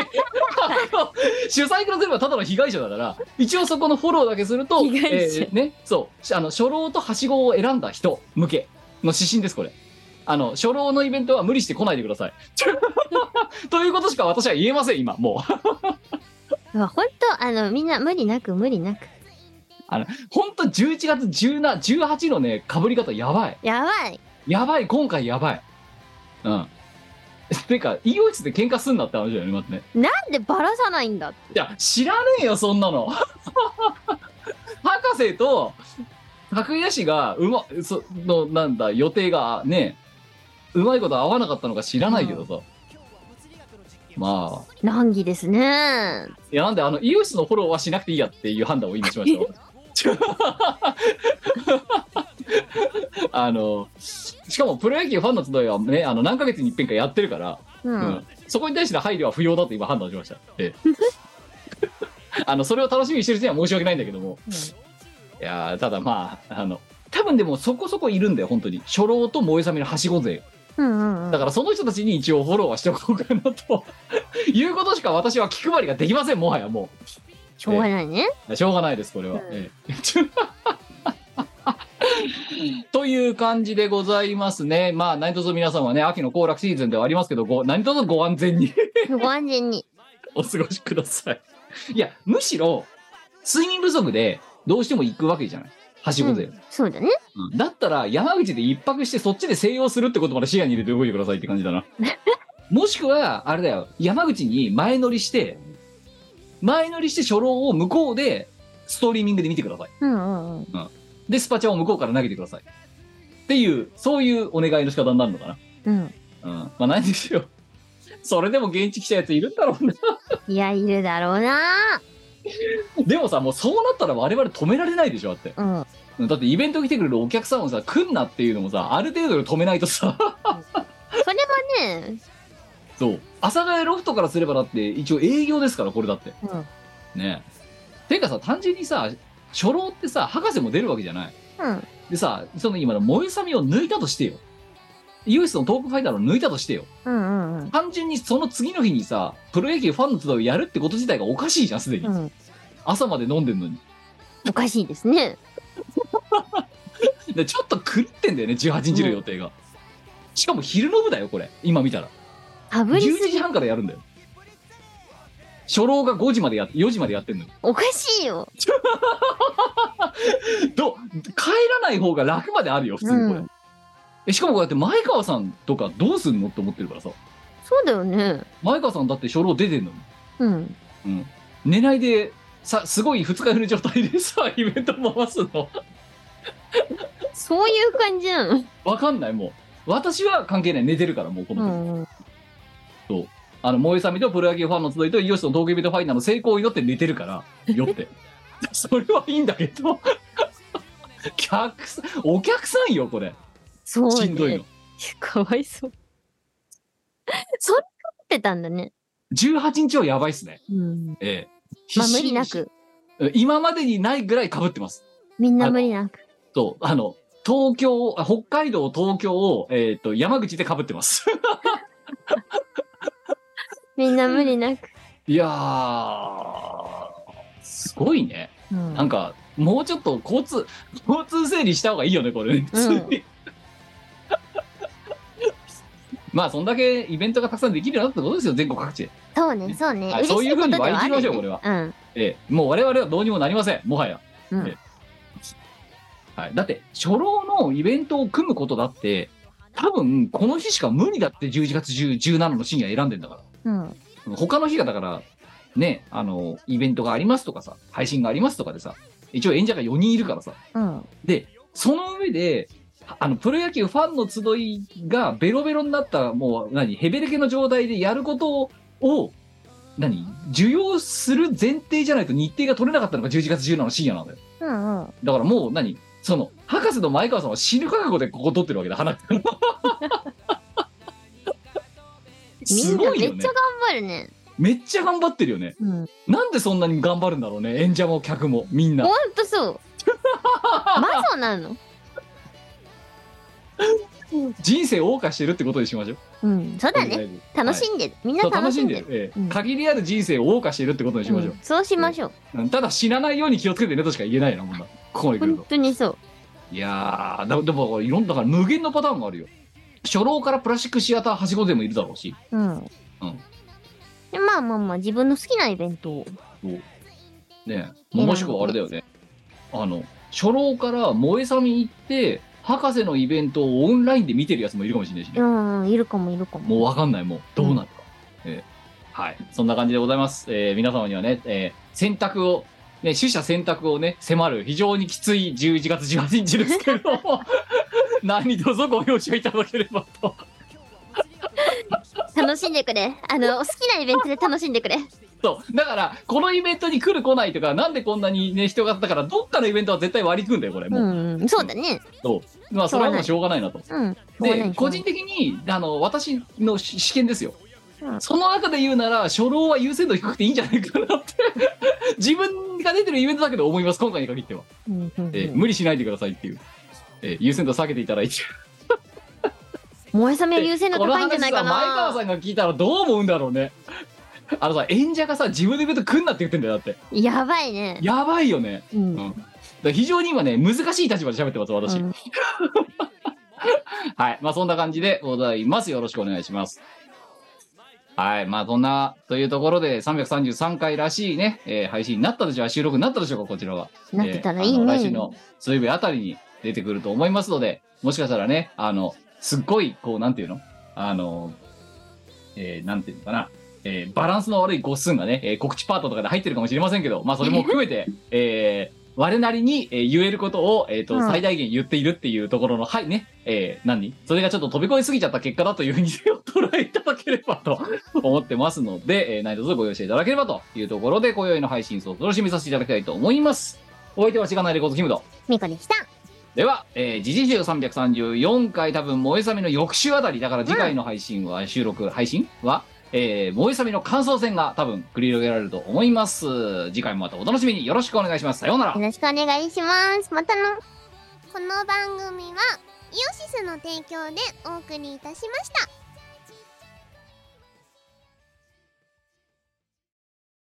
C: 主催から全部はただの被害者だから一応そこのフォローだけすると、え
A: 被害者
C: ーねそうしあの初老とはしごを選んだ人向けの指針ですこれあの初老のイベントは無理して来ないでください ということしか私は言えません今もう
A: うわほんと、あの、みんな無理なく、無理なく。
C: 本当11月17 18のねかぶり方やばい
A: やばい。
C: やばい今回やばいうん てか医療室で喧嘩すんなって話だよねまずね
A: なんでバラさないんだって。
C: いや知らねえよそんなの 博士と拓也氏がうまそのなんだ予定がねうまいこと合わなかったのか知らないけどさ、まあ
A: 難儀ですね。
C: いやなんであのイオシスのフォローはしなくていいやっていう判断を今しました あのしかもプロ野球ファンの集いはねあの何ヶ月に一遍かやってるから
A: うん。
C: うんそこに対しての配慮は不要だと今判断しました。ええ あのそれを楽しみにしてる人には申し訳ないんだけども、
A: うん
C: いやーただまああの多分でもそこそこいるんだよ本当に初老と萌えさみのはしご勢
A: うんうんうん
C: だ。からその人たちに一応フォローはしておこうかなと いうことしか私は気配りができませんもはやも
A: しょうがないね。
C: うしょうがないですこれは、え えという感じでございますねまあ何卒皆さんはね秋の行楽シーズンではありますけどご何卒ご安全に
A: ご安全に。
C: お過ごしください。いや、むしろ、睡眠不足でどうしても行くわけじゃない。はしごで、
A: そうだね。
C: うんだったら、山口で一泊してそっちで静養するってことまで視野に入れて動いてくださいって感じだな。もしくは、あれだよ、山口に前乗りして、前乗りして初老を向こうで、ストリーミングで見てください。
A: うんうんうん。
C: で、スパチャを向こうから投げてください。っていう、そういうお願いの仕方になるのかな。
A: うん。
C: うん。まあ、何でしょう。それでも現地来たやついるんだろうね。
A: いや、いるだろうな。
C: でもさ、もうそうなったら我々止められないでしょ、だって。
A: うん。
C: だってイベント来てくれるお客さんをさ来んなっていうのもさある程度で止めないとさ
A: それはね、
C: そう阿佐ヶ谷ロフトからすればだって一応営業ですからこれだって
A: うん。
C: ねてかさ単純にさ初老ってさ博士も出るわけじゃない
A: うん。
C: でさその今の萌えさみを抜いたとしてよユースのトークファイナルを抜いたとしてよ
A: うんうん
C: 単純にその次の日にさプロ野球ファンの集いをやるってこと自体がおかしいじゃんすでに、
A: うん。うん。
C: 朝まで飲んでんのに
A: おかしいですね。
C: でちょっと狂ってんだよね18日の予定が、しかも昼の部だよこれ今見たら
A: かぶりす
C: 11時
A: ぎ。
C: 半からやるんだよ初老が5時までや4時までやってんのよ
A: おかしいよ。
C: ど帰らない方が楽まであるよ普通にこれ、
A: うん
C: えしかもこうやって前川さんとかどうすんのって思ってるからさ
A: そうだよね。
C: 前川さんだって初老出てんのに、
A: うん。
C: うん、寝ないでさすごい二日酔いの状態でさ イベント回すの
A: そういう感じなの。
C: わかんないもう私は関係ない寝てるからもうこ
A: う
C: の時、
A: んうん。
C: あの萌えさみとプロ野球ファンの集いとイオシスの東京イベントファイナルの成功を祈って寝てる から酔ってそれはいいんだけど客さんお客さんよこれ
A: そうね
C: しんどいの。
A: かわいそう。そんな思ってたんだね。
C: 18日はやばいっすね
A: うん。
C: ええ
A: まあ
C: 必死
A: 無理なく。
C: 今までにないぐらいかぶってます
A: みんな無理なく。
C: そうあの東京あ北海道東京を、えー、と山口でかぶってます
A: みんな無理なく。
C: いやーすごいね
A: うん
C: なんかもうちょっと交通交通整理した方がいいよねこれね
A: うん
C: まあそんだけイベントがたくさんできるようになったってことですよ全国各地で、
A: そうね、そうね。
C: はい
A: 嬉し
C: そういう風に
A: ことであるよね
C: 割り切りましょう
A: う
C: こ
A: ん。
C: ええもう我々はどうにもなりませんもはや、
A: うん
C: ええはい、だって初老のイベントを組むことだって多分この日しか無理だって11月10 17の深夜選んでんだから
A: うん。
C: 他の日がだから、ね、あの、イベントがありますとかさ、配信がありますとかでさ、一応演者が4人いるからさ。
A: うん。
C: で、その上で、あの、プロ野球ファンの集いがベロベロになった、もう何、ヘベレケの状態でやることを、何、受容する前提じゃないと日程が取れなかったのが11月17の深夜なんだよ。
A: うんうん。
C: だからもう何、その、博士の前川さんは死ぬ覚悟でここ取ってるわけだ、花
A: み
C: す
A: んな
C: ご
A: めっ
C: い
A: ちゃ頑
C: よね。
A: 張るね。
C: めっちゃ頑張ってるよね。
A: うん。ほん
C: なんでそんなに頑張るんだろうね演者も客もみんな
A: と そう。魔女なの。
C: 人生を謳歌してるってことにしましょう
A: うん。そうだ
C: と
A: ね。
C: りあえず
A: 楽
C: は
A: しんでる。みん
C: い
A: な
C: そう
A: 楽
C: 楽
A: し
C: し
A: ん
C: ん
A: で
C: で
A: る
C: る。ええ
A: うん
C: 限りある人生を謳歌してるってことにしましょ
A: うんそうしましょう。
C: う、ただ死なないように気をつけてねとしか言えないなもんなここまで来る
A: 本
C: と
A: 当にそう。
C: いやーだでもいろんだから無限のパターンがあるよ初老からプラスチックシアターはしごでもいるだろうし
A: うん。でまあまあまあ、自分の好きなイベントを。
C: ねもしくはあれだよねあの初老から萌えさみ行って博士のイベントをオンラインで見てるやつもいるかもしれないしね
A: うん、いるかもいるかも。
C: もうわかんない、もうどうなるか。えーはい、そんな感じでございます。えー皆様にはね、えー選択を、ね、取捨選択をね、迫る非常にきつい11月18日ですけど も、何卒ご了承いただければと。
D: 楽しんでくれあの好きなイベントで楽しんでくれ
C: そうだから、このイベントに来る来ないとか、なんでこんなにね、人が、だから、どっかのイベントは絶対割り組んだよ、これ、
A: う
C: もう。
A: んうん、そうだね。
C: そうまあ、それはもうしょうがないなと。
A: うん。
C: で個人的にあの私のし試験ですよ、
A: うん
C: その中で言うなら初老は優先度低くていいんじゃないかなって 自分が出てるイベントだけど思います今回に限っては、
A: うんうん
C: えー
A: うん
C: 無理しないでくださいっていう、えー優先度下げていただいて
A: 燃えさめ優先度
C: この
A: 高いんじゃ
C: 話
A: な
C: さ
A: い
C: 前
A: か
C: 川
A: な。
C: さんが聞いたらどう思うんだろうねあのさ演者がさ自分でイベント来んなって言ってんだよだって
A: やばいね。
C: やばいよね
A: うん
C: うんだから非常に今ね難しい立場で喋ってます私、
A: うん
C: はい。まあ、そんな感じでございます。よろしくお願いします。はい。まあ、そんな、というところで、333回らしいね、えー配信になったでしょうか収録になったでしょうかこちらは。
A: なってたらいい
C: えーあの
A: ね。
C: 来週の水曜日あたりに出てくると思いますので、もしかしたらね、あの、すっごい、こう、なんていうのあの、えーなんていうのかな。えーバランスの悪い語数がね、えー告知パートとかで入ってるかもしれませんけど、まあそれも含めて、 えー我なりに、えー言えることを、えっ、と、
A: うん
C: 最大限言っているっていうところの、はいね、えー何それがちょっと飛び越えすぎちゃった結果だというふうにを捉えいただければと思ってますので、えー、何卒ご容赦いただければというところで、今宵の配信を楽しみさせていただきたいと思います。お相手はしがないレコードキムド。
A: ミコでした。
C: では、えー、時事集334回多分萌えさみの翌週あたりだから次回の配信は、収録配信は、えー、萌えさみの感想戦が多分繰り広げられると思います次回もまたお楽しみによろしくお願いしますさようなら
A: よろしくお願いします。またの。
E: この番組はイオシスの提供でお送りいたしました